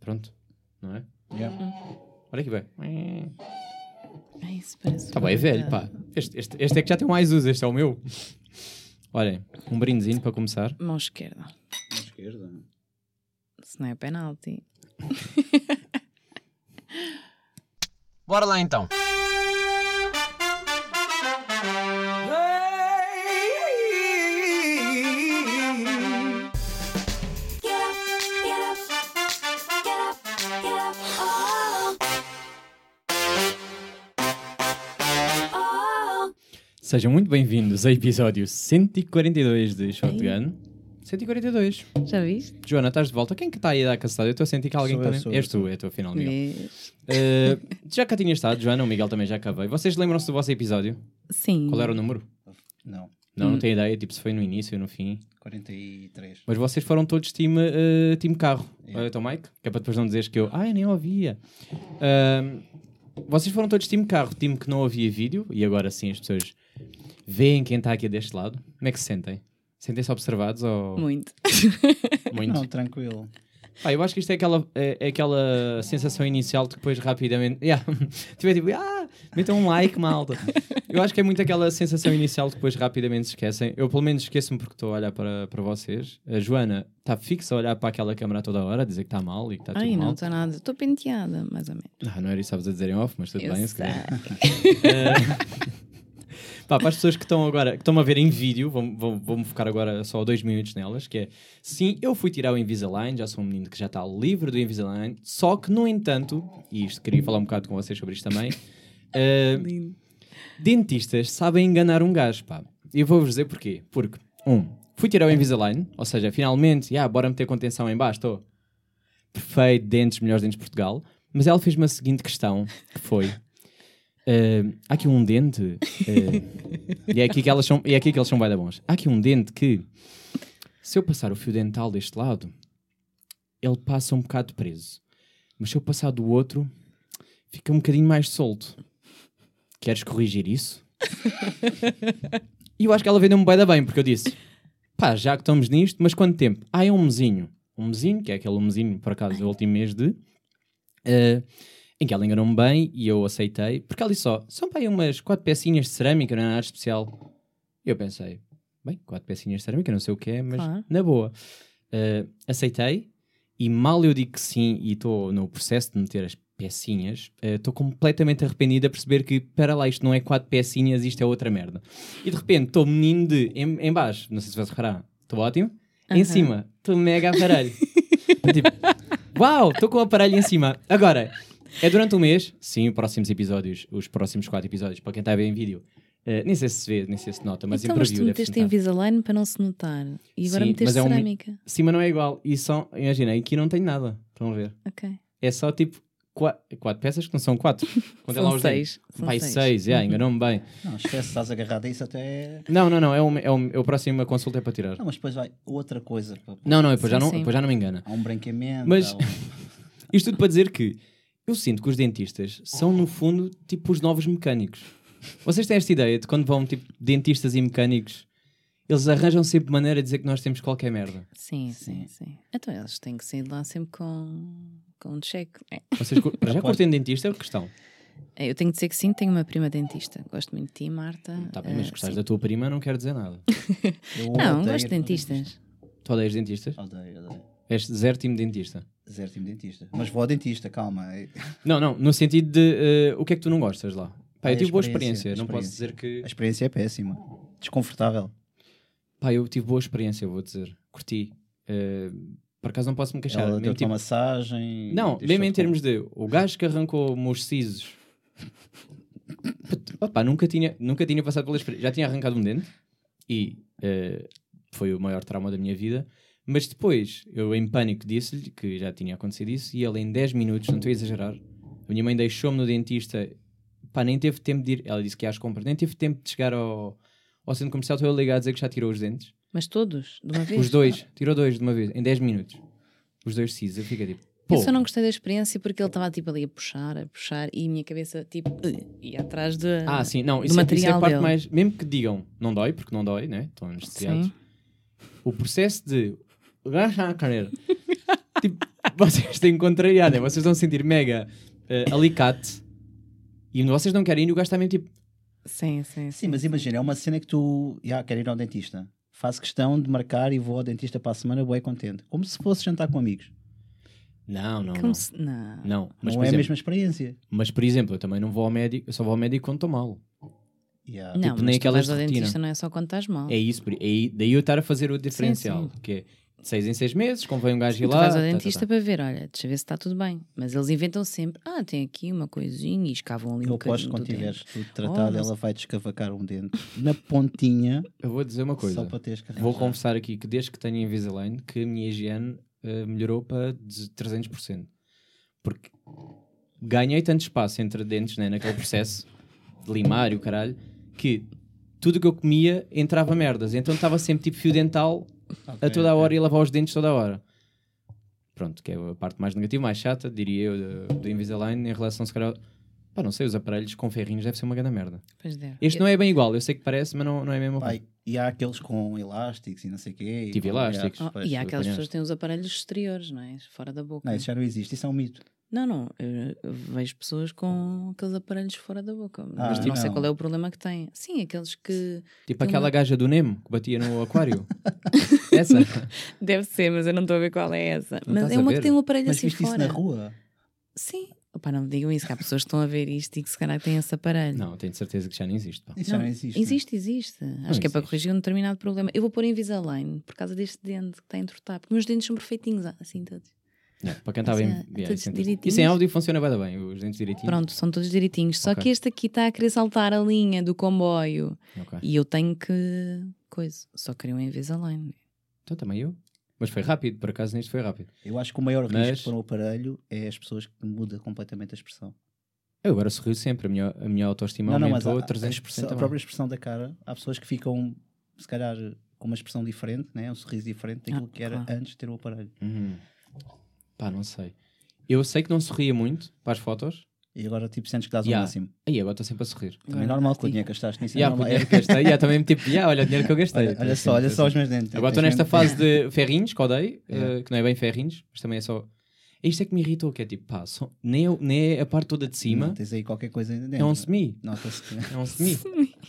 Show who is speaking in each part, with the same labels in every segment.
Speaker 1: Pronto, não é?
Speaker 2: Yeah.
Speaker 1: Olha aqui bem.
Speaker 3: Ai, É isso parece.
Speaker 1: Está Tá bem,
Speaker 3: uma-
Speaker 1: velho, pá. Este, este, este é que já tem mais uso, este é o meu. Olhem, um brindezinho para começar.
Speaker 3: Mão esquerda.
Speaker 2: À esquerda.
Speaker 3: Se não é penalti.
Speaker 4: Bora lá então.
Speaker 1: Sejam muito bem-vindos ao episódio 142 de Shotgun. 142.
Speaker 3: Já viste?
Speaker 1: Joana, estás de volta. Quem que está aí a dar cacetada? Eu estou a sentir que alguém
Speaker 2: Sou eu,
Speaker 1: também.
Speaker 2: sou eu,
Speaker 1: És
Speaker 2: sou
Speaker 1: tu, é a tua final, Miguel.
Speaker 3: Mas-
Speaker 1: Eh, já cá tinha estado, Joana, o Miguel também já acabei. Vocês lembram-se do vosso episódio?
Speaker 3: Sim.
Speaker 1: Qual era o número?
Speaker 2: Não.
Speaker 1: Não, não tenho ideia, tipo se foi no início ou no fim.
Speaker 2: 43.
Speaker 1: Mas vocês foram todos time, eh, time carro. Olha, então, Mike, que é para depois não dizeres que eu. Ah, eu nem ouvia. Ahm, vocês foram todos time carro, time que não havia vídeo, e agora sim as pessoas veem quem está aqui deste lado. Como é que se sentem? Sentem-se observados ou.
Speaker 3: Muito.
Speaker 1: Muito.
Speaker 2: Não, tranquilo.
Speaker 1: Pá, eu acho que isto é aquela, é, é aquela sensação inicial de que depois rapidamente. Yeah. tipo, é tipo, ah, metam um like, malta. eu acho que é muito aquela sensação inicial de que depois rapidamente se esquecem. Eu pelo menos esqueço-me porque estou a olhar para, para vocês. A Joana está fixa a olhar para aquela câmera toda hora, a dizer que está mal e que está tudo
Speaker 3: Ai, não
Speaker 1: mal.
Speaker 3: estou nada. Estou penteada, mais ou menos.
Speaker 1: Ah, não era isso que estavas a dizer em off, mas tudo
Speaker 3: Eu
Speaker 1: bem, se
Speaker 3: sei.
Speaker 1: calhar. Pá, para as pessoas que estão agora, que estão a ver em vídeo, vou- vou- vou-me focar agora só dois minutos nelas, que é, sim, eu fui tirar o Invisalign, já sou um menino que já está livre do Invisalign, só que, no entanto, e isto queria falar um bocado com vocês sobre isto também, eh,
Speaker 3: Lindo.
Speaker 1: dentistas sabem enganar um gajo, pá. E eu vou-vos dizer porquê. Porque, um, fui tirar o Invisalign, ou seja, finalmente, yeah, bora meter contenção em baixo, estou. Perfeito, dentes, melhores dentes de Portugal. Mas ela fez-me a seguinte questão, que foi... eh, há aqui um dente... eh, e, é aqui que elas são, e é aqui que eles são bué da bons. Há aqui um dente que, se eu passar o fio dental deste lado, ele passa um bocado preso. Mas se eu passar do outro, fica um bocadinho mais solto. Queres corrigir isso? e eu acho que ela vendeu-me bué da bem, porque eu disse: pá, já que estamos nisto, mas quanto tempo? Ah, é um mesinho. Um mesinho, que é aquele mesinho, por acaso, do último mês de. eh, em que ela enganou-me bem e eu aceitei, porque ela disse só: são para aí umas quatro pecinhas de cerâmica, não é nada especial. E eu pensei: bem, quatro pecinhas de cerâmica, não sei o que é, mas
Speaker 3: Claro.
Speaker 1: na boa. Eh, aceitei e mal eu digo que sim e estou no processo de meter as pecinhas, eh, estou completamente arrependido a perceber que, para lá, isto não é quatro pecinhas, isto é outra merda. E de repente estou menino de, em, em baixo, não sei se vai reparar, estou ótimo, em
Speaker 3: Aham.
Speaker 1: cima, estou mega aparelho. Eu tipo, uau, estou com o aparelho em cima. Agora, é durante um mês, sim, próximos episódios, os próximos quatro episódios, para quem está a ver em vídeo, eh, nem sei se se vê, nem sei se nota, mas
Speaker 3: então,
Speaker 1: em
Speaker 3: mas tu
Speaker 1: preview deve-se
Speaker 3: meteste
Speaker 1: notar.
Speaker 3: Invisalign para não se notar. E agora
Speaker 1: Sim,
Speaker 3: meteste
Speaker 1: mas é um mi-
Speaker 3: cerâmica.
Speaker 1: Cima não é igual, e só, imagina, aqui não tenho nada, estão a ver.
Speaker 3: Ok.
Speaker 1: é só tipo qua- quatro peças que não são quatro. Quando é lá
Speaker 3: São
Speaker 1: os
Speaker 3: seis.
Speaker 1: dentes.
Speaker 3: São
Speaker 1: Pai,
Speaker 3: seis.
Speaker 1: seis, yeah, enganou-me bem.
Speaker 2: Não, esquece, estás agarrado a isso até.
Speaker 1: Não, não, não, é o, é o, é o próximo a consulta é para tirar.
Speaker 2: Não, mas depois vai outra coisa. pá.
Speaker 1: Não, não, depois, já
Speaker 3: Sim,
Speaker 1: não
Speaker 3: sim.
Speaker 1: depois já não me engana.
Speaker 2: Há um branqueamento.
Speaker 1: Mas-
Speaker 2: há um-
Speaker 1: Isto tudo para dizer que eu sinto que os dentistas são, no fundo, tipo os novos mecânicos. Vocês têm esta ideia de quando vão, tipo, dentistas e mecânicos, eles arranjam sempre maneira de dizer que nós temos qualquer merda.
Speaker 3: Sim, sim, sim. Então eles têm que sair de lá sempre com, com um cheque. né?
Speaker 1: Vocês cur- já curtem dentista? é Que questão.
Speaker 3: Eu tenho de dizer que sim, tenho uma prima dentista. Gosto muito de ti, Marta.
Speaker 1: Tá bem, mas
Speaker 3: Eh,
Speaker 1: gostares
Speaker 3: sim.
Speaker 1: da tua prima, não quero dizer nada.
Speaker 2: Eu
Speaker 3: Não,
Speaker 2: odeio
Speaker 3: gosto de dentistas.
Speaker 1: Tu odeias dentistas?
Speaker 2: Odeio, odeio.
Speaker 1: És zero time dentista.
Speaker 2: Zero time dentista. Mas vou ao dentista, calma. É-
Speaker 1: Não, não, no sentido de eh, o que é que tu não gostas lá? Pá,
Speaker 2: Ah,
Speaker 1: eu
Speaker 2: a
Speaker 1: tive boa
Speaker 2: experiência,
Speaker 1: experiência, não
Speaker 2: a
Speaker 1: posso
Speaker 2: experiência.
Speaker 1: dizer que.
Speaker 2: A experiência é péssima. Desconfortável.
Speaker 1: Pá, eu tive boa experiência, vou dizer. Curti. Eh, por acaso não posso me queixar.
Speaker 2: Ela
Speaker 1: mesmo
Speaker 2: deu-te
Speaker 1: tipo-
Speaker 2: uma massagem.
Speaker 1: Não,
Speaker 2: deixou-te
Speaker 1: mesmo em
Speaker 2: com-
Speaker 1: termos de o gajo que arrancou-me os sisos. Puto, Opá, nunca tinha, nunca tinha passado pela experiência. Já tinha arrancado um dente e eh, foi o maior trauma da minha vida. Mas depois, eu em pânico disse-lhe que já tinha acontecido isso e ele em 10 minutos, não estou a exagerar, a minha mãe deixou-me no dentista. Pá, nem teve tempo de ir. Ela disse que ia às compras, nem teve tempo de chegar ao, ao centro comercial. Estou a ligar a dizer que já tirou os dentes.
Speaker 3: Mas todos, de uma vez.
Speaker 1: Os dois, tirou dois de uma vez, em 10 minutos. Os dois sisos. Eu fico tipo, pô.
Speaker 3: Eu só não gostei da experiência porque ele estava tipo ali a puxar, a puxar e a minha cabeça tipo "Ugh", ia atrás de.
Speaker 1: Ah, sim, não,
Speaker 3: do
Speaker 1: isso, é- isso é a
Speaker 3: material
Speaker 1: parte
Speaker 3: dele.
Speaker 1: mais. Mesmo que digam não dói, porque não dói, né? Estão anestesiados.
Speaker 3: Sim.
Speaker 1: O processo de. Agarra a caneira. tipo, vocês têm que contrariar, né? Vocês vão sentir mega eh, alicate e vocês não querem ir e o gajo está mesmo tipo.
Speaker 3: Sim, sim,
Speaker 2: Sim, mas imagina, é uma cena que tu. Já, quero ir ao dentista. Faço questão de marcar e vou ao dentista para a semana, bem contente. Como se fosse jantar com amigos.
Speaker 1: Não, não,
Speaker 3: é Como
Speaker 1: não.
Speaker 3: se- Não.
Speaker 1: Não, mas
Speaker 2: não
Speaker 1: por,
Speaker 2: é a
Speaker 1: exemplo,
Speaker 2: mesma experiência.
Speaker 1: mas por exemplo, eu também não vou ao médico, eu só vou ao médico quando estou mal.
Speaker 2: Já.
Speaker 3: Não,
Speaker 1: Tipo, nem
Speaker 3: mas tu
Speaker 1: aquelas
Speaker 3: vais ao
Speaker 1: de rotina.
Speaker 3: dentista não é só quando estás mal.
Speaker 1: É isso, por- é aí- daí eu estar a fazer o diferencial, que é de seis em seis meses, convém um gajo ir
Speaker 3: Tu
Speaker 1: lá.
Speaker 3: vais ao
Speaker 1: tá, tá,
Speaker 3: dentista
Speaker 1: tá.
Speaker 3: para ver, olha, deixa eu ver se está tudo bem. Mas eles inventam sempre, ah, tem aqui uma coisinha e escavam ali um
Speaker 2: Eu aposto
Speaker 3: bocadinho
Speaker 2: que quando
Speaker 3: do Oh, dente.
Speaker 2: tiveres tudo tratado,
Speaker 3: não
Speaker 2: ela vai descavacar um dente na pontinha
Speaker 1: Eu vou dizer uma coisa.
Speaker 2: só para teres que
Speaker 1: Vou
Speaker 2: arranjar.
Speaker 1: confessar aqui que desde que tenho Invisalign que a minha higiene eh, melhorou para de- 300%. Porque ganhei tanto espaço entre dentes né, naquele processo de limar e o caralho que tudo o que eu comia entrava merdas. Então estava sempre tipo fio dental a
Speaker 2: Ok,
Speaker 1: toda a
Speaker 2: ok.
Speaker 1: hora e a lavar os dentes toda a hora. Pronto, que é a parte mais negativa, mais chata, diria eu, do, do Invisalign em relação, se calhar, pá, não sei, os aparelhos com ferrinhos deve ser uma grande merda.
Speaker 3: Pois deve.
Speaker 1: Este não é bem igual, eu sei que parece, mas não, não é mesmo.
Speaker 2: Pai, e há aqueles com elásticos e não sei o quê. e
Speaker 1: Tive
Speaker 2: com-
Speaker 1: Tipo elásticos.
Speaker 2: já,
Speaker 3: Oh,
Speaker 2: pois.
Speaker 3: e há
Speaker 1: tu
Speaker 3: aquelas
Speaker 1: apanhaste.
Speaker 3: pessoas que têm os aparelhos exteriores, não é? Fora da boca.
Speaker 2: Não, isso já não existe, isso é um mito.
Speaker 3: Não, não. Eu eu vejo pessoas com aqueles aparelhos fora da boca.
Speaker 1: Ah,
Speaker 3: mas não,
Speaker 2: tipo-
Speaker 3: sei
Speaker 2: não.
Speaker 3: qual é o problema que têm. Sim, aqueles que.
Speaker 1: Tipo
Speaker 3: Tem
Speaker 1: aquela
Speaker 3: uma-
Speaker 1: gaja do Nemo que batia no aquário. Essa.
Speaker 3: Deve ser, mas eu não estou a ver qual é essa.
Speaker 1: Não
Speaker 3: mas
Speaker 1: estás
Speaker 3: é
Speaker 1: a
Speaker 3: uma
Speaker 1: ver?
Speaker 3: que tem um aparelho
Speaker 2: Mas
Speaker 3: assim
Speaker 2: viste
Speaker 3: fora.
Speaker 2: isso na rua?
Speaker 3: Sim. Opa, não me digam isso, que há pessoas que estão a ver isto e que se calhar têm esse aparelho.
Speaker 1: Não, tenho de certeza que já não existe. pá.
Speaker 2: Isso já não existe.
Speaker 3: Existe, existe. Acho que é para
Speaker 1: existe.
Speaker 3: corrigir um determinado problema. Eu vou pôr Invisalign por causa deste dente que está a entortar, porque meus dentes são perfeitinhos, assim todos.
Speaker 1: Não, para quem está bem.
Speaker 3: Isso é-
Speaker 1: yeah,
Speaker 3: todos
Speaker 1: isso é interessante.
Speaker 3: direitinhos.
Speaker 1: Isso em áudio funciona bem, bem, os dentes direitinhos.
Speaker 3: Pronto, são todos direitinhos. Só
Speaker 1: Ok.
Speaker 3: que este aqui está a querer saltar a linha do comboio
Speaker 1: Ok.
Speaker 3: e eu tenho que. coisa. Só queria um Invisalign.
Speaker 1: Então também eu. Mas foi rápido, por acaso nisto foi rápido.
Speaker 2: Eu acho que o maior
Speaker 1: Mas-
Speaker 2: risco para um aparelho é as pessoas que mudam completamente a expressão.
Speaker 1: Eu agora sorrio sempre, a minha, a é minha autoestima aumentou
Speaker 2: a, a
Speaker 1: 300%.
Speaker 2: expressão- a
Speaker 1: também.
Speaker 2: própria expressão da cara, há pessoas que ficam, se calhar, com uma expressão diferente, né? um sorriso diferente daquilo
Speaker 3: Ah,
Speaker 2: que era
Speaker 3: claro.
Speaker 2: antes de ter o aparelho.
Speaker 1: Hum. Pá, não sei. Eu sei que não sorria muito para as fotos.
Speaker 2: E agora, tipo, sentes que dás
Speaker 1: Yeah.
Speaker 2: ao máximo.
Speaker 1: Aí agora estou sempre a sorrir.
Speaker 3: Agora
Speaker 2: Também é normal, com o
Speaker 3: sim.
Speaker 2: dinheiro que gastaste nisso. é
Speaker 1: Yeah,
Speaker 2: normal.
Speaker 1: porque o dinheiro que gastei. yeah, também tipo, yeah, olha o dinheiro que eu gastei.
Speaker 2: Olha, olha
Speaker 1: Assim,
Speaker 2: só, olha
Speaker 1: assim.
Speaker 2: só os meus dentes.
Speaker 1: Agora estou nesta fase de ferrinhos que odeio, eh, que não é bem ferrinhos, mas também é só. Isto é que me irritou, que é tipo, pá, só- nem, eu- nem é a parte toda de
Speaker 2: cima.
Speaker 1: cima,
Speaker 2: tens aí qualquer coisa ainda
Speaker 1: é
Speaker 2: dentro.
Speaker 1: um semi.
Speaker 2: Nota-se que-
Speaker 1: É um semi.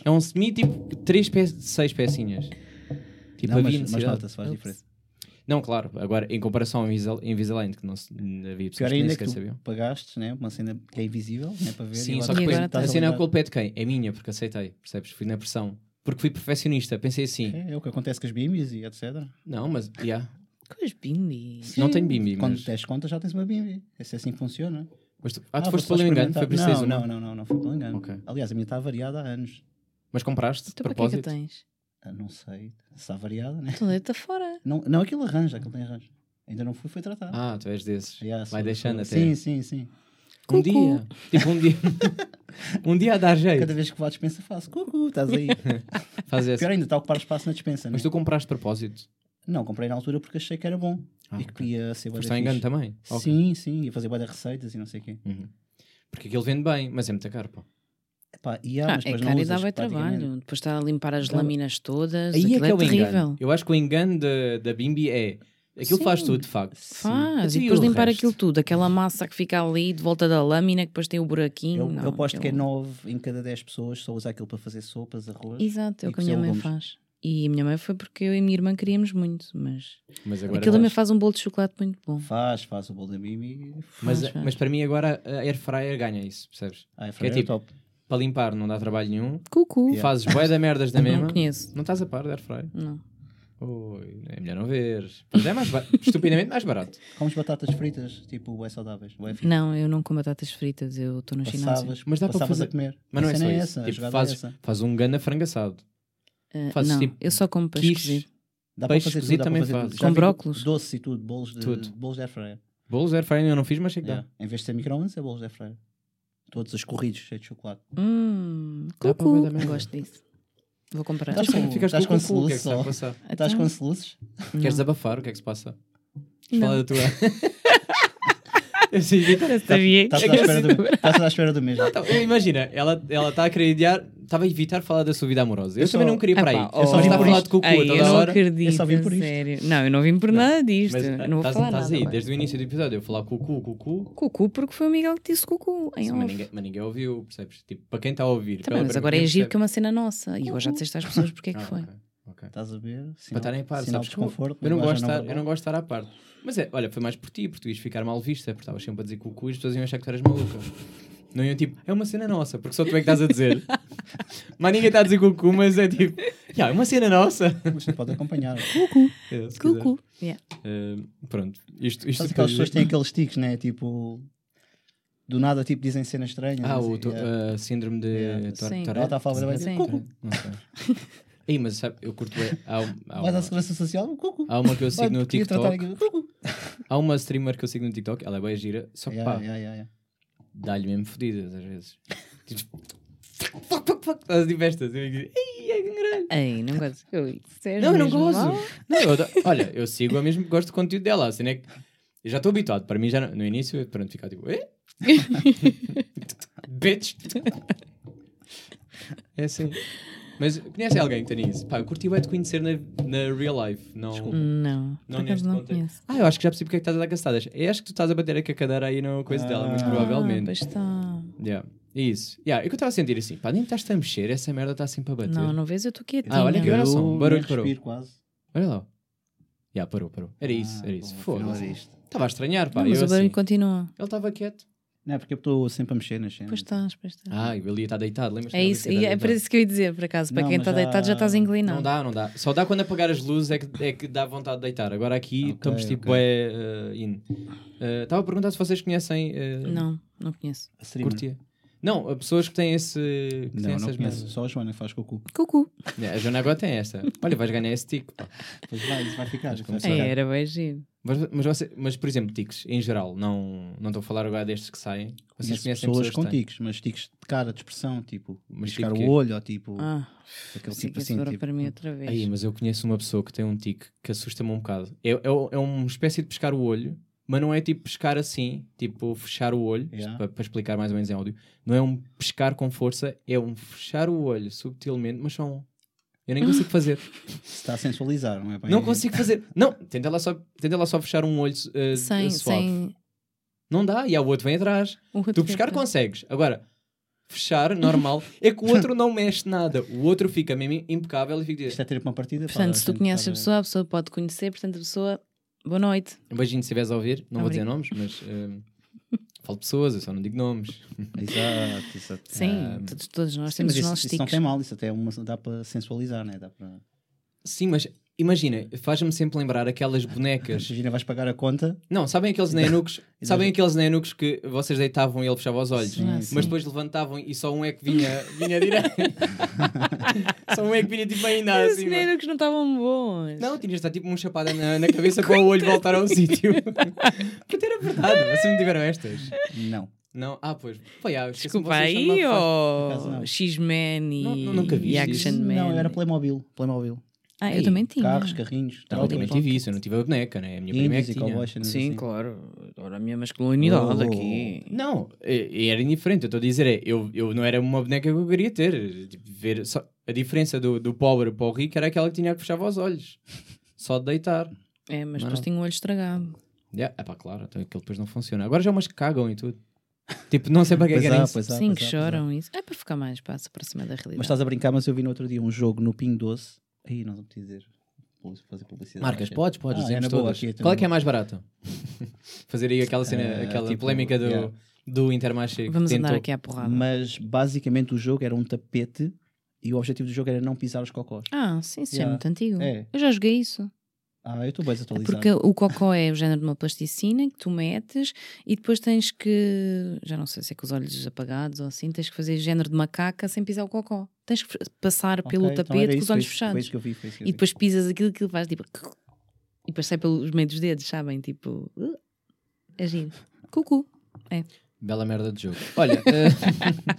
Speaker 1: é um semi tipo 3 pe 6 pecinhas. Tipo,
Speaker 2: não,
Speaker 1: havia
Speaker 2: mas, mas
Speaker 1: necessidade.
Speaker 2: nota-se, faz
Speaker 3: Ups.
Speaker 2: diferença.
Speaker 1: Não, claro, agora em comparação ao Invisal- Invisalign, que não se, havia pessoas
Speaker 2: Pior
Speaker 1: que nem
Speaker 2: ainda é que
Speaker 1: sequer
Speaker 2: tu
Speaker 1: sabiam.
Speaker 2: pagaste, né? Uma cena que é invisível, né? Para ver.
Speaker 1: Sim,
Speaker 2: e tá
Speaker 1: só que
Speaker 3: E
Speaker 1: depois,
Speaker 3: agora tá
Speaker 1: a
Speaker 2: estás
Speaker 1: cena é o
Speaker 2: olhar.
Speaker 1: culpa é de quem? É minha, porque aceitei, percebes? Fui na pressão. Porque fui perfeccionista, pensei assim,
Speaker 2: É, é o que acontece com as bimbis e etc.
Speaker 1: não, mas, yeah,
Speaker 3: Cois bimbi.
Speaker 1: não tenho bimbi,
Speaker 2: Quando
Speaker 1: mas,
Speaker 2: tens contas já tens uma bimbi. Esse é assim que funciona.
Speaker 1: mas tu, ah, tu
Speaker 2: vou
Speaker 1: foste
Speaker 2: só
Speaker 1: pelo engano,
Speaker 2: experimentar.
Speaker 1: foi preciso uma.
Speaker 2: Não, não, não, não, não foi pelo engano.
Speaker 1: Ok.
Speaker 2: Aliás, a minha está variada há anos.
Speaker 1: Mas compraste, de
Speaker 3: Então para que é que
Speaker 1: propósito?
Speaker 3: tens?
Speaker 2: Ah, não sei se está variada, né?
Speaker 3: Então deita fora.
Speaker 2: Não, não aquilo arranja, aquilo tem arranjo. Ainda não fui, foi tratado.
Speaker 1: Ah, tu és desses.
Speaker 2: Yeah, sou-
Speaker 1: Vai deixando
Speaker 2: sou-
Speaker 1: até.
Speaker 2: Sim, sim, sim.
Speaker 1: Um
Speaker 3: Cucu.
Speaker 1: dia. Tipo, um dia. um dia a dar
Speaker 2: Cada
Speaker 1: jeito.
Speaker 2: vez que vou à dispensa faço, cucu, estás aí.
Speaker 1: Faz essa.
Speaker 2: Pior ainda, está a ocupar espaço na dispensa, né?
Speaker 1: Mas tu compraste de propósito.
Speaker 2: Não, comprei na altura porque achei que era bom.
Speaker 1: Ah,
Speaker 2: e que ia ser bué
Speaker 1: Mas
Speaker 2: da
Speaker 1: está em engano
Speaker 2: fixe.
Speaker 1: também. Ok.
Speaker 2: Sim, sim, ia fazer bué de receitas e não sei o quê.
Speaker 1: Uhum. Porque aquilo vende bem, mas é muito caro, pá.
Speaker 2: Epá, e há,
Speaker 3: Ah, é
Speaker 2: mas depois não
Speaker 3: caro e dá
Speaker 2: usas,
Speaker 3: bem
Speaker 2: praticamente.
Speaker 3: trabalho. Depois estar a limpar as
Speaker 1: Então,
Speaker 3: lâminas todas.
Speaker 1: Aí é
Speaker 3: aquilo
Speaker 1: que é o
Speaker 3: terrível.
Speaker 1: engano. Eu acho que o engano da, da Bimbi é. Aquilo
Speaker 3: Sim.
Speaker 1: faz tudo, de facto.
Speaker 3: Faz,
Speaker 1: Sim.
Speaker 3: e depois
Speaker 1: E o
Speaker 3: limpar
Speaker 1: resto?
Speaker 3: aquilo tudo, aquela massa que fica ali de volta da lâmina, que depois tem o buraquinho.
Speaker 2: Eu,
Speaker 3: não,
Speaker 2: eu aposto que é
Speaker 3: aquilo-
Speaker 2: 9 em cada 10 pessoas só usa aquilo para fazer sopas, arroz.
Speaker 3: Exato, é o
Speaker 2: e
Speaker 3: que a minha mãe
Speaker 2: legumes.
Speaker 3: faz. E a minha mãe foi porque eu e a minha irmã queríamos muito, mas
Speaker 1: Mas agora.
Speaker 3: aquilo também
Speaker 1: vais-
Speaker 3: faz um bolo de chocolate muito bom.
Speaker 2: Faz, faz o bolo da Mimi.
Speaker 1: Mas,
Speaker 3: faz, faz.
Speaker 1: mas para mim agora a Air Fryer ganha isso, percebes?
Speaker 2: Ah, é,
Speaker 1: Que é tipo-
Speaker 2: top.
Speaker 1: Para limpar não dá trabalho nenhum.
Speaker 3: Cucu,
Speaker 2: Yeah.
Speaker 1: Fazes bué da merdas da mesma.
Speaker 3: não conheço.
Speaker 1: Não estás a par da Air Fryer?
Speaker 3: Não.
Speaker 1: Oi, é melhor não ver. Mas é mais ba- estupidamente mais barato.
Speaker 2: Comes batatas fritas, tipo, é saudáveis. Bué fixe.
Speaker 3: não, eu não como batatas fritas, eu estou no ginásio.
Speaker 2: Passavas,
Speaker 1: Mas dá para
Speaker 2: passavas
Speaker 1: fazer-
Speaker 2: a comer.
Speaker 1: Mas não
Speaker 2: A
Speaker 1: é só
Speaker 2: cena
Speaker 1: isso.
Speaker 2: essa, a
Speaker 1: Tipo,
Speaker 2: jogada é
Speaker 1: fazes,
Speaker 2: essa.
Speaker 1: faz um gana frangaçado.
Speaker 3: Ah,
Speaker 1: fazes
Speaker 3: não,
Speaker 1: tipo
Speaker 3: eu só como peixe
Speaker 1: quiche,
Speaker 3: cozido.
Speaker 2: Dá
Speaker 1: peixe
Speaker 2: para fazer
Speaker 1: cozido
Speaker 2: tudo, dá
Speaker 1: também
Speaker 2: para fazer tudo.
Speaker 1: faz.
Speaker 2: Já
Speaker 3: Com
Speaker 2: vi
Speaker 3: brócolis?
Speaker 2: Doce e tudo, bolos de,
Speaker 1: Tudo.
Speaker 2: Bolos de air fryer.
Speaker 1: Bolos de air fryer eu não fiz, mas sei que
Speaker 2: Yeah. Em vez de ser micro-ondas, é bolos de air fryer. Todos os corridos, cheios de chocolate.
Speaker 3: Hum,
Speaker 1: Dá para ver
Speaker 3: cucu,
Speaker 1: da merda.
Speaker 3: eu gosto disso. Vou comprar.
Speaker 1: dá.
Speaker 2: Estás com-
Speaker 1: Ficaste
Speaker 2: estás
Speaker 1: com
Speaker 2: com
Speaker 1: o cu, o que é que está
Speaker 2: soluço
Speaker 1: a
Speaker 2: só.
Speaker 1: passar?
Speaker 2: Estás
Speaker 3: Então,
Speaker 2: com soluços?
Speaker 3: não.
Speaker 1: Queres desabafar? O que é que se passa?
Speaker 3: Não.
Speaker 1: Fala da tua. Eu sei, Vitor,
Speaker 3: Sabia?
Speaker 2: Estás
Speaker 1: É
Speaker 2: à
Speaker 1: que
Speaker 2: espera
Speaker 1: assim
Speaker 2: do- estás à espera do mesmo.
Speaker 1: então, Imagina, ela está a querer idear, Estava a evitar falar da sua vida amorosa. Eu,
Speaker 2: Eu
Speaker 1: também
Speaker 2: só-
Speaker 1: não queria ir para aí.
Speaker 3: Epá,
Speaker 1: eu
Speaker 2: só
Speaker 1: só
Speaker 2: vim
Speaker 1: estava
Speaker 2: por
Speaker 1: a falar
Speaker 2: isto.
Speaker 1: de cocô
Speaker 3: Ei, eu
Speaker 1: toda
Speaker 3: não
Speaker 1: hora.
Speaker 3: acredito.
Speaker 2: Eu só vim por isto.
Speaker 3: sério. Não, eu não vim por nada disto.
Speaker 1: Mas
Speaker 3: eu não vou
Speaker 1: estás
Speaker 3: falar
Speaker 1: estás
Speaker 3: nada.
Speaker 1: aí,
Speaker 3: agora.
Speaker 1: desde o início do episódio, eu falar cucu, cucu.
Speaker 3: Cucu, porque foi o Miguel que disse cucu. Em
Speaker 1: Sim,
Speaker 3: off.
Speaker 1: mas, ninguém, mas ninguém ouviu, percebes? Tipo, para quem está a ouvir.
Speaker 3: Também,
Speaker 1: pela
Speaker 3: mas
Speaker 1: primeira
Speaker 3: agora é
Speaker 1: vez,
Speaker 3: giro que é
Speaker 1: percebe.
Speaker 3: uma cena nossa. E eu já disseste às pessoas porque é que
Speaker 1: Ah,
Speaker 3: foi.
Speaker 1: ok, ok.
Speaker 2: Estás a ver? Sinal,
Speaker 1: estarem a par,
Speaker 2: sinal
Speaker 1: sabes
Speaker 2: de
Speaker 1: que eu-
Speaker 2: desconforto.
Speaker 1: Eu não, gosto de
Speaker 2: linguagem
Speaker 1: estar, eu
Speaker 2: verbal.
Speaker 1: não gosto de estar à parte. Mas é, olha, foi mais por ti, porque tu ias ficar mal vista, porque estavas sempre a dizer cucu e as pessoas iam achar que tu eras maluca. Não iam tipo, é uma cena nossa, porque só tu é que estás a dizer. mas ninguém está a dizer cucu, mas é tipo, "Ya, é uma cena nossa.
Speaker 2: Mas tu pode acompanhar.
Speaker 1: É, se quiser.
Speaker 3: Cucu. Yeah.
Speaker 1: Eh, pronto, isto, isto é-
Speaker 2: Sabes
Speaker 1: para
Speaker 2: aquelas pessoas que
Speaker 1: dizer-
Speaker 2: têm aqueles tiques, né? Tipo, do nada tipo, dizem cenas estranhas.
Speaker 1: Ah,
Speaker 2: não
Speaker 1: o
Speaker 2: sei,
Speaker 1: to-
Speaker 2: assim, yeah.
Speaker 1: eh, síndrome de
Speaker 2: Yeah.
Speaker 1: Tor-
Speaker 3: Sim.
Speaker 1: Tourette?
Speaker 2: Ela está a falar bem.
Speaker 3: Sim.
Speaker 1: Tourette? Não sei. Ei, mas sabe, eu curto bem. Há, um- há
Speaker 2: Vais à
Speaker 1: uma,
Speaker 2: segurança social, cucu.
Speaker 1: há uma que eu
Speaker 2: Vai,
Speaker 1: sigo no
Speaker 2: podia tratar
Speaker 1: TikTok.
Speaker 2: aqui, cucu.
Speaker 1: Há uma streamer que eu sigo no TikTok, ela é bem gira, só que
Speaker 2: Yeah,
Speaker 1: pá,
Speaker 2: yeah, yeah, yeah.
Speaker 1: dá-lhe mesmo fodidas às vezes. Tipo, fuck, fuck, fuck, estás de festas. Eu digo, Ei, é grande.
Speaker 3: Ei, não gosto. Eu, sério,
Speaker 1: Não, eu não
Speaker 3: mesmo
Speaker 1: gosto.
Speaker 3: mal?
Speaker 1: Não, eu adoro- olha, eu sigo a mesmo, gosto do conteúdo dela. Assim, é que eu já estou habituado. Para mim, já no, no início, eu, pronto, ficava tipo, eh? Bitch. é assim. Mas conhece alguém que tenha isso? Pá, eu curti vai te conhecer na, na real life. Não.
Speaker 3: Não,
Speaker 1: Não
Speaker 3: por acaso
Speaker 1: neste
Speaker 3: não
Speaker 1: contexto.
Speaker 3: conheço.
Speaker 1: Ah, eu acho que já percebi porque é que estás a dar gastadas. Eu acho que tu estás a bater aqui a cadeira aí na coisa dela, muito
Speaker 2: Ah.
Speaker 3: Ah,
Speaker 1: provavelmente.
Speaker 3: pois está.
Speaker 1: Yeah. É Isso. Yeah, é que eu estava a sentir assim, pá, nem estás a mexer, essa merda está sempre a bater.
Speaker 3: Não, não vês, eu estou quietinha.
Speaker 1: Ah, olha que
Speaker 2: Eu
Speaker 1: era só um barulho
Speaker 2: nem
Speaker 1: parou.
Speaker 2: respiro quase.
Speaker 1: Olha lá. Yeah, parou, parou. Era isso,
Speaker 2: Ah,
Speaker 1: era isso.
Speaker 2: bom, afinal era
Speaker 1: Foda-se.
Speaker 2: isto.
Speaker 1: Estava a estranhar, pá.
Speaker 3: Não, mas
Speaker 1: eu
Speaker 3: o barulho
Speaker 1: assim.
Speaker 3: continua.
Speaker 1: Ele estava quieto.
Speaker 2: Não, é porque eu estou sempre a mexer nas cenas.
Speaker 3: Pois tá, estás, pois estás.
Speaker 1: Ah, ele ia estar deitado, lembras?
Speaker 3: é isso, e é para isso que eu ia dizer, por acaso. Para
Speaker 2: Não,
Speaker 3: quem
Speaker 2: mas
Speaker 3: está
Speaker 2: já-
Speaker 3: deitado já estás
Speaker 1: Não.
Speaker 3: inclinado.
Speaker 1: dá, não dá. Só dá quando apagar as luzes é que, é que dá vontade de deitar. Agora aqui
Speaker 2: Ok,
Speaker 1: estamos tipo
Speaker 2: ok.
Speaker 1: é in. Eh, Estava a perguntar se vocês conhecem. eh,
Speaker 3: Não, não conheço.
Speaker 2: A streamer.
Speaker 1: curtia. Não, há pessoas que têm esse. Que têm
Speaker 2: Não, não
Speaker 1: essas
Speaker 2: conheço.
Speaker 1: merdas.
Speaker 2: Só a Joana faz cucu.
Speaker 3: Cucu.
Speaker 1: É, a Joana agora tem esta. Olha, vais ganhar esse tico. pá.
Speaker 2: Pois vai, isso vai ficar. isso vai
Speaker 1: começar.
Speaker 2: ficar.
Speaker 3: É, era bem giro.
Speaker 1: Mas, mas, você- mas, por exemplo, tiques em geral, não, não estou a falar agora destes que saem. Vocês
Speaker 2: Conheço
Speaker 1: conhecem
Speaker 2: pessoas
Speaker 1: que
Speaker 2: com
Speaker 1: têm.
Speaker 2: tiques, mas tiques de cara, de expressão, tipo,
Speaker 1: Mas
Speaker 2: riscar
Speaker 1: tipo quê?
Speaker 2: o olho, ou tipo,
Speaker 3: Ah,
Speaker 2: aquele
Speaker 3: sei
Speaker 2: tipo
Speaker 3: que
Speaker 2: assim,
Speaker 3: isso
Speaker 2: tipo,
Speaker 3: para mim é outra vez.
Speaker 1: Aí, mas eu conheço uma pessoa que tem um tique que assusta-me um bocado. É, é, é uma espécie de pescar o olho, mas não é tipo pescar assim, tipo fechar o olho,
Speaker 2: Yeah.
Speaker 1: isto para, para explicar mais ou menos em áudio. Não é um pescar com força, é um fechar o olho subtilmente, mas só um. Eu nem consigo fazer.
Speaker 2: se está a sensualizar, não é? bem-
Speaker 1: não consigo fazer. Não, tenta lá só, tenta lá só fechar um olho
Speaker 2: é
Speaker 1: eh,
Speaker 3: sem, um
Speaker 1: suave.
Speaker 3: sem
Speaker 1: Não dá, e há o outro vem atrás.
Speaker 3: o outro
Speaker 1: Tu pescar
Speaker 3: dedo.
Speaker 1: consegues. Agora, fechar, normal, é que o outro não mexe nada. O outro fica mesmo impecável e fica
Speaker 2: Isto
Speaker 1: dizendo,
Speaker 2: é ter uma partida. pá, é
Speaker 3: Portanto, se
Speaker 2: a
Speaker 3: tu
Speaker 2: gente
Speaker 3: conheces a
Speaker 2: está
Speaker 3: pessoa, a pessoa pode conhecer, portanto, a pessoa. Boa noite.
Speaker 1: um beijinho se estiveres a ouvir, não vou dizer nomes, mas eh, falo de pessoas, eu só não digo nomes.
Speaker 2: Exato, exato.
Speaker 3: Sim,
Speaker 1: Ah,
Speaker 3: todos, todos nós
Speaker 2: Sim,
Speaker 3: temos
Speaker 2: mas
Speaker 3: os
Speaker 2: isso,
Speaker 3: nossos
Speaker 2: isso não
Speaker 3: tiques.
Speaker 2: tem mal, isso até é uma, dá para sensualizar, né? Dá para.
Speaker 1: Sim, mas imagina, faz-me sempre lembrar aquelas bonecas.
Speaker 2: Imagina, vais pagar a conta.
Speaker 1: Não, sabem aqueles nenucos? Sabem aqueles nenucos que vocês deitavam e ele fechava os olhos?
Speaker 3: Ah,
Speaker 2: Sim.
Speaker 1: Mas depois levantavam e só um é que vinha, vinha direto. só um é que vinha tipo ainda
Speaker 3: Os
Speaker 1: assim. mano.
Speaker 3: nenucos não estavam bons.
Speaker 1: Não, tinhas de estar tipo uma chapada na, na cabeça para o olho voltar ao sítio. Porque era verdade, vocês não tiveram estas.
Speaker 2: Não.
Speaker 1: Não, ah, pois. Pô, já, esqueci-me
Speaker 3: Desculpa
Speaker 1: vocês são uma
Speaker 3: aí,
Speaker 1: fa-
Speaker 2: acaso
Speaker 3: ó.
Speaker 2: não.
Speaker 3: X-Men e,
Speaker 1: Não, não, nunca vi
Speaker 3: e
Speaker 1: isso.
Speaker 3: Action Man.
Speaker 2: Não, era Playmobil. Playmobil.
Speaker 3: Ah, eu
Speaker 1: Ei,
Speaker 3: também tinha.
Speaker 2: Carros, carrinhos,
Speaker 1: Não, eu também
Speaker 2: trocas,
Speaker 1: tive isso, eu não tive a boneca, né? A minha prima é
Speaker 2: índios
Speaker 1: que
Speaker 2: e
Speaker 1: tinha.
Speaker 2: cowboys. cenas
Speaker 3: Sim,
Speaker 2: assim.
Speaker 3: claro. Ora, a minha masculinidade
Speaker 2: Oh.
Speaker 3: aqui.
Speaker 1: Não, é- era indiferente. Eu estou a dizer, é, eu, eu não era uma boneca que eu queria ter. Tipo, ver só- a diferença do, do pobre para o rico era aquela que tinha que fechar os olhos. Só de deitar.
Speaker 2: Oh.
Speaker 3: É, mas
Speaker 1: Não,
Speaker 3: depois
Speaker 1: não.
Speaker 3: tinha o olho estragado.
Speaker 1: Yeah. É pá, claro, então aquilo depois não funciona. Agora já umas que cagam e tudo. Tipo, não sei para que é que era
Speaker 2: há,
Speaker 1: isso.
Speaker 2: há,
Speaker 3: Sim,
Speaker 2: pois
Speaker 3: que
Speaker 2: há, pois há.
Speaker 3: choram isso. É para ficar mais para se aproximar da realidade.
Speaker 2: Mas tá, estás a brincar, mas eu vi no outro dia um jogo no Ping Doce. Aí não vou te dizer. Vou fazer publicidade.
Speaker 1: Marcas, podes, podes,
Speaker 2: Ah,
Speaker 1: dizemos
Speaker 2: é na boa,
Speaker 1: todas. Qual
Speaker 2: aqui
Speaker 1: é
Speaker 2: também.
Speaker 1: que é mais barato? Fazer aí aquela cena,
Speaker 2: Eh,
Speaker 1: aquela
Speaker 2: tipo,
Speaker 1: polémica do,
Speaker 2: yeah.
Speaker 1: do Intermarché. que
Speaker 3: Vamos
Speaker 1: tentou-
Speaker 3: andar aqui à porrada.
Speaker 2: Mas basicamente o jogo era um tapete e o objetivo do jogo era não pisar os cocós.
Speaker 3: Ah, sim, isso é
Speaker 2: Yeah.
Speaker 3: muito antigo.
Speaker 2: É.
Speaker 3: Eu já joguei isso.
Speaker 2: Ah, eu estou bem
Speaker 3: É
Speaker 2: atualizado.
Speaker 3: Porque o cocó é o género de uma plasticina que tu metes e depois tens que, já não sei se é com os olhos apagados ou assim, tens que fazer género de macaca sem pisar o cocó. Tens que passar
Speaker 2: Ok,
Speaker 3: pelo
Speaker 2: então
Speaker 3: tapete
Speaker 2: era
Speaker 3: com os
Speaker 2: isso,
Speaker 3: olhos
Speaker 2: foi isso- Foi
Speaker 3: fechados.
Speaker 2: isso que eu vi. Foi isso que eu
Speaker 3: E
Speaker 2: vi.
Speaker 3: depois pisas aquilo que faz tipo. E depois sai pelos meios dos dedos, sabem? Tipo. Uh, é giro. Cucu.
Speaker 1: Bela merda de jogo. Olha, eh,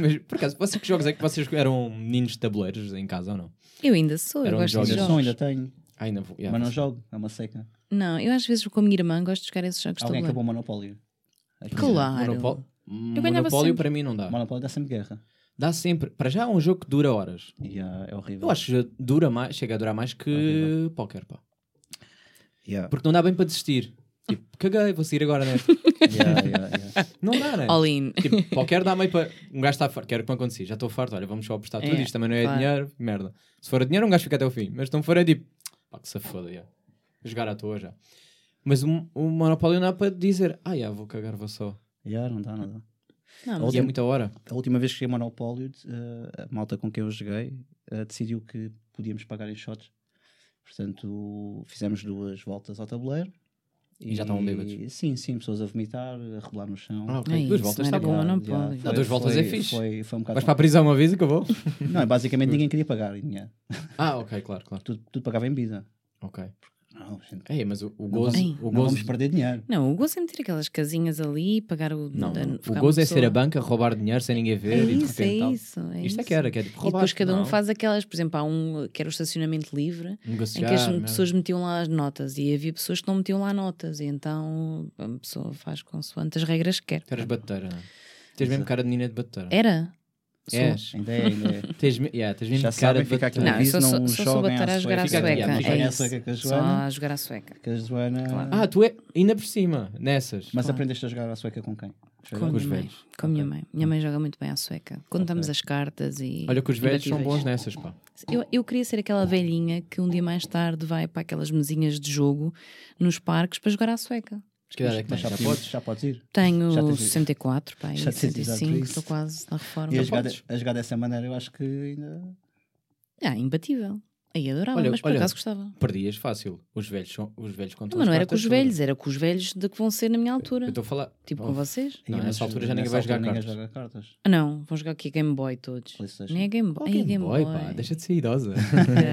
Speaker 1: mas por acaso, vocês que jogos é que vocês eram meninos de tabuleiros em casa ou não?
Speaker 3: Eu ainda sou,
Speaker 1: Era
Speaker 3: eu
Speaker 1: um
Speaker 3: gosto de
Speaker 1: jogo.
Speaker 2: Ainda
Speaker 3: jogos.
Speaker 2: sou, ainda tenho,
Speaker 1: Ah, ainda vou. yeah,
Speaker 2: mas não
Speaker 1: você-
Speaker 2: jogo, é uma seca.
Speaker 3: Não, eu às vezes com a minha irmã gosto de jogar esses jogos de
Speaker 2: Alguém
Speaker 3: tabuleiro.
Speaker 2: acabou o Monopólio. Aqui.
Speaker 3: Claro.
Speaker 1: Monopó-
Speaker 3: Eu ganhava
Speaker 1: Monopólio
Speaker 3: sempre.
Speaker 1: para mim não dá.
Speaker 2: Monopólio dá sempre guerra.
Speaker 1: Dá sempre. Para já é um jogo que dura horas.
Speaker 2: Yeah, é horrível.
Speaker 1: Eu acho que já dura mais, chega a durar mais que
Speaker 2: Horrível.
Speaker 1: póquer, pá.
Speaker 2: Yeah.
Speaker 1: Porque não dá bem para desistir. Tipo, caguei, vou sair agora, né?
Speaker 2: Yeah, yeah, yeah.
Speaker 1: Não dá, né?
Speaker 3: All in.
Speaker 1: Tipo, qualquer dá meio para. Um gajo está farto, quero que me aconteça, já estou farto, olha, vamos só apostar tudo,
Speaker 3: É,
Speaker 1: isto também não é
Speaker 3: claro.
Speaker 1: dinheiro, merda. Se for a dinheiro, um gajo fica até o fim, mas se não for é tipo, pá, que se foda, já. jogar à toa já. Mas o, o Monopólio não é para dizer, ah, já, vou cagar, vou só.
Speaker 2: Yeah, ah, não dá, não dá.
Speaker 3: Não,
Speaker 1: E
Speaker 3: mas
Speaker 1: é muita hora.
Speaker 2: A última vez que cheguei a Monopólio, eh, a malta com quem eu joguei eh, decidiu que podíamos pagar em shots. Portanto, fizemos duas voltas ao tabuleiro.
Speaker 1: E já estavam bêbados.
Speaker 2: Sim, sim, pessoas a vomitar, a rebolar no chão.
Speaker 1: Ah, ok.
Speaker 3: É
Speaker 1: Duas
Speaker 3: isso,
Speaker 1: voltas
Speaker 3: não
Speaker 1: está
Speaker 3: era
Speaker 1: bom.
Speaker 3: bom.
Speaker 2: já,
Speaker 3: Monopólio.
Speaker 2: já,
Speaker 1: Ah, duas voltas é fixe.
Speaker 2: Foi, foi um bocado
Speaker 1: Vais para a prisão uma vez e acabou?
Speaker 2: Não, é basicamente ninguém queria pagar em dinheiro.
Speaker 1: ah, ok, claro, claro.
Speaker 2: Tudo, tudo pagava em vida.
Speaker 1: Ok.
Speaker 2: Não, gente,
Speaker 1: É, mas o, o
Speaker 2: não,
Speaker 1: gozo.
Speaker 2: vamos,
Speaker 1: o
Speaker 2: não
Speaker 1: gozo,
Speaker 2: vamos perder dinheiro.
Speaker 3: Não, o gozo é meter aquelas casinhas ali, pagar o.
Speaker 1: não,
Speaker 3: da-
Speaker 1: não.
Speaker 3: ficar
Speaker 1: o
Speaker 3: uma
Speaker 1: gozo é ser a
Speaker 3: pessoa-
Speaker 1: banca, roubar dinheiro sem ninguém ver
Speaker 3: É
Speaker 1: e de
Speaker 3: isso, é
Speaker 1: repente tal.
Speaker 3: isso. É
Speaker 1: Isto é
Speaker 3: isso.
Speaker 1: que era, que é tipo,
Speaker 3: E depois
Speaker 1: roubaste,
Speaker 3: cada um
Speaker 1: não.
Speaker 3: faz aquelas, por exemplo, há um que era o estacionamento livre, em
Speaker 1: Negociar,
Speaker 3: que as
Speaker 1: merda.
Speaker 3: pessoas metiam lá as notas e havia pessoas que não metiam lá notas, e então a pessoa faz consoante as regras que quer.
Speaker 1: Tu eras bateira, não é? Tens mesmo cara de menina de bateira.
Speaker 3: Era? É, Sou.
Speaker 1: És.
Speaker 2: Ainda é, ainda é.
Speaker 1: Tens, me- yeah, tens mesmo
Speaker 2: Já
Speaker 1: cara
Speaker 2: sabem,
Speaker 1: de
Speaker 2: fica aqui o
Speaker 1: bateira.
Speaker 3: Não, eu
Speaker 2: aviso,
Speaker 3: só,
Speaker 2: não
Speaker 3: só, só sou
Speaker 2: joguem à
Speaker 3: bateira a jogar à
Speaker 1: sueca. Fica aqui,
Speaker 3: sueca.
Speaker 1: yeah,
Speaker 2: joguem
Speaker 3: é
Speaker 2: à
Speaker 3: isso.
Speaker 2: sueca com a
Speaker 3: Só
Speaker 2: Joana.
Speaker 3: a jogar à sueca.
Speaker 2: Que a Joana...
Speaker 3: Claro.
Speaker 1: Ah, tu é ainda por cima, nessas.
Speaker 2: Mas
Speaker 3: Claro.
Speaker 2: aprendeste a jogar à sueca com quem?
Speaker 3: Com a
Speaker 1: Com os
Speaker 3: minha mãe.
Speaker 1: velhos.
Speaker 3: Com a minha mãe. Minha mãe joga muito bem à sueca. Quando damos as cartas e.
Speaker 1: Olha que os velhos são
Speaker 3: imbatíveis.
Speaker 1: bons nessas, pá.
Speaker 3: Eu, eu queria ser aquela velhinha que um dia mais tarde vai para aquelas mesinhas de jogo nos parques para jogar à sueca.
Speaker 1: Mas que idade é que
Speaker 2: Mas
Speaker 1: tens?
Speaker 2: já,
Speaker 1: Já
Speaker 2: podíamos-
Speaker 1: podes?
Speaker 2: já podes ir. Já
Speaker 3: Tenho
Speaker 2: tens-
Speaker 3: 64, pá, e
Speaker 2: já tens idade para
Speaker 3: 65,
Speaker 2: isso.
Speaker 3: estou quase na reforma.
Speaker 2: E a
Speaker 3: Já
Speaker 2: jogar,
Speaker 3: podes.
Speaker 2: a jogar dessa maneira, eu acho que ainda.
Speaker 3: Ah, imbatível. Aí adorava,
Speaker 1: Olha,
Speaker 3: mas por
Speaker 1: olha.
Speaker 3: acaso gostava.
Speaker 1: Perdias fácil. Os velhos são os velhos contam
Speaker 3: Não,
Speaker 1: as
Speaker 3: mas não era com
Speaker 1: cartas
Speaker 3: os
Speaker 1: todas.
Speaker 3: velhos, era com os velhos de que vão ser na minha
Speaker 1: Eu
Speaker 3: altura.
Speaker 1: estou a falar.
Speaker 3: Tipo
Speaker 1: Oh,
Speaker 3: com vocês?
Speaker 1: Não,
Speaker 2: Ih,
Speaker 1: nessa
Speaker 2: mas
Speaker 1: altura já ninguém
Speaker 2: é? nessa
Speaker 1: vai jogar
Speaker 2: altura
Speaker 1: cartas.
Speaker 2: Ninguém joga cartas.
Speaker 3: Ah, não, vão jogar aqui Game Boy todos.
Speaker 2: PlayStation.
Speaker 3: Não é Game Boy.
Speaker 1: Oh,
Speaker 3: Ai,
Speaker 1: Game Boy, pá. Deixa de ser idosa.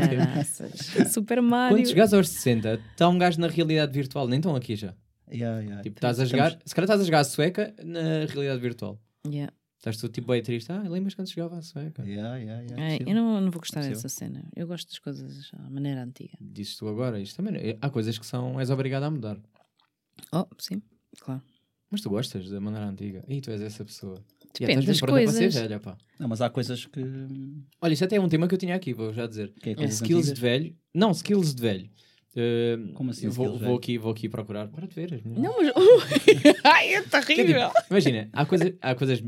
Speaker 3: Caraças. Super Mario.
Speaker 1: Quando chegares aos 60, está um gajo na realidade virtual, nem estão aqui já.
Speaker 2: Yeah, yeah.
Speaker 1: Tipo, estás a
Speaker 2: Estamos-
Speaker 1: jogar. Se calhar estás a jogar a sueca na realidade virtual.
Speaker 3: Yeah.
Speaker 1: Estás tu tipo bem triste. Ah, lembras quando jogava a sueca?
Speaker 2: Yeah, yeah, yeah,
Speaker 3: Ai,
Speaker 2: possível.
Speaker 3: É, eu não, não vou gostar
Speaker 2: Possível.
Speaker 3: dessa cena. Eu gosto das coisas à maneira antiga.
Speaker 1: Dizes tu agora. Isto também. Há coisas que são. És obrigado a mudar.
Speaker 3: Oh, sim, claro.
Speaker 1: Mas tu gostas da maneira antiga. E tu és essa pessoa. E então,
Speaker 3: Depende
Speaker 1: estás
Speaker 3: das
Speaker 1: mesmo pronta para ser
Speaker 3: coisas.
Speaker 1: velha, pá.
Speaker 2: Não, mas há coisas que.
Speaker 1: Olha, isso até é um tema que eu tinha aqui, vou já dizer.
Speaker 2: que é
Speaker 1: É
Speaker 2: coisas
Speaker 1: skills de
Speaker 2: antigas.
Speaker 1: velho. Não, skills de velho. Uh,
Speaker 2: Como assim,
Speaker 1: eu Vou,
Speaker 2: skills de
Speaker 1: vou
Speaker 2: velho?
Speaker 1: aqui, vou aqui procurar. Para de ver. as minhas-
Speaker 3: Não, mas. Ai, é
Speaker 1: Que é tipo,
Speaker 3: terrível.
Speaker 1: imagina, há, coisa, há coisas.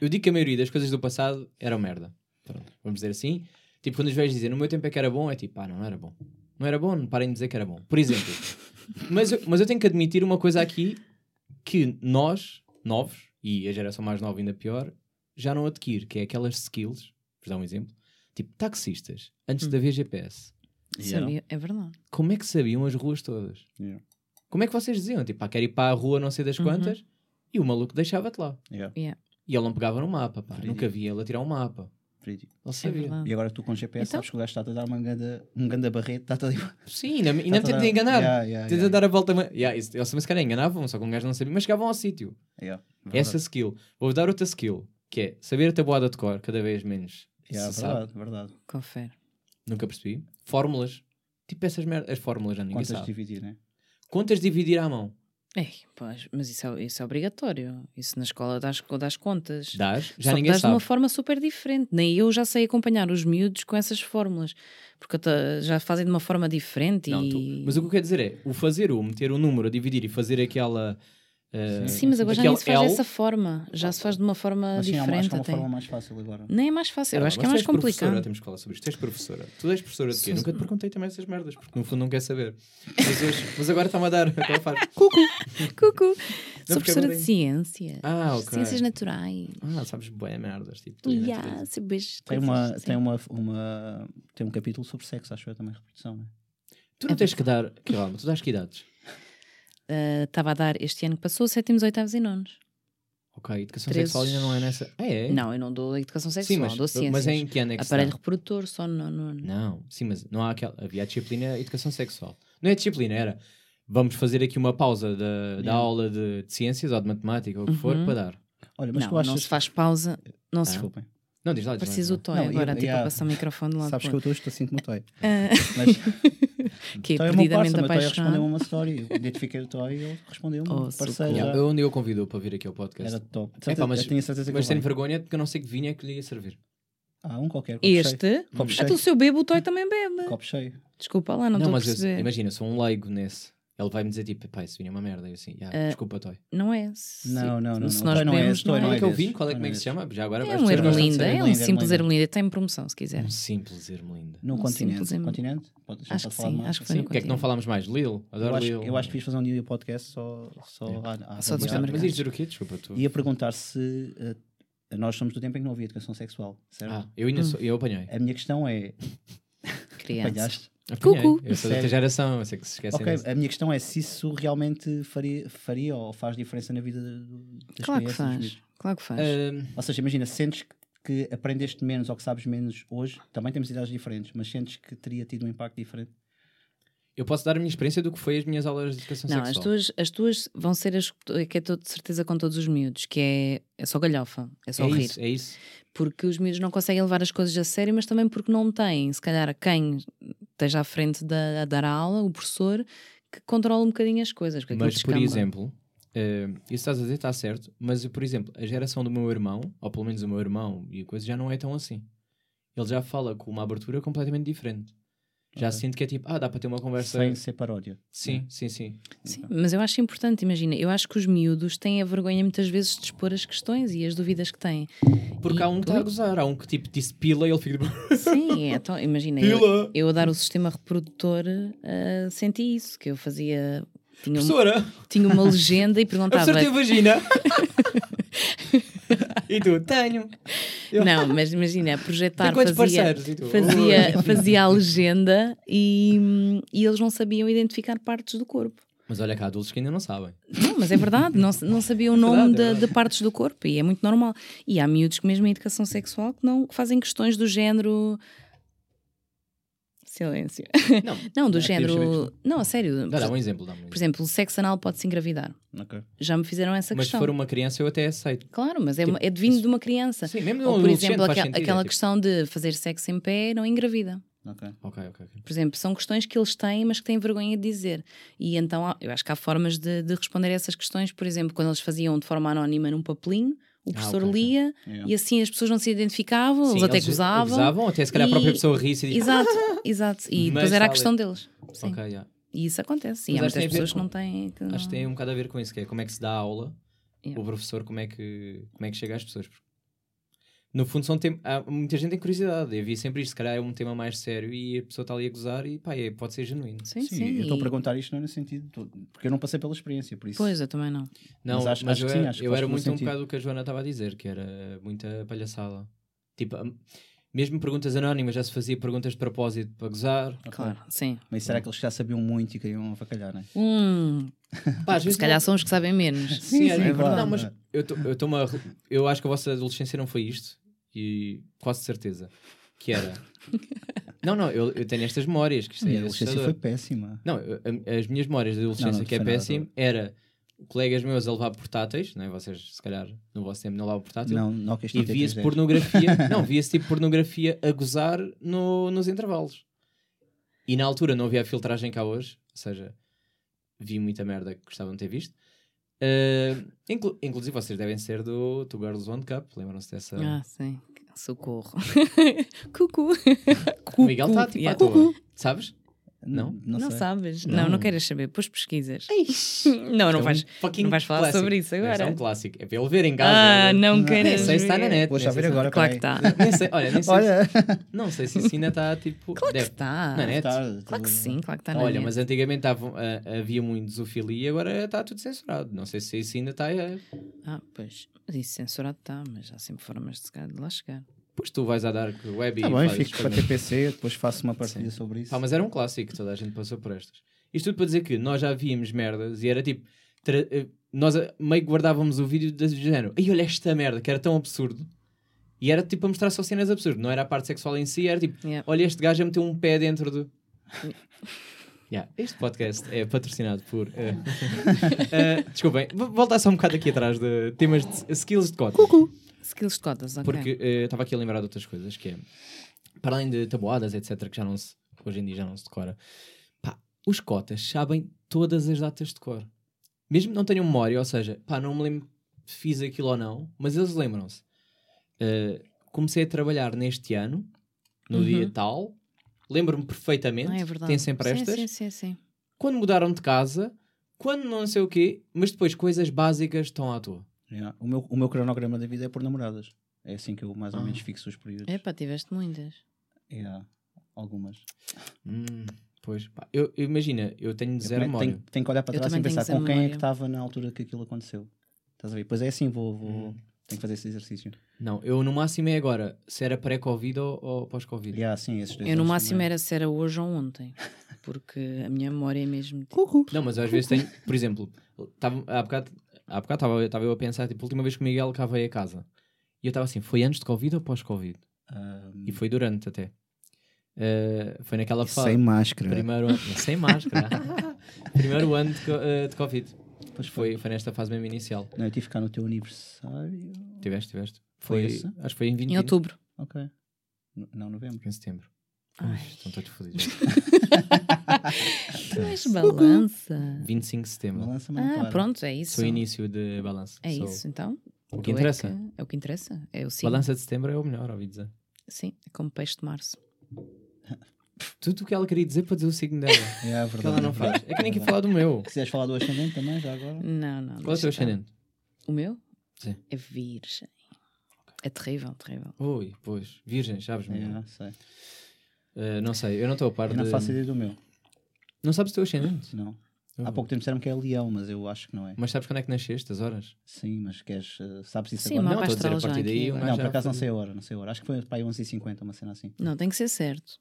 Speaker 1: Eu digo que a maioria das coisas do passado eram merda. Pronto, vamos dizer assim. Tipo, quando os velhos dizem no meu tempo é que era bom, é tipo, ah, não era bom. Não era bom, não parem de dizer que era bom. Por exemplo. mas, eu, mas eu tenho que admitir uma coisa aqui que nós, novos, e a geração mais nova ainda pior, já não adquire, que é aquelas skills, vos dar um exemplo, tipo taxistas, antes de haver GPS.
Speaker 2: Yeah.
Speaker 3: Sabia, é verdade.
Speaker 1: Como é que sabiam as ruas todas?
Speaker 2: Yeah.
Speaker 1: Como é que vocês diziam? Tipo, ah, quero ir para a rua não sei das
Speaker 3: Uhum.
Speaker 1: quantas, e o maluco deixava-te lá.
Speaker 2: Yeah,
Speaker 1: E ele não pegava no mapa, pá.
Speaker 2: Verídico.
Speaker 1: Nunca via ele a tirar um mapa.
Speaker 2: verídico.
Speaker 1: Ele
Speaker 3: É
Speaker 1: sabia.
Speaker 3: verdade.
Speaker 2: E agora tu com GPS
Speaker 3: Então-
Speaker 2: sabes que o gajo está-te a dar uma ganda, um ganda barrete, está-te ali.
Speaker 1: Sim, ainda, ainda me
Speaker 2: está-te a
Speaker 1: tenta
Speaker 2: dar-
Speaker 1: enganar.
Speaker 2: Tá Yeah, yeah,
Speaker 1: tenta
Speaker 2: yeah,
Speaker 1: dar a volta. mas- Yeah, isso- eles também se calhar enganavam, só que um gajo não sabia, mas chegavam ao sítio.
Speaker 2: yeah. É Verdade.
Speaker 1: Essa skill. Vou dar outra skill, que é saber a tabuada de cor cada vez menos.
Speaker 2: Yeah, é
Speaker 1: se sabe.
Speaker 2: verdade, verdade.
Speaker 3: Confere.
Speaker 1: Nunca percebi. Fórmulas. Tipo essas merdas. As fórmulas já ninguém
Speaker 2: Quantas
Speaker 1: sabe.
Speaker 2: dividir, né?
Speaker 1: Contas dividir à mão.
Speaker 3: Ei, É, pois, mas isso é, isso é obrigatório. Isso na escola das, das contas.
Speaker 1: Dás, já
Speaker 3: Só que
Speaker 1: ninguém
Speaker 3: dás de
Speaker 1: sabe.
Speaker 3: uma forma super diferente. Nem eu já sei acompanhar os miúdos com essas fórmulas. Porque eu ta- já fazem de uma forma diferente
Speaker 1: Não,
Speaker 3: e.
Speaker 1: tu- Mas o que eu quero dizer é, o fazer o, meter o número, a dividir e fazer aquela... eh,
Speaker 2: Sim.
Speaker 3: Sim, mas agora já nem
Speaker 1: aquele
Speaker 3: se faz
Speaker 1: L,
Speaker 3: dessa forma. Já se faz de uma forma
Speaker 1: é
Speaker 2: Mas sim, há uma- acho
Speaker 3: é diferente
Speaker 2: que há uma
Speaker 3: até.
Speaker 2: forma mais fácil agora.
Speaker 3: Nem é mais fácil. Eu
Speaker 1: Ah,
Speaker 3: acho
Speaker 1: mas
Speaker 3: que é
Speaker 1: tu
Speaker 3: mais
Speaker 1: és Professora,
Speaker 3: complicado.
Speaker 1: temos que falar sobre isto. Tu és professora. Tu és professora de quê?
Speaker 3: Sou-
Speaker 1: Nunca te perguntei também essas merdas, porque no fundo não quer saber. Mas, hoje- mas agora está-me a dar. Então eu faço-
Speaker 3: Cucu, cucu. Sou
Speaker 1: porque
Speaker 3: professora
Speaker 1: agora
Speaker 3: de
Speaker 1: é-
Speaker 3: ciências.
Speaker 1: Ah, ok.
Speaker 3: Ciências naturais.
Speaker 1: Ah, sabes bem merdas. Tipo, tu e a
Speaker 3: Yeah,
Speaker 1: natureza.
Speaker 3: sabes
Speaker 2: Tem,
Speaker 3: coisas,
Speaker 2: uma,
Speaker 3: sim.
Speaker 2: tem, uma, uma, tem um capítulo sobre sexo, acho eu também, repetição, né?
Speaker 1: Tu não tens que dar. Que lá, mas tu dás que idades?
Speaker 3: Ah, Estava a dar este ano que passou, sétimos, oitavos e nonos.
Speaker 1: Ok, educação
Speaker 3: Três.
Speaker 1: sexual ainda não é nessa. Ah, é?
Speaker 3: Não, eu não dou educação sexual,
Speaker 1: sim, mas,
Speaker 3: dou ciências.
Speaker 1: mas em que ano é que se
Speaker 3: Aparelho
Speaker 1: dá?
Speaker 3: reprodutor, só no nono. ano.
Speaker 1: Não, sim, mas não há aquela. Havia a disciplina educação sexual. Não é disciplina, era. Vamos fazer aqui uma pausa da, da
Speaker 2: Yeah.
Speaker 1: aula de, de ciências ou de matemática ou o que for
Speaker 3: Uhum.
Speaker 1: para dar.
Speaker 2: Olha, mas
Speaker 3: não,
Speaker 2: tu achas.
Speaker 3: não se faz pausa. Não se...
Speaker 2: Desculpem.
Speaker 1: Não, diz lá, diz lá, diz
Speaker 3: Preciso
Speaker 1: lá.
Speaker 3: o Toy
Speaker 2: Não, eu-
Speaker 3: agora, tipo,
Speaker 2: yeah.
Speaker 3: a passar o microfone de lá.
Speaker 2: Sabes que eu estou, estou assim sinto muito toy.
Speaker 3: Ah.
Speaker 2: Mas
Speaker 3: que é
Speaker 2: toy é o
Speaker 3: perdidamente
Speaker 2: meu parceiro, o meu toy respondeu
Speaker 3: apaixonado.
Speaker 2: uma story. Eu identifiquei o toy e ele respondeu-me.
Speaker 3: Oh,
Speaker 2: parceiro,
Speaker 3: socorro.
Speaker 1: Yeah,
Speaker 2: já.
Speaker 1: eu, onde eu convidou para vir aqui ao podcast.
Speaker 2: era top. De
Speaker 1: Epá,
Speaker 2: certeza-
Speaker 1: mas-
Speaker 2: eu tinha certeza que
Speaker 1: Mas
Speaker 2: ele
Speaker 1: tenho
Speaker 2: vai.
Speaker 1: vergonha porque eu não sei que vinho é que lhe ia servir.
Speaker 2: Ah, um qualquer. copo cheio.
Speaker 3: Este,
Speaker 2: Copo
Speaker 3: ah, então
Speaker 2: cheio.
Speaker 3: se eu bebo, o Toy também bebe.
Speaker 2: Copo cheio.
Speaker 3: Desculpa lá, não estou a
Speaker 1: mas eu-
Speaker 2: é
Speaker 3: perceber.
Speaker 1: imagina, sou um leigo nesse. Ele vai me dizer tipo, pá, esse vinho é uma merda. Eu assim, "Ya,
Speaker 3: Eh,
Speaker 1: desculpa, Toy.
Speaker 3: Não é? Se-
Speaker 2: Não, não, não,
Speaker 3: Se
Speaker 2: não.
Speaker 3: nós
Speaker 2: Toy não é
Speaker 3: bebemos,
Speaker 2: esse, Toy
Speaker 3: não
Speaker 1: Qual
Speaker 2: não
Speaker 1: é que é o
Speaker 2: desse,
Speaker 1: vinho? Qual é,
Speaker 2: não
Speaker 1: como é que
Speaker 2: é
Speaker 1: se chama? Já agora
Speaker 3: É
Speaker 1: as
Speaker 3: um
Speaker 1: pessoas gostam de
Speaker 3: Ermelinda,
Speaker 2: saber
Speaker 3: um é um
Speaker 2: Ermelinda,
Speaker 3: simples
Speaker 2: Ermelinda.
Speaker 3: Ermelinda. Tem promoção, se quiser.
Speaker 1: Um simples Ermelinda.
Speaker 2: No
Speaker 3: Não,
Speaker 2: continente.
Speaker 3: simplesmente.
Speaker 2: Continente? Pode- já
Speaker 3: Acho
Speaker 2: pode
Speaker 3: que
Speaker 2: falar
Speaker 3: sim,
Speaker 2: mal?
Speaker 3: acho que foi
Speaker 1: Sim,
Speaker 3: no
Speaker 1: o que é que não
Speaker 3: continente.
Speaker 1: falámos mais? Lil?
Speaker 2: Eu
Speaker 1: Adoro
Speaker 2: acho,
Speaker 1: Lil.
Speaker 2: eu acho que fiz fazer um dia podcast só, só a, a
Speaker 3: Só dos
Speaker 1: Mas
Speaker 2: avaliar.
Speaker 1: ias
Speaker 3: americanos.
Speaker 1: dizer o quê? Desculpa, tu.
Speaker 2: Ia perguntar se eh, nós somos do tempo em que não havia educação sexual, certo?
Speaker 1: Ah, eu
Speaker 3: Hum.
Speaker 1: ainda sou- eu apanhei.
Speaker 2: A minha questão é.
Speaker 3: Criança.
Speaker 2: Apanhaste?
Speaker 1: Apanhei.
Speaker 3: Cucu.
Speaker 1: Eu sou da outra
Speaker 2: Sério?
Speaker 1: geração, eu sei que se esquecem
Speaker 2: Ok,
Speaker 1: disso.
Speaker 2: a minha questão é se isso realmente faria, faria ou faz diferença na vida do- das
Speaker 3: Claro que
Speaker 2: crianças, dos
Speaker 3: faz.
Speaker 2: miúdos.
Speaker 3: Claro que
Speaker 2: Eh,
Speaker 3: faz.
Speaker 1: Ahm,
Speaker 2: Ou seja, imagina, sentes que, que aprendeste menos ou que sabes menos hoje, também temos idades diferentes, mas sentes que teria tido um impacto diferente.
Speaker 1: Eu posso dar a minha experiência do que foi as minhas aulas de educação
Speaker 3: Não,
Speaker 1: sexual.
Speaker 3: as tuas, as tuas vão ser as é que é todo- de certeza com todos os miúdos, que é, é só galhofa, é só
Speaker 1: é
Speaker 3: rir.
Speaker 1: isso, é isso.
Speaker 3: Porque os miúdos não conseguem levar as coisas a sério, mas também porque não têm, se calhar, quem esteja à frente da, a dar a aula, o professor, que controla um bocadinho as coisas. porque aquilo
Speaker 1: Mas, por
Speaker 3: descamba.
Speaker 1: exemplo, eh, isso que estás a dizer está certo, mas, por exemplo, a geração do meu irmão, ou pelo menos o meu irmão e a coisa, já não é tão assim. Ele já fala com uma abertura completamente diferente. Já
Speaker 2: Ok.
Speaker 1: sinto que é tipo, ah, dá para ter uma conversa.
Speaker 2: Sem ser paródia.
Speaker 1: Sim, sim, sim.
Speaker 3: Sim, mas eu acho importante, imagina, eu acho que os miúdos têm a vergonha muitas vezes de expor as questões e as dúvidas que têm.
Speaker 1: Porque
Speaker 3: E
Speaker 1: há um que
Speaker 3: tu- é
Speaker 1: está a gozar, há um que tipo disse pila e ele fica tipo,
Speaker 3: Sim, é, então, imagina,
Speaker 1: Pila!
Speaker 3: eu, eu a dar o sistema reprodutor ah, senti isso, que eu fazia. Tinha, um-
Speaker 1: professora,
Speaker 3: tinha uma legenda e
Speaker 1: a professora
Speaker 3: perguntava.
Speaker 1: tem vagina. e tu, tenho. Eu-
Speaker 3: Não, mas imagina, a projetar
Speaker 1: Tem quantos
Speaker 3: fazia,
Speaker 1: parceiros? E tu,
Speaker 3: fazia, fazia a legenda e, e eles não sabiam identificar partes do corpo.
Speaker 1: Mas olha cá, adultos que ainda não sabem.
Speaker 3: Não, mas é verdade, não, se- não sabiam o
Speaker 1: É
Speaker 3: nome
Speaker 1: verdade, é
Speaker 3: de, de partes do corpo e é muito normal. E há miúdos que, mesmo em educação sexual, que não que fazem questões do género. Silêncio.
Speaker 1: Não,
Speaker 3: Não, é do
Speaker 1: Ah, querias saber
Speaker 3: género. Não, a sério.
Speaker 1: dá, dá
Speaker 3: Por,
Speaker 1: um exemplo. Dá um exemplo.
Speaker 3: por exemplo, o sexo anal pode se engravidar.
Speaker 2: Ok.
Speaker 3: Já me fizeram essa
Speaker 1: Mas se
Speaker 3: questão.
Speaker 1: for uma criança, eu até aceito.
Speaker 3: Claro, mas é,
Speaker 1: Tipo,
Speaker 3: uma- é de vindo de uma criança.
Speaker 1: Sim, mesmo
Speaker 3: Ou, por exemplo, aqua-
Speaker 1: é
Speaker 2: é
Speaker 3: aquela
Speaker 2: tipo,
Speaker 1: tipo
Speaker 3: questão de fazer sexo em pé não engravida.
Speaker 2: Ok.
Speaker 1: Ok, ok. ok.
Speaker 3: Por exemplo, são questões que eles têm, mas que têm vergonha de dizer. E então há- eu acho que há formas de, de responder a essas questões. Por exemplo, quando eles faziam de forma anónima num papelinho, o professor
Speaker 1: Ah, ok, ok.
Speaker 3: lia
Speaker 2: Yeah.
Speaker 3: e assim as pessoas não se identificavam, eles
Speaker 1: Sim,
Speaker 3: até gozavam.
Speaker 1: Gozavam, até se calhar a própria
Speaker 3: E-
Speaker 1: pessoa ri-se e diz...
Speaker 3: Exato, exato. E
Speaker 1: Mas
Speaker 3: depois era a
Speaker 1: está
Speaker 3: questão deles. Sim.
Speaker 1: Ok, yeah.
Speaker 3: E isso acontece. E
Speaker 1: Mas
Speaker 3: há
Speaker 1: acho que
Speaker 3: muitas
Speaker 1: tem a ver
Speaker 3: pessoas que
Speaker 1: com-
Speaker 3: não têm. que
Speaker 1: Acho que
Speaker 3: não-
Speaker 1: tem um bocado a ver com isso, que é como é que se dá a aula,
Speaker 3: Yeah.
Speaker 1: o professor, como é que, como é que chega às pessoas. Porque, No fundo, são tem... há muita gente tem curiosidade. Eu vi sempre isto, se calhar é um tema mais sério e a pessoa está ali a gozar e pá, é- pode ser genuíno.
Speaker 3: Sim, sim.
Speaker 2: Sim, eu estou a
Speaker 3: e-
Speaker 2: perguntar isto não é no sentido. todo, Porque eu não passei pela experiência, por isso.
Speaker 3: Pois, eu também não.
Speaker 1: Não, mas,
Speaker 2: Mas acho- acho
Speaker 1: eu,
Speaker 2: que sim,
Speaker 1: era-
Speaker 2: acho que
Speaker 1: eu
Speaker 2: faz
Speaker 1: era
Speaker 2: todo
Speaker 1: muito um
Speaker 2: sentido.
Speaker 1: bocado o que a Joana estava a dizer, que era muita palhaçada. Tipo, a- mesmo perguntas anónimas, já se fazia perguntas de propósito para gozar.
Speaker 2: Ok.
Speaker 3: Claro, sim.
Speaker 2: Mas será que eles já sabiam muito e queriam avacalhar, não é?
Speaker 3: Hum,
Speaker 1: Pá, às
Speaker 3: se
Speaker 1: vezes
Speaker 3: calhar são os que sabem menos.
Speaker 1: Sim,
Speaker 2: Sim,
Speaker 1: é
Speaker 2: sim,
Speaker 1: verdade.
Speaker 2: claro.
Speaker 1: Não, mas eu, tô, eu, tô uma, eu acho que a vossa adolescência não foi isto, e quase certeza. Que era. Não, não, eu, eu tenho estas memórias, que isto
Speaker 2: Sim,
Speaker 1: é
Speaker 2: a adolescência
Speaker 1: assustador.
Speaker 2: foi péssima.
Speaker 1: Não, eu- a- as minhas memórias da adolescência,
Speaker 2: Não, não,
Speaker 1: que é
Speaker 2: foi nada,
Speaker 1: péssimo, era colegas meus a levar portáteis, não é? vocês se calhar no vosso tempo não levavam portátil,
Speaker 2: Não, não que este
Speaker 1: e via-se pornografia, não, via-se tipo pornografia a gozar no- nos intervalos. E na altura não havia a filtragem cá hoje, ou seja, vi muita merda que gostavam de ter visto. Ah, inclu- inclusive vocês devem ser do Two Girls One Cup, lembram-se dessa?
Speaker 3: Ah, sim. Socorro. Cucu.
Speaker 1: o Miguel está tipo à
Speaker 3: Yeah.
Speaker 1: toa, sabes? Não?
Speaker 2: Não, não,
Speaker 3: Não,
Speaker 2: sei.
Speaker 3: sabes? Não. não,
Speaker 1: Não.
Speaker 3: queres saber. Depois pesquisas. não, não
Speaker 1: É um
Speaker 3: vais.
Speaker 1: fucking
Speaker 3: não vais falar
Speaker 1: clássico.
Speaker 3: sobre isso
Speaker 1: Mas
Speaker 3: agora.
Speaker 1: É um clássico, é para ele ver em casa.
Speaker 3: Ah,
Speaker 1: não,
Speaker 3: não
Speaker 2: Não.
Speaker 1: é? Nem
Speaker 3: queres.
Speaker 1: sei se está na net.
Speaker 2: Vou
Speaker 1: nem
Speaker 2: já
Speaker 1: sei
Speaker 2: ver
Speaker 1: se- tá-
Speaker 2: agora.
Speaker 3: Claro que tá. está.
Speaker 2: peraí.
Speaker 1: Nem sei, olha, nem sei,
Speaker 2: Olha,
Speaker 1: se- não sei se isso ainda está tipo. deve-
Speaker 3: Está.
Speaker 1: Não, né?
Speaker 2: Tá,
Speaker 3: Claro que
Speaker 2: tudo-
Speaker 3: sim, claro que está na
Speaker 1: Olha,
Speaker 3: net.
Speaker 1: mas antigamente estavam- ah, havia muito zoofilia e agora está tudo censurado. Não sei se isso ainda está. eh,
Speaker 3: Ah, pois. Mas Isso censurado está, mas há sempre formas de, se calhar de lá chegar.
Speaker 1: Pois tu vais à Dark Web
Speaker 2: Tá
Speaker 1: e
Speaker 2: bem,
Speaker 1: fazes
Speaker 2: fico para
Speaker 1: coisas.
Speaker 2: TPC, depois faço uma partilha sobre isso.
Speaker 1: Pá, mas era um clássico, toda a gente passou por estas. Isto tudo para dizer que nós já víamos merdas e era tipo. tra- eh, Nós eh, meio que guardávamos o vídeo do género. Ei, olha esta merda, que era tão absurdo. E era tipo a mostrar só cenas absurdas. Não era a parte sexual em si, era tipo.
Speaker 3: Yeah.
Speaker 1: Olha, este gajo a meter um pé dentro do. Yeah, Este podcast é patrocinado por. eh, eh, desculpem, vou voltar só um bocado aqui atrás de temas de skills de código.
Speaker 3: Skills de cotas, ok. Ah,
Speaker 1: Porque eh, estava aqui a lembrar de outras coisas, que é, para além de tabuadas, etc., que já não se, hoje em dia já não se decora, pá, os cotas sabem todas as datas de cor. Mesmo que não tenham memória, ou seja, pá, não me lembro se fiz aquilo ou não, mas eles lembram-se. Eh, comecei a trabalhar neste ano, no
Speaker 3: Uhum.
Speaker 1: dia tal, lembro-me perfeitamente,
Speaker 3: Ah, é verdade.
Speaker 1: tem sempre
Speaker 3: sim,
Speaker 1: estas.
Speaker 3: Sim, sim, sim.
Speaker 1: Quando mudaram de casa, quando não sei o quê, mas depois coisas básicas estão à toa.
Speaker 2: Yeah. O, meu, o meu cronograma da vida é por namoradas. É assim que eu mais ou
Speaker 1: Ah.
Speaker 2: menos fixo os períodos.
Speaker 3: Epá, tiveste muitas.
Speaker 2: Yeah. É, Algumas.
Speaker 1: Hum, pois, pá, eu, eu- imagina, eu tenho
Speaker 2: Eu
Speaker 1: zero
Speaker 2: também
Speaker 1: memória.
Speaker 2: tenho, tenho É que olhar para
Speaker 3: Eu
Speaker 2: trás e
Speaker 3: também tenho
Speaker 2: pensar
Speaker 3: zero
Speaker 2: com quem é
Speaker 3: memória.
Speaker 2: que estava na altura que aquilo aconteceu. Estás a ver? Pois é assim, vou, vou
Speaker 1: Hum.
Speaker 2: tenho que fazer esse exercício.
Speaker 1: Não, eu no máximo é agora, se era pré-Covid ou, ou pós-Covid.
Speaker 2: Yeah, sim, esses dois
Speaker 3: Eu no
Speaker 2: anos
Speaker 3: máximo
Speaker 2: também.
Speaker 3: era se era hoje ou ontem. Porque a minha memória é mesmo.
Speaker 1: Não, mas eu às vezes tenho, por exemplo, tava, há bocado há bocado estava estava eu a pensar, tipo, a última vez que o Miguel cá veio a casa. E eu estava assim, foi antes de Covid ou pós-Covid?
Speaker 2: Ahm,
Speaker 1: E foi durante até. Eh, foi naquela
Speaker 2: e
Speaker 1: fase.
Speaker 2: sem máscara. né?
Speaker 1: Primeiro ano, sem máscara. Primeiro ano de, co- eh, de Covid.
Speaker 2: Pois
Speaker 1: Foi, foi nesta fase mesmo inicial.
Speaker 2: Não, eu tive cá no teu aniversário.
Speaker 1: Tiveste, tiveste.
Speaker 2: Foi
Speaker 1: Foi,
Speaker 2: esse?
Speaker 1: acho que foi em 20
Speaker 3: Em outubro.
Speaker 2: Ok. N- não, novembro.
Speaker 1: Em setembro.
Speaker 3: Ai.
Speaker 1: Ui, então Estão todos fodidos.
Speaker 3: Tu és balança.
Speaker 1: 25 de setembro.
Speaker 2: Balança não
Speaker 3: Ah,
Speaker 2: para.
Speaker 3: pronto, é isso.
Speaker 1: Foi o início de balança.
Speaker 3: É
Speaker 1: So,
Speaker 3: isso, então.
Speaker 1: O que
Speaker 3: Tu é
Speaker 1: interessa.
Speaker 3: É o que interessa. É o sim.
Speaker 1: Balança de setembro é o melhor, ouvi dizer.
Speaker 3: Sim, é como peixe de março.
Speaker 1: Tudo o que ela queria dizer para dizer o signo dela.
Speaker 2: É, é
Speaker 1: que
Speaker 2: verdade.
Speaker 1: ela não
Speaker 2: é
Speaker 1: faz.
Speaker 2: verdade.
Speaker 1: É que nem que
Speaker 2: É
Speaker 1: falar do meu.
Speaker 2: Se quiseres falar do ascendente também, já agora.
Speaker 3: Não, não.
Speaker 1: Qual é o
Speaker 3: deixa
Speaker 1: teu
Speaker 3: estar.
Speaker 1: ascendente?
Speaker 3: O meu?
Speaker 1: Sim.
Speaker 3: É virgem. É terrível, terrível.
Speaker 1: Ui, pois. Virgem, sabes
Speaker 2: É,
Speaker 1: mesmo.
Speaker 2: não sei.
Speaker 1: Eh, não sei, eu não estou a par de...
Speaker 2: Eu não faço ideia do meu.
Speaker 1: Não sabes o teu ascendente?
Speaker 2: Não.
Speaker 1: Oh.
Speaker 2: Há pouco tempo disseram que é leão, mas eu acho que não é.
Speaker 1: Mas sabes quando é que nasceste, as horas?
Speaker 2: Sim, mas queres. eh, sabes isso
Speaker 3: Sim,
Speaker 2: agora?
Speaker 3: mapa
Speaker 1: Não, estou a dizer,
Speaker 3: astral
Speaker 1: a
Speaker 3: já
Speaker 1: partir daí
Speaker 3: aqui
Speaker 1: eu
Speaker 3: agora.
Speaker 1: mas
Speaker 2: Não,
Speaker 1: já
Speaker 2: por acaso não
Speaker 1: foi-
Speaker 2: sei a hora, não sei a hora. Acho que foi para aí 11h50, uma cena assim.
Speaker 3: Não, tem que ser certo.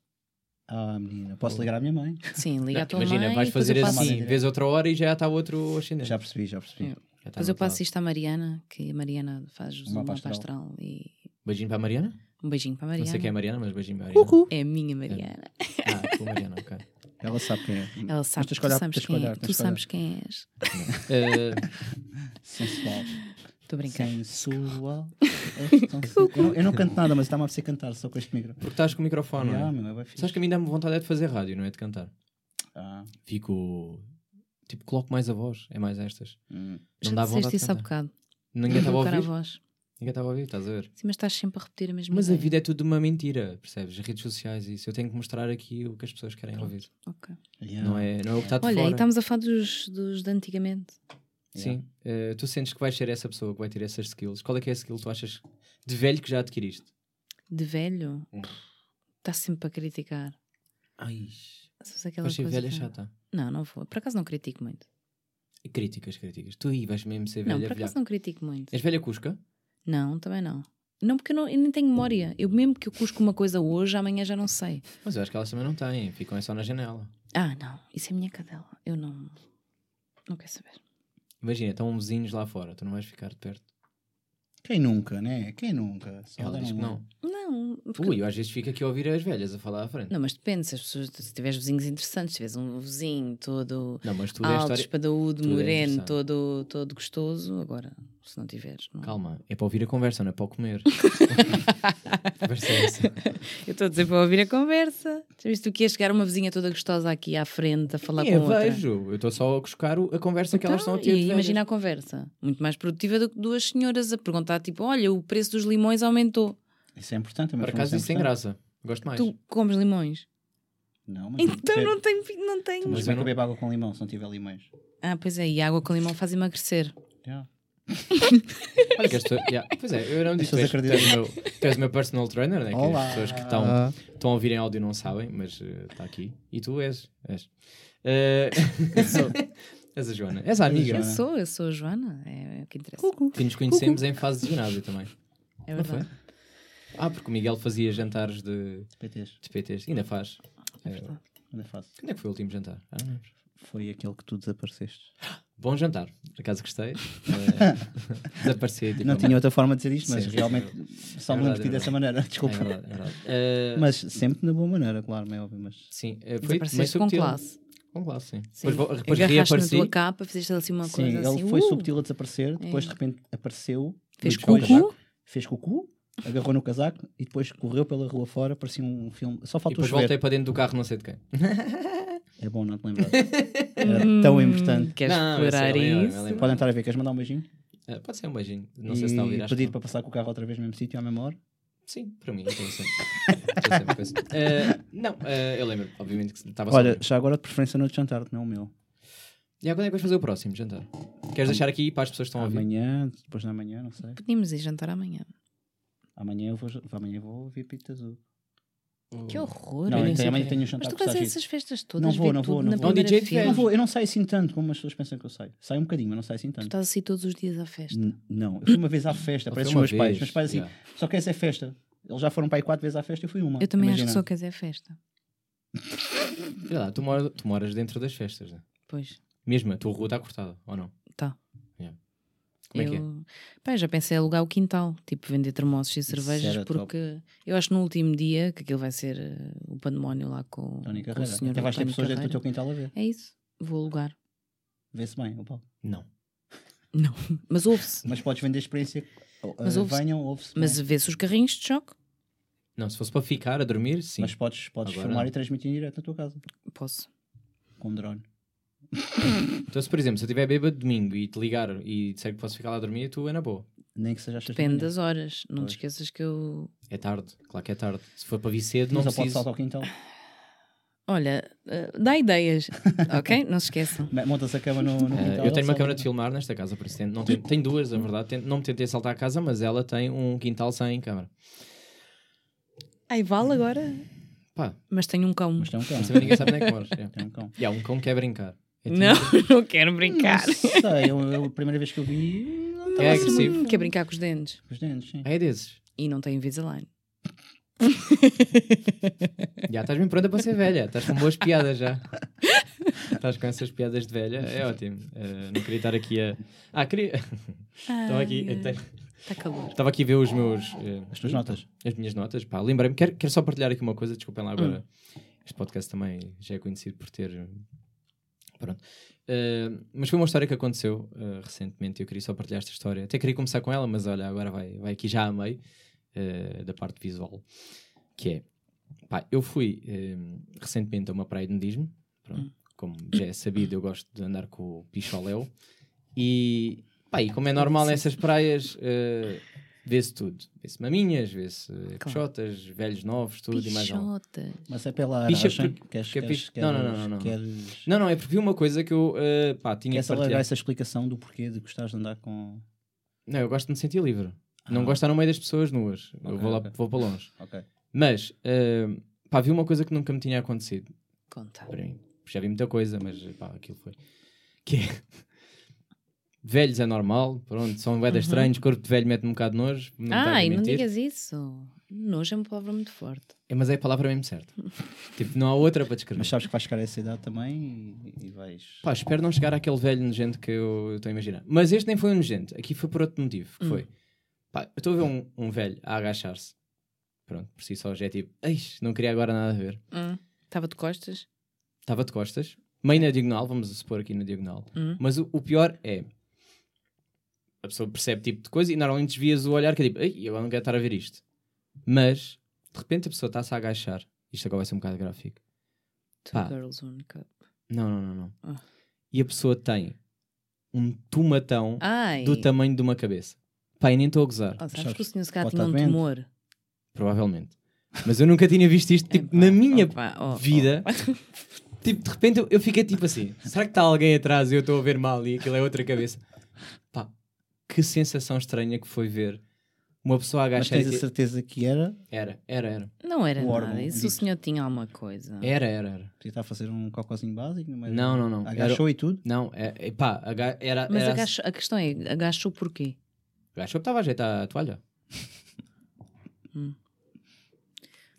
Speaker 2: Ah, menina, posso ligar à minha mãe?
Speaker 3: Sim, liga à tua
Speaker 1: Imagina,
Speaker 3: mãe.
Speaker 1: vais
Speaker 3: e depois eu
Speaker 1: fazer
Speaker 3: passo-
Speaker 2: passo-
Speaker 1: assim, vês outra hora e já está outro ascendente.
Speaker 2: Já percebi, já percebi.
Speaker 3: É.
Speaker 1: Já está
Speaker 3: Depois
Speaker 1: no
Speaker 3: eu
Speaker 1: outro
Speaker 3: passo
Speaker 1: lado.
Speaker 3: isto à Mariana, que a Mariana faz
Speaker 2: Um
Speaker 3: o
Speaker 2: mapa
Speaker 3: mapa
Speaker 2: astral.
Speaker 3: astral. E
Speaker 1: Beijinho para a Mariana?
Speaker 3: um beijinho para a
Speaker 1: Não
Speaker 3: Mariana.
Speaker 1: sei quem é a Mariana, mas beijinho para a Mariana.
Speaker 3: É a minha Mariana.
Speaker 1: Ah, com a Mariana, ok.
Speaker 2: Ela sabe quem é.
Speaker 3: Ela sabe,
Speaker 2: tens
Speaker 3: tu,
Speaker 2: que olhar-
Speaker 3: sabes,
Speaker 2: tens que
Speaker 3: quem
Speaker 2: olhar,
Speaker 3: é. tu
Speaker 2: tens que olhar.
Speaker 3: sabes quem és.
Speaker 1: Eh,
Speaker 2: Sensual.
Speaker 3: Estou a brincar.
Speaker 2: Sensual. És tão sen- eu, não, eu não canto nada, mas está-me a apetecer cantar só com este microfone.
Speaker 1: porque estás com o microfone, não é?
Speaker 2: Ah, meu, é bem fixe.
Speaker 1: Sabes que a mim dá-me vontade é de fazer rádio, não é de cantar.
Speaker 2: Ah,
Speaker 1: Fico. Tipo, coloco mais a voz, é mais estas.
Speaker 2: hum.
Speaker 1: Não
Speaker 3: Já
Speaker 1: dá vontade
Speaker 3: disseste
Speaker 1: de
Speaker 3: isso há
Speaker 1: cantar.
Speaker 3: bocado.
Speaker 1: Ninguém estava a
Speaker 3: Uhum. Colocar
Speaker 1: ouvir.
Speaker 3: a voz.
Speaker 1: Ninguém estava a ouvir, estás a ver?
Speaker 3: Sim, mas estás sempre a repetir a mesma
Speaker 1: Mas a
Speaker 3: ideia.
Speaker 1: vida é tudo uma mentira, percebes? As redes sociais, e isso. Eu tenho que mostrar aqui o que as pessoas querem ouvir.
Speaker 3: Ok.
Speaker 2: Yeah.
Speaker 1: Não é, não é o que está de
Speaker 3: Olha, então- e
Speaker 1: fora.
Speaker 3: estamos a falar dos, dos de antigamente.
Speaker 1: Sim. Eh, tu sentes que vais ser essa pessoa que vai ter essas skills. Qual é que é a skill que tu achas de velho que já adquiriste?
Speaker 3: De velho,
Speaker 1: Hum.
Speaker 3: está sempre a criticar.
Speaker 1: Ai,
Speaker 3: Sabes aquela
Speaker 1: vais ser
Speaker 3: coisa
Speaker 1: é, velha
Speaker 3: que-
Speaker 1: chata.
Speaker 3: Não, não vou. Por acaso não critico muito.
Speaker 1: Críticas, críticas. Tu aí vais mesmo ser É
Speaker 3: não,
Speaker 1: velha,
Speaker 3: por
Speaker 1: velha. É
Speaker 3: acaso não critico muito.
Speaker 1: És velha Cusca?
Speaker 3: Não, também não. Não, porque eu, não, eu nem tenho memória. Eu mesmo que eu cusco uma coisa hoje, amanhã já não sei.
Speaker 1: Mas eu acho que elas também não têm, ficam é só na janela.
Speaker 3: Ah, não. Isso é minha cadela. Eu não. Não quero saber.
Speaker 1: Imagina, estão vizinhos lá fora, tu não vais ficar de perto.
Speaker 2: Quem nunca, né? Quem nunca? Só
Speaker 1: Ela
Speaker 2: dar
Speaker 1: diz que
Speaker 2: um-
Speaker 1: não. é.
Speaker 3: Não. porque-
Speaker 1: Ui, eu às vezes fico aqui a ouvir as velhas a falar à frente. Não,
Speaker 3: Não, mas depende. Se, as pessoas, se tiveres vizinhos interessantes, se tiveres um vizinho todo
Speaker 1: mas tu é a
Speaker 3: alto,
Speaker 1: história.
Speaker 3: espadaúdo,
Speaker 1: tudo é
Speaker 3: moreno,
Speaker 1: interessante.
Speaker 3: todo, todo gostoso. Agora, se não tiveres. Não...
Speaker 1: Calma, é para ouvir a conversa, não é para comer. Conversa é essa.
Speaker 3: Eu estou a dizer para ouvir a conversa. Já viste o que ia chegar uma vizinha toda gostosa aqui à frente a falar
Speaker 1: Sim,
Speaker 3: com
Speaker 1: eu
Speaker 3: outra?
Speaker 1: vejo, eu estou só a buscar o- a conversa que elas
Speaker 3: Então,
Speaker 1: estão a ter. de
Speaker 3: E
Speaker 1: velhas.
Speaker 3: imagina a conversa. Muito mais produtiva do que duas senhoras a perguntar, tipo, olha, o preço dos limões aumentou.
Speaker 2: Isso é importante.
Speaker 1: Por acaso isso tem
Speaker 2: sem
Speaker 1: graça. Gosto mais.
Speaker 3: Tu comes limões?
Speaker 2: Não, mas
Speaker 3: Então
Speaker 2: bebo-
Speaker 3: não tem... fi- Não
Speaker 1: É.
Speaker 3: tem...
Speaker 2: Mas
Speaker 1: Então, Mas
Speaker 2: vai
Speaker 1: eu não-
Speaker 2: beber água com limão se não tiver limões.
Speaker 3: Ah, pois é. E a água com limão faz emagrecer.
Speaker 2: Yeah.
Speaker 1: Olha que as pessoas- yeah, Pois é, eu não digo. Tu
Speaker 2: As
Speaker 1: és, tu,
Speaker 2: pessoas
Speaker 1: és meu, tu és meu personal trainer, né? que
Speaker 2: Olá.
Speaker 1: as pessoas que estão estão a ouvir em áudio não sabem, mas eh, está aqui. E tu és. És, Eh, és a Joana. És a amiga.
Speaker 3: Eu
Speaker 2: Joana.
Speaker 3: sou, eu sou a Joana. É, é o que interessa.
Speaker 1: Que nos conhecemos em fase de ginásio também.
Speaker 3: É verdade.
Speaker 1: Ah, porque o Miguel fazia jantares de,
Speaker 2: PTs,
Speaker 1: de PTs. Ainda faz. Eh,
Speaker 3: É verdade.
Speaker 2: ainda faço.
Speaker 1: Quando é que foi o último jantar? Ah, não lembro.
Speaker 2: Foi aquele que tu desapareceste.
Speaker 1: Bom jantar, por acaso gostei. Eh, Desapareci. tipo,
Speaker 2: Não tinha outra forma de dizer isto, mas
Speaker 1: Sim, sim,
Speaker 2: realmente só me lembro
Speaker 1: É verdade,
Speaker 2: de ti
Speaker 1: é
Speaker 2: dessa maneira.
Speaker 1: É
Speaker 2: Desculpa.
Speaker 1: verdade, é verdade. Eh,
Speaker 2: Mas sempre na boa maneira, claro, é óbvio. Mas
Speaker 1: Sim, eh, foi mais
Speaker 3: Desapareceste com
Speaker 1: subtil.
Speaker 3: classe.
Speaker 1: Com classe, sim.
Speaker 3: Sim.
Speaker 1: Depois, vo- depois
Speaker 3: Agarraste na
Speaker 1: reapareci.
Speaker 3: tua capa, fizeste assim uma
Speaker 2: sim,
Speaker 3: coisa
Speaker 2: ele
Speaker 3: assim.
Speaker 2: foi
Speaker 3: uh,
Speaker 2: subtil a desaparecer, depois de repente apareceu.
Speaker 3: Fez
Speaker 2: depois-
Speaker 3: cucu.
Speaker 2: fez cucu, agarrou no casaco e depois correu pela rua fora, parecia um filme. Só
Speaker 1: E
Speaker 2: faltou
Speaker 1: depois
Speaker 2: chover.
Speaker 1: voltei para dentro do carro, não sei de quem.
Speaker 2: É bom não te lembrar. Era tão importante.
Speaker 3: Hum, Queres
Speaker 1: Não, eu
Speaker 3: explorar
Speaker 1: sei, eu lembro, eu
Speaker 3: isso?
Speaker 1: lembro.
Speaker 2: Podem estar a ver, queres mandar um beijinho?
Speaker 1: Ah, Pode ser um beijinho. Não
Speaker 2: e
Speaker 1: sei se está a ouvir. acho que
Speaker 2: pedir
Speaker 1: não.
Speaker 2: para passar com o carro outra vez no mesmo sítio, à mesma hora.
Speaker 1: Sim, para mim, eu tenho sempre. tenho sempre coisa. Ah, não, ah, eu lembro, obviamente, que estava só.
Speaker 2: Olha, já agora de preferência no de jantar, não é o meu.
Speaker 1: E agora é que vais fazer o próximo jantar? Queres deixar aqui para as pessoas que estão a ouvir?
Speaker 2: Ah, Amanhã, depois da manhã, não sei.
Speaker 3: Podíamos ir jantar amanhã.
Speaker 2: Amanhã eu vou, amanhã eu vou ouvir Pita Azul.
Speaker 1: Oh,
Speaker 3: Que horror.
Speaker 2: Não,
Speaker 1: nem
Speaker 2: então
Speaker 1: sei
Speaker 2: amanhã
Speaker 1: quem é.
Speaker 2: tenho um jantar
Speaker 3: Mas tu
Speaker 2: com o
Speaker 3: vais a
Speaker 2: Sajid.
Speaker 3: essas festas todas?
Speaker 2: Não vou,
Speaker 3: ver
Speaker 2: não
Speaker 3: tudo
Speaker 2: vou,
Speaker 3: na
Speaker 2: não vou.
Speaker 1: É um
Speaker 3: primeira
Speaker 1: DJ de
Speaker 3: festa?
Speaker 2: Eu não, vou, eu não saio assim tanto como as pessoas pensam que eu saio. Saio um bocadinho, mas não saio assim
Speaker 3: Tu
Speaker 2: tanto.
Speaker 3: estás assim todos os dias à festa.
Speaker 2: N- Não, eu fui uma vez à festa,
Speaker 1: Ou
Speaker 2: parece os
Speaker 1: foi uma
Speaker 2: meus pais.
Speaker 1: vez,
Speaker 2: Meus pais assim,
Speaker 1: yeah.
Speaker 2: só que essa é festa. Eles já foram para aí quatro vezes à festa e eu fui uma.
Speaker 3: Eu também acho
Speaker 2: imagina.
Speaker 3: que só queres é festa.
Speaker 1: Olha lá, tu, mora- tu moras dentro das festas, né?
Speaker 3: Pois,
Speaker 1: Mesmo, a tua rua está cortada, ou não?
Speaker 3: tá.
Speaker 1: Como é que é?
Speaker 3: eu... Pá, eu já pensei em alugar o quintal, tipo vender termossos e cervejas,
Speaker 2: era top.
Speaker 3: porque eu acho que no último dia que aquilo vai ser eh, o pandemónio lá com,
Speaker 2: Tony
Speaker 3: com o
Speaker 2: Carreira.
Speaker 3: senhor.
Speaker 2: Até vais ter
Speaker 3: António
Speaker 2: pessoas
Speaker 3: Carreira.
Speaker 2: dentro do teu quintal a ver.
Speaker 3: É isso, vou alugar.
Speaker 2: Vê-se bem, o Paulo.
Speaker 1: Não.
Speaker 3: Não, mas ouve-se.
Speaker 2: Mas podes vender experiência.
Speaker 3: Mas
Speaker 2: Uh,
Speaker 3: ouve-se-
Speaker 2: venham, ouve-se. bem.
Speaker 3: Mas vê-se os carrinhos de choque,
Speaker 1: Não, se fosse para ficar a dormir, sim.
Speaker 2: Mas podes, podes
Speaker 1: Agora-
Speaker 2: filmar e transmitir em direto na tua casa.
Speaker 3: posso.
Speaker 2: Com um drone.
Speaker 1: Então, se por exemplo, se eu estiver bêbado domingo e te ligar e disser que posso ficar lá a dormir, tu é na boa.
Speaker 2: Nem que seja às seis da
Speaker 3: Depende
Speaker 2: manhã.
Speaker 3: das horas. Não
Speaker 2: Pois.
Speaker 3: te esqueças que eu.
Speaker 1: É tarde, claro que é tarde. Se for para vir cedo, não
Speaker 2: Mas eu posso
Speaker 1: preciso.
Speaker 2: saltar ao quintal.
Speaker 3: Olha, eh, dá ideias, ok? Não se esqueçam.
Speaker 2: Me- Monta-se a cama no, no
Speaker 1: Ah,
Speaker 2: quintal.
Speaker 1: eu tenho uma
Speaker 2: salta.
Speaker 1: câmara de filmar nesta casa, por isso tenho, não tenho, tenho duas, na verdade. Tento- não me tentei saltar a casa, mas ela tem um quintal sem câmara.
Speaker 3: Ai, vale agora?
Speaker 1: Pá,
Speaker 3: Mas tenho um cão.
Speaker 2: Mas tem um cão.
Speaker 1: também ninguém sabe nem que moras. é.
Speaker 2: Tem um cão.
Speaker 1: E há um cão que quer brincar. É tipo-
Speaker 3: Não, não quero brincar.
Speaker 2: Não sei, eu, eu- a primeira vez que eu vi. não
Speaker 1: É
Speaker 2: estava assim
Speaker 1: agressivo.
Speaker 2: muito-
Speaker 3: Quer brincar com os dentes.
Speaker 2: Com os dentes, sim.
Speaker 1: Ah, É desses.
Speaker 3: E não tem Invisalign.
Speaker 1: Já estás bem pronta para ser velha. Estás com boas piadas já. Estás com essas piadas de velha. É ótimo. Ah, não queria estar aqui a. Ah, queria. Estava aqui, então, até-
Speaker 3: Está tá calor.
Speaker 1: estava aqui a ver os meus. eh,
Speaker 2: As tuas notas.
Speaker 1: As minhas notas. Pá, lembrei-me. Quero, quero só partilhar aqui uma coisa. Desculpem lá agora. Este podcast também já é conhecido por ter. eh, Pronto. Eh, mas foi uma história que aconteceu eh, recentemente. Eu queria só partilhar esta história. Até queria começar com ela, mas olha, agora vai, vai aqui já a meio eh, da parte visual. Que é. Pá, eu fui eh, recentemente a uma praia de nudismo. Pronto.
Speaker 2: Hum.
Speaker 1: Como já é sabido, eu gosto de andar com o picholéu. E, pá, e como é normal nessas praias, eh, vê-se tudo. Vê-se maminhas, vê-se eh, peixotas, velhos novos, tudo e mais algo.
Speaker 3: Pichotas.
Speaker 2: Mas é pela
Speaker 1: Picha
Speaker 2: aragem.
Speaker 1: porque-
Speaker 2: Queres,
Speaker 1: porque é
Speaker 2: queres,
Speaker 1: picha- não, não, não,
Speaker 2: queres-
Speaker 1: não, não.
Speaker 2: Queres,
Speaker 1: Não, não, é porque vi uma coisa que eu, eh, pá, tinha
Speaker 2: queres
Speaker 1: que partilhar.
Speaker 2: alargar essa explicação do porquê de gostares de andar com.
Speaker 1: Não, eu gosto de me sentir livre. Não gosto
Speaker 2: Ah.
Speaker 1: de estar no meio das pessoas nuas. eu
Speaker 2: Ok,
Speaker 1: vou, lá,
Speaker 2: ok.
Speaker 1: vou para longe.
Speaker 2: Ok.
Speaker 1: Mas, eh, pá, vi uma coisa que nunca me tinha acontecido.
Speaker 3: Conta.
Speaker 1: para mim. Já vi muita coisa, mas pá, aquilo foi. Que é. Velhos é normal, pronto, são bem estranhos, corpo de velho mete-me um bocado de nojo. Não me
Speaker 3: Ai,
Speaker 1: cabe
Speaker 3: Uhum. Ah, não
Speaker 1: mentir.
Speaker 3: digas isso. Nojo é uma palavra muito forte.
Speaker 1: É, mas é a palavra mesmo certa. tipo, não há outra para descrever.
Speaker 2: Mas sabes que vais chegar a essa idade também e, e vais.
Speaker 1: Pá, espero não chegar àquele velho nojento que eu eu estou a imaginar. Mas este nem foi um nojento, aqui foi por outro motivo. Que
Speaker 3: Hum.
Speaker 1: foi. Pá, eu estou a ver um, um velho a agachar-se. Pronto, por si só já é tipo, eis, não queria agora nada a ver.
Speaker 3: Estava Hum. de costas?
Speaker 1: Estava de costas, meio na diagonal, vamos supor aqui na diagonal.
Speaker 3: É. Hum.
Speaker 1: Mas o, o pior é. A pessoa percebe tipo de coisa e normalmente desvias o olhar que é tipo, ei, eu não quero estar a ver isto. Mas, de repente a pessoa está-se a agachar. Isto agora vai ser um bocado gráfico.
Speaker 3: Two
Speaker 1: Pá.
Speaker 3: girls, one cup.
Speaker 1: Não, não, não, não.
Speaker 3: Ah.
Speaker 1: E a pessoa tem um tomatão
Speaker 3: Ai.
Speaker 1: do tamanho de uma cabeça. Pá, e nem estou a gozar.
Speaker 3: Oh, sabes
Speaker 2: Sabes,
Speaker 3: que o senhor se calhar
Speaker 2: pode
Speaker 3: tinha um
Speaker 2: estar doente.
Speaker 3: tumor.
Speaker 1: Provavelmente. Mas eu nunca tinha visto
Speaker 3: É
Speaker 1: isto tipo, na minha
Speaker 3: Opa, oh, oh.
Speaker 1: vida. Tipo, de repente eu, eu fiquei tipo assim: será que está alguém atrás e eu estou a ver mal e aquilo é outra cabeça? Pá, que sensação estranha que foi ver uma pessoa
Speaker 2: Mas
Speaker 1: agachar. e
Speaker 2: tens a
Speaker 1: dizer-
Speaker 2: certeza que era.
Speaker 1: Era, era, era.
Speaker 3: Não era
Speaker 2: O
Speaker 3: nada.
Speaker 2: órgão
Speaker 3: Isso o
Speaker 2: dito.
Speaker 3: senhor tinha alguma coisa.
Speaker 1: Era, era, era.
Speaker 2: Podia estar a fazer um cocôzinho básico, mas.
Speaker 1: Não, não, não. Era-
Speaker 2: Agachou e tudo.
Speaker 1: Não, é, é, pá, aga- era.
Speaker 3: Mas
Speaker 1: era
Speaker 3: agacho- a questão é, agachou porquê?
Speaker 1: Agachou que estava a ajeitar a toalha.
Speaker 3: Hum.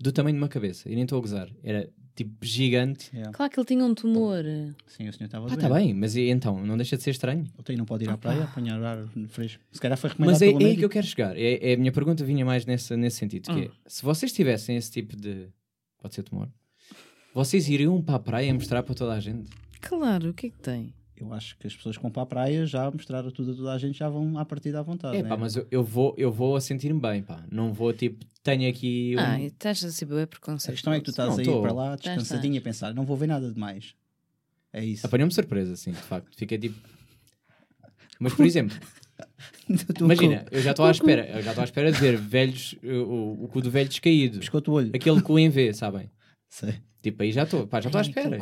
Speaker 1: Do tamanho de uma cabeça, e nem estou a gozar. Era tipo gigante.
Speaker 2: Yeah.
Speaker 3: Claro que ele tinha um tumor.
Speaker 2: Sim, o senhor estava
Speaker 1: Pá,
Speaker 2: doente.
Speaker 1: está Ah, tá bem, mas e então? Não deixa de ser estranho.
Speaker 2: O Tei não pode ir à praia apanhar ar fresco. Se calhar foi recomendado
Speaker 1: Mas é, é
Speaker 2: pelo
Speaker 1: aí
Speaker 2: médico.
Speaker 1: que eu quero chegar. É, é a minha pergunta vinha mais nessa, nesse sentido. Que é, se vocês tivessem esse tipo de. Pode ser tumor. Vocês iriam para a praia mostrar para toda a gente?
Speaker 3: Claro, o que é que tem?
Speaker 2: eu acho que as pessoas que vão para a praia já mostraram tudo a toda a gente, já vão à partida à vontade.
Speaker 1: É
Speaker 2: né?
Speaker 1: pá, mas eu, eu vou, eu vou a sentir-me bem, pá. Não vou tipo, tenho aqui um.
Speaker 3: Ah, estás a saber
Speaker 2: A
Speaker 3: preconceito.
Speaker 2: questão é que tu estás
Speaker 1: Não,
Speaker 2: a ir
Speaker 1: tô.
Speaker 2: para lá
Speaker 3: Estás,
Speaker 2: descansadinho a pensar, não vou ver nada demais. É isso.
Speaker 1: Apanhou-me surpresa, sim, de facto. Fiquei tipo. Mas por exemplo,
Speaker 2: Tu-
Speaker 1: imagina, eu já estou à espera, eu já estou à espera de ver velhos, uh, o, o cu do velho descaído.
Speaker 2: Piscou-te o olho.
Speaker 1: Aquele cu em V, sabem?
Speaker 2: Sei.
Speaker 1: Tipo, aí já estou, pá, já estou à espera.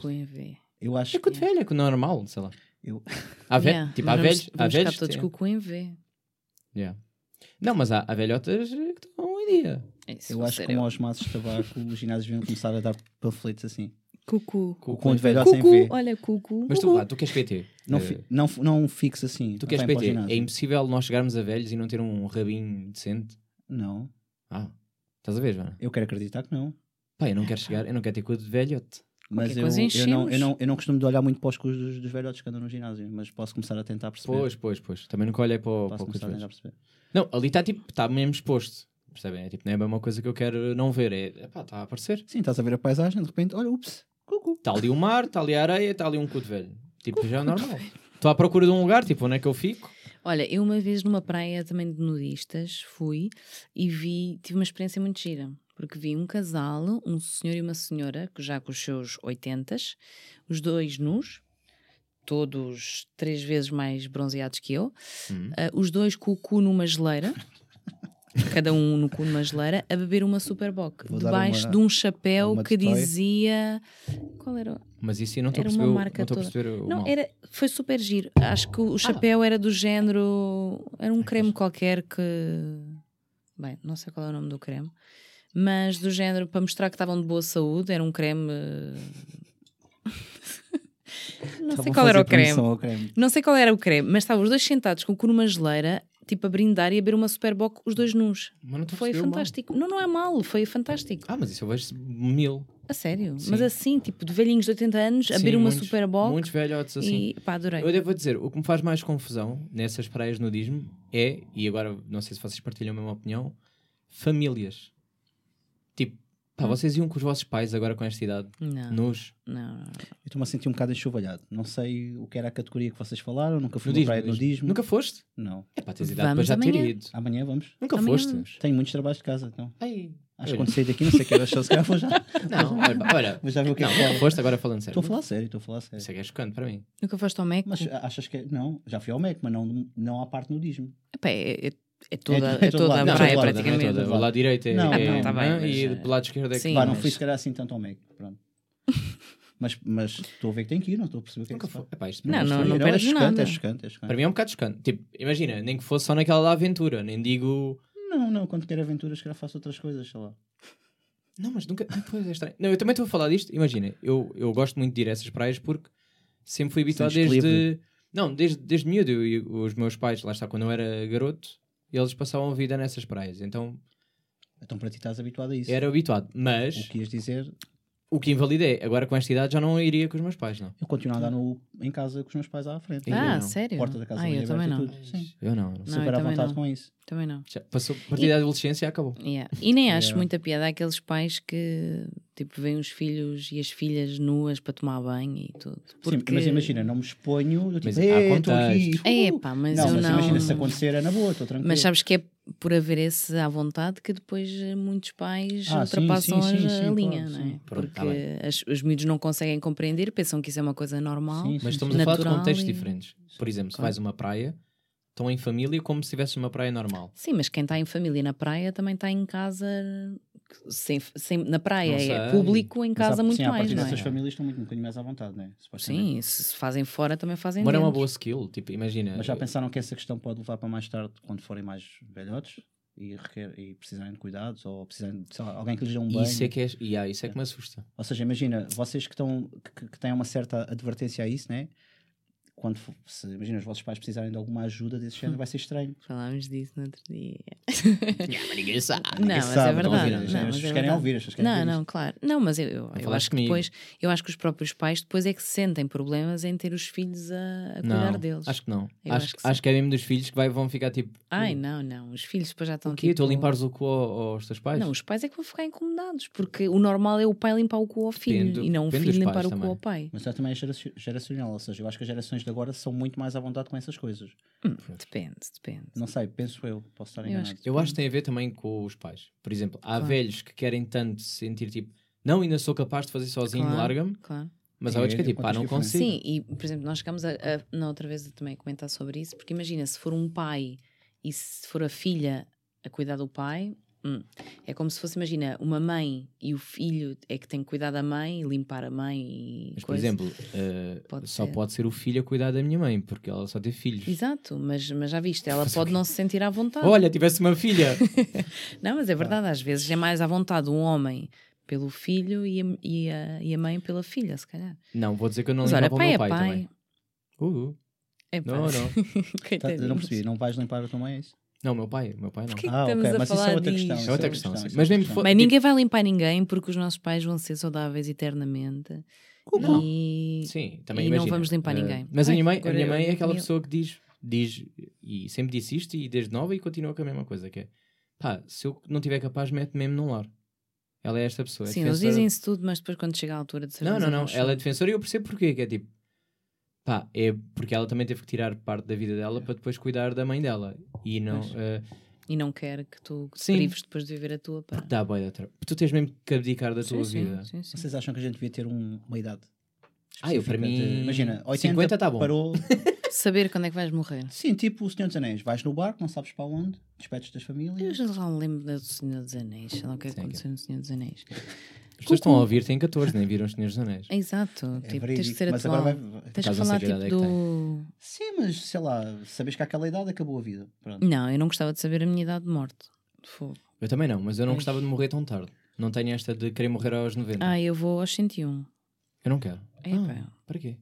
Speaker 2: Eu acho
Speaker 1: É cu de velho, é cu normal, sei lá.
Speaker 2: Eu-
Speaker 1: Há velho, tipo, há velhos, há
Speaker 3: Vamos
Speaker 1: velhos.
Speaker 3: ficar todos
Speaker 1: que
Speaker 3: com o
Speaker 1: têm-
Speaker 3: cu em V.
Speaker 1: Yeah. Não, mas há, há velhotas eh, que estão em dia.
Speaker 3: É Isso,
Speaker 2: Eu acho que como aos maços de tabaco, os ginásios deviam começar a dar panfletos assim.
Speaker 3: Cucu.
Speaker 2: O
Speaker 1: Com-
Speaker 2: conto velho sem ver.
Speaker 3: Cucu, olha, cucu.
Speaker 1: Mas tu, vá, tu queres PT?
Speaker 2: Não,
Speaker 1: Eh,
Speaker 2: fi, não, f- não fixe assim.
Speaker 1: Tu
Speaker 2: não
Speaker 1: queres
Speaker 2: vai para o
Speaker 1: PT?
Speaker 2: ginásio.
Speaker 1: É impossível nós chegarmos a velhos e não ter um rabinho decente?
Speaker 2: Não,
Speaker 1: Ah, estás a ver, Joana?
Speaker 2: eu quero acreditar que não.
Speaker 1: Pá, eu não quero chegar, eu não quero ter cu de velhote.
Speaker 2: Mas
Speaker 3: Qualquer
Speaker 2: eu,
Speaker 3: coisa
Speaker 2: eu, não, eu,
Speaker 3: enchemos.
Speaker 2: não, eu não costumo de olhar muito para os cus dos, dos velhotes que andam no ginásio, mas posso começar a tentar perceber.
Speaker 1: Pois, pois, pois. Também nunca olhei para o, para
Speaker 2: posso
Speaker 1: o cu de
Speaker 2: começar a tentar
Speaker 1: velhos.
Speaker 2: perceber.
Speaker 1: Não, ali está tipo, está mesmo exposto. Percebem? É tipo, não é bem uma coisa que eu quero não ver. É, pá, está a aparecer.
Speaker 2: Sim, estás a ver a paisagem, de repente, olha, ups, cucu.
Speaker 1: Está ali o mar, está ali a areia, está ali um cu de velho. Tipo, já é normal. Estou à procura de um lugar, tipo, onde é que eu fico?
Speaker 3: Olha, eu uma vez numa praia também de nudistas fui e vi, tive uma experiência muito gira, porque vi um casal, um senhor e uma senhora, que já com os seus 80, os dois nus, todos três vezes mais bronzeados que eu,
Speaker 2: Hum.
Speaker 3: ah, os dois com o cu numa geleira. Cada um no cu numa geleira, a beber uma Superboc,
Speaker 2: Vou dar
Speaker 3: debaixo
Speaker 2: uma-
Speaker 3: de um chapéu
Speaker 2: uma
Speaker 3: que
Speaker 2: de toy.
Speaker 3: dizia. Qual era?
Speaker 1: Mas isso eu não estou a
Speaker 3: Era uma
Speaker 1: perceber. o-
Speaker 3: marca
Speaker 1: não estou a
Speaker 3: toda.
Speaker 1: perceber o
Speaker 3: Não,
Speaker 1: mal. Ah.
Speaker 3: era, foi super giro. Acho que o chapéu era do género. Era um creme qualquer que. Bem, não sei qual é o nome do creme. Mas do género, para mostrar que estavam de boa saúde, era um creme. eh, não sei
Speaker 2: Estavam a
Speaker 3: qual era o
Speaker 2: Tá fazer
Speaker 3: creme.
Speaker 2: promoção ao creme.
Speaker 3: Não sei qual era o creme, mas estavam os dois sentados com o cu numa geleira, tipo a brindar e a beber uma Superboc, os dois nus.
Speaker 1: Mas não estou a perceber o
Speaker 3: Foi
Speaker 1: Então mal.
Speaker 3: fantástico. Não, não é mal, foi fantástico.
Speaker 1: Ah, mas isso eu vejo mil.
Speaker 3: A sério.
Speaker 1: Sim.
Speaker 3: Mas assim, tipo, de velhinhos de 80 anos, a
Speaker 1: Sim,
Speaker 3: beber uma
Speaker 1: muitos-
Speaker 3: Superboc.
Speaker 1: Muitos velhotes assim.
Speaker 3: E pá, adorei.
Speaker 1: Eu devo dizer, o que me faz mais confusão nessas praias de nudismo é, e agora não sei se vocês partilham a mesma opinião, famílias. Tipo,
Speaker 3: Hum?
Speaker 1: pá, vocês iam com os vossos pais agora com esta idade,
Speaker 3: Não, não,
Speaker 1: nus.
Speaker 3: não. não.
Speaker 2: Eu estou-me a sentir um bocado enxovalhado. Não sei o que era a categoria que vocês falaram, nunca fui
Speaker 1: Nudismo,
Speaker 2: numa praia de
Speaker 1: nudismo.
Speaker 2: nudismo.
Speaker 1: Nunca foste?
Speaker 2: Não.
Speaker 1: É pá, tens idade
Speaker 3: Vamos
Speaker 1: para já ter
Speaker 3: amanhã.
Speaker 1: ido.
Speaker 2: Amanhã vamos.
Speaker 1: Nunca
Speaker 3: Amanhã
Speaker 1: foste?
Speaker 3: vamos.
Speaker 2: Tenho muitos trabalhos de casa, então.
Speaker 1: Ai, olha.
Speaker 2: Acho que quando sair daqui, não sei que era show, se calhar vou já.
Speaker 1: Não, olha, pá, olha.
Speaker 2: Mas já vi o que é
Speaker 1: não,
Speaker 2: que
Speaker 1: nunca
Speaker 2: fala.
Speaker 1: foste, agora falando sério.
Speaker 2: Estou a falar sério, estou a falar sério.
Speaker 1: Isso é que é chocante para mim.
Speaker 3: Nunca foste ao Mac?
Speaker 2: Mas a- achas que. é- Não, já fui ao MEC, mas não, não há parte nudismo.
Speaker 3: Epá, é, é- é toda,
Speaker 2: É de- é
Speaker 3: é
Speaker 2: todo
Speaker 3: toda
Speaker 2: lado,
Speaker 3: a
Speaker 2: não é
Speaker 3: praia,
Speaker 2: todo lado, não é
Speaker 3: praticamente.
Speaker 2: todo lado.
Speaker 1: O lado direito é,
Speaker 2: Não,
Speaker 1: é
Speaker 3: não, tá bem,
Speaker 1: anã
Speaker 3: mas,
Speaker 1: e do
Speaker 3: eh,
Speaker 1: lado esquerdo é que
Speaker 3: sim.
Speaker 2: Pá,
Speaker 3: Claro,
Speaker 2: não
Speaker 1: mas-
Speaker 2: fui se calhar assim tanto ao MEC. Pronto. Mas mas estou a ver que tem que ir, não estou a perceber o que é que
Speaker 1: Nunca
Speaker 2: se faz.
Speaker 1: foi. Epá, isto
Speaker 3: Não,
Speaker 1: para mim
Speaker 3: não,
Speaker 1: é
Speaker 2: sei,
Speaker 1: chocante.
Speaker 3: não
Speaker 2: é
Speaker 3: perdes
Speaker 2: chocante,
Speaker 3: nada.
Speaker 2: é chocante, é chocante.
Speaker 1: Para mim é um bocado chocante. Tipo, imagina, nem que fosse só naquela da aventura, nem digo.
Speaker 2: Não, não, quando quero aventuras, quero faço outras coisas, sei lá.
Speaker 1: Não, mas nunca. Ah, Pois é estranho. Não, eu também estou a falar disto. Imagina, eu, eu gosto muito de ir a essas praias porque sempre fui habituado
Speaker 2: Sentes-te
Speaker 1: desde.
Speaker 2: livre.
Speaker 1: Não, desde, desde miúdo. Eu, e os meus pais, lá está, quando eu era garoto, eles passavam a vida nessas praias. Então
Speaker 2: Então para ti estás habituado a isso.
Speaker 1: era habituado. Mas
Speaker 2: O que ias dizer,
Speaker 1: o que invalida é, agora com esta idade já não iria com os meus pais, não.
Speaker 2: eu continuo a andar no, em casa com os meus pais à frente.
Speaker 1: Ainda
Speaker 3: Ah,
Speaker 1: não.
Speaker 3: sério?
Speaker 2: Porta da casa
Speaker 3: ah,
Speaker 2: da
Speaker 3: eu
Speaker 2: minha
Speaker 3: também
Speaker 2: aberta
Speaker 3: não.
Speaker 2: e tudo. Sim.
Speaker 1: Eu não, eu não.
Speaker 3: Não, eu
Speaker 2: Super à
Speaker 3: também
Speaker 2: vontade
Speaker 3: não.
Speaker 2: com isso.
Speaker 3: Também não.
Speaker 1: Já passou a partir
Speaker 3: E-
Speaker 1: da adolescência acabou.
Speaker 3: Yeah. E nem acho
Speaker 2: Yeah.
Speaker 3: muita piada àqueles pais que tipo veem os filhos e as filhas nuas para tomar banho e tudo.
Speaker 2: Sim,
Speaker 3: Porque...
Speaker 2: mas imagina, não me exponho, eu
Speaker 1: Mas
Speaker 2: tipo,
Speaker 1: há
Speaker 2: "Eh, estou aqui.
Speaker 1: contexto.
Speaker 3: É, pá, mas
Speaker 2: não,
Speaker 3: eu
Speaker 2: mas
Speaker 3: não.
Speaker 2: imagina, se acontecer é na boa, estou tranquilo.
Speaker 3: Mas sabes que é por haver esse à vontade que depois eh, muitos pais
Speaker 2: Ah, sim,
Speaker 3: ultrapassam
Speaker 2: sim, sim,
Speaker 3: a,
Speaker 2: sim,
Speaker 3: a
Speaker 2: claro,
Speaker 3: linha, não é?
Speaker 2: sim.
Speaker 1: Pronto,
Speaker 3: Porque
Speaker 1: tá
Speaker 3: as- os miúdos não conseguem compreender, pensam que isso é uma coisa normal.
Speaker 2: Sim,
Speaker 1: Mas
Speaker 2: sim,
Speaker 1: estamos
Speaker 2: sim.
Speaker 1: a falar de
Speaker 3: Natural
Speaker 1: contextos
Speaker 3: e-
Speaker 1: diferentes. Por exemplo, se
Speaker 3: Claro.
Speaker 1: vais a uma praia, estão em família como se estivesse numa praia normal.
Speaker 3: Sim, mas quem está em família na praia também está em casa sem, sem- na
Speaker 1: Não sei.
Speaker 3: praia, é público em
Speaker 2: Mas há-
Speaker 3: casa muito
Speaker 2: sim, a
Speaker 3: mais,
Speaker 2: partir
Speaker 3: não
Speaker 2: dessas
Speaker 3: é?
Speaker 2: famílias estão muito, um bocadinho mais à vontade, não é? Supostamente.
Speaker 3: Sim, se se fazem fora também fazem
Speaker 1: Mas é uma
Speaker 3: dentro.
Speaker 1: boa skill, tipo, imagina.
Speaker 2: Mas já pensaram que essa questão pode levar para mais tarde, quando forem mais velhotes e, requer, e precisarem de cuidados ou precisarem de sei lá, alguém que lhes dê um banho?
Speaker 1: Isso é que é, e há, isso é que me assusta.
Speaker 2: Ou seja, imagina, vocês que, estão, que, que têm uma certa advertência a isso, né? Quando, fo- se, imagina, os vossos pais precisarem de alguma ajuda desse género, vai ser estranho.
Speaker 3: Falámos disso no outro dia.
Speaker 1: Ah, Ninguém sabe.
Speaker 3: Não,
Speaker 2: Ninguém
Speaker 3: mas é
Speaker 2: sabe,
Speaker 3: verdade. Não,
Speaker 2: ouviram, as pessoas
Speaker 3: mas é
Speaker 2: querem
Speaker 3: verdade.
Speaker 2: ouvir, as pessoas querem
Speaker 3: Não,
Speaker 2: ouvir
Speaker 3: não,
Speaker 2: isto.
Speaker 3: claro. Não, mas eu, eu, eu
Speaker 1: falaste
Speaker 3: acho que
Speaker 1: comigo.
Speaker 3: depois, eu acho que os próprios pais depois é que se sentem problemas em ter os filhos a, a cuidar deles.
Speaker 1: Acho que não.
Speaker 3: Eu
Speaker 1: Acho,
Speaker 3: acho
Speaker 1: acho,
Speaker 3: que
Speaker 1: que
Speaker 3: sim.
Speaker 1: é mesmo dos filhos que vai, vão ficar tipo.
Speaker 3: Ai, não, não. Os filhos depois já estão
Speaker 1: aqui, tu
Speaker 3: tipo...
Speaker 1: a limpares o cu ao- aos teus pais?
Speaker 3: Não, os pais é que vão ficar incomodados, porque o normal é o pai limpar o cu ao filho
Speaker 1: Depende-
Speaker 3: e não o
Speaker 1: depende
Speaker 3: filho
Speaker 1: dos pais
Speaker 3: limpar o cu
Speaker 1: também.
Speaker 3: ao pai.
Speaker 2: Mas isso também é geraci- geracional, ou seja, eu acho que as gerações de agora são muito mais à vontade com essas coisas.
Speaker 3: Depende, depende.
Speaker 2: Não sei, penso eu, posso estar
Speaker 3: Eu
Speaker 2: enganado.
Speaker 3: acho
Speaker 1: Eu acho que tem a ver também com os pais. Por exemplo, há
Speaker 3: Claro.
Speaker 1: velhos que querem tanto se sentir tipo, não, ainda sou capaz de fazer sozinho,
Speaker 3: Claro.
Speaker 1: larga-me.
Speaker 3: Claro.
Speaker 1: Mas
Speaker 2: É,
Speaker 1: há outros que é
Speaker 2: eu
Speaker 1: tipo, pá,
Speaker 2: conto
Speaker 1: não
Speaker 2: as diferenças.
Speaker 1: consigo.
Speaker 3: Sim, e por exemplo, nós chegamos a, a- na outra vez também a comentar sobre isso, porque imagina se for um pai e se for a filha a cuidar do pai, hum, é como se fosse, imagina, uma mãe e o filho é que tem que cuidar da mãe e limpar a mãe e.
Speaker 1: Mas, por
Speaker 3: coisa.
Speaker 1: exemplo, eh,
Speaker 3: Pode
Speaker 1: só
Speaker 3: ser.
Speaker 1: pode ser o filho a cuidar da minha mãe, porque ela só teve filhos.
Speaker 3: Exato, mas, mas já viste, ela
Speaker 1: Fazer o
Speaker 3: pode
Speaker 1: quê?
Speaker 3: não se sentir à vontade.
Speaker 1: Olha, tivesse uma filha.
Speaker 3: Não, mas é verdade, às vezes é mais à vontade um homem pelo filho e a, e a, e a mãe pela filha, se calhar.
Speaker 1: não, vou dizer que eu não
Speaker 3: mas olha,
Speaker 1: limpava o
Speaker 3: pai
Speaker 1: meu
Speaker 3: é
Speaker 1: pai,
Speaker 3: pai.
Speaker 1: também. Uh, uh.
Speaker 3: É pai.
Speaker 1: Não, não.
Speaker 2: Tá, eu
Speaker 3: Coitadinhos.
Speaker 2: não percebi, não vais limpar a tua mãe, é isso?
Speaker 1: Não, meu pai, meu pai não.
Speaker 3: Porquê que
Speaker 2: Ah,
Speaker 3: estamos
Speaker 2: ok,
Speaker 3: a
Speaker 2: mas isso
Speaker 3: falar
Speaker 2: é outra
Speaker 3: disto?
Speaker 2: questão.
Speaker 1: É
Speaker 2: isso
Speaker 1: outra
Speaker 2: isso
Speaker 1: questão,
Speaker 2: é
Speaker 1: sim.
Speaker 2: outra
Speaker 1: Mas mesmo
Speaker 2: questão.
Speaker 1: fo-
Speaker 3: Bem,
Speaker 1: Tipo-
Speaker 3: ninguém vai limpar ninguém porque os nossos pais vão ser saudáveis eternamente.
Speaker 1: Como
Speaker 3: E...
Speaker 1: Sim, também
Speaker 3: E não
Speaker 1: imagina,
Speaker 3: vamos limpar
Speaker 1: eh,
Speaker 3: ninguém.
Speaker 1: Mas a
Speaker 3: Ai,
Speaker 1: minha mãe, a
Speaker 3: agora
Speaker 1: minha
Speaker 3: eu-
Speaker 1: mãe é aquela
Speaker 3: eu-
Speaker 1: pessoa que diz, diz, e sempre disse isto, e desde nova, e continua com a mesma coisa, que é, pá, se eu não tiver capaz, mete-me mesmo num lar. Ela é esta pessoa. é
Speaker 3: Sim, eles
Speaker 1: defensora-
Speaker 3: dizem-se tudo, mas depois quando chega a altura de ser
Speaker 1: Não, não, não, ela é defensora e eu percebo porquê, que é tipo, pá, é porque ela também teve que tirar parte da vida dela para depois cuidar da mãe dela. E não,
Speaker 2: Pois.
Speaker 1: eh,
Speaker 3: E não quer que tu te
Speaker 1: Sim.
Speaker 3: prives depois de viver a tua pá.
Speaker 1: Porque dá boia da tra... Tu tens mesmo que abdicar da tua
Speaker 3: sim,
Speaker 1: vida.
Speaker 3: Sim, sim, sim.
Speaker 2: Vocês acham que a gente devia ter um- uma idade?
Speaker 1: Ah, eu, para
Speaker 2: específica
Speaker 1: mim,
Speaker 2: de- Imagina,
Speaker 1: 50 tá bom.
Speaker 2: parou.
Speaker 3: Saber quando é que vais morrer.
Speaker 2: Sim, tipo o Senhor dos Anéis. Vais no barco, não sabes para onde, despedes das
Speaker 3: Eu
Speaker 2: famílias.
Speaker 3: já não lembro da do Senhor dos Anéis, sei lá o que é que
Speaker 1: Sim,
Speaker 3: aconteceu no Senhor dos Anéis.
Speaker 1: As pessoas estão a ouvir, têm 14, nem viram os Senhores dos Anéis.
Speaker 3: Exato,
Speaker 2: É
Speaker 3: tipo, tens que
Speaker 2: verídico,
Speaker 3: ser
Speaker 2: mas
Speaker 3: atual.
Speaker 2: agora vai...
Speaker 3: Tens que
Speaker 1: Caso não
Speaker 3: falar
Speaker 1: seja
Speaker 3: tipo
Speaker 1: a idade é que
Speaker 3: do.
Speaker 2: Sim, mas sei lá, sabes que àquela idade acabou a vida. Pronto.
Speaker 3: Não, eu não gostava de saber a minha idade de morte. Fogo.
Speaker 1: Eu também não, mas eu não
Speaker 3: Pois.
Speaker 1: gostava de morrer tão tarde. Não tenho esta de querer morrer aos 90.
Speaker 3: Ah, eu vou aos 101.
Speaker 1: Eu não quero.
Speaker 3: Epá.
Speaker 1: Ah, para quê?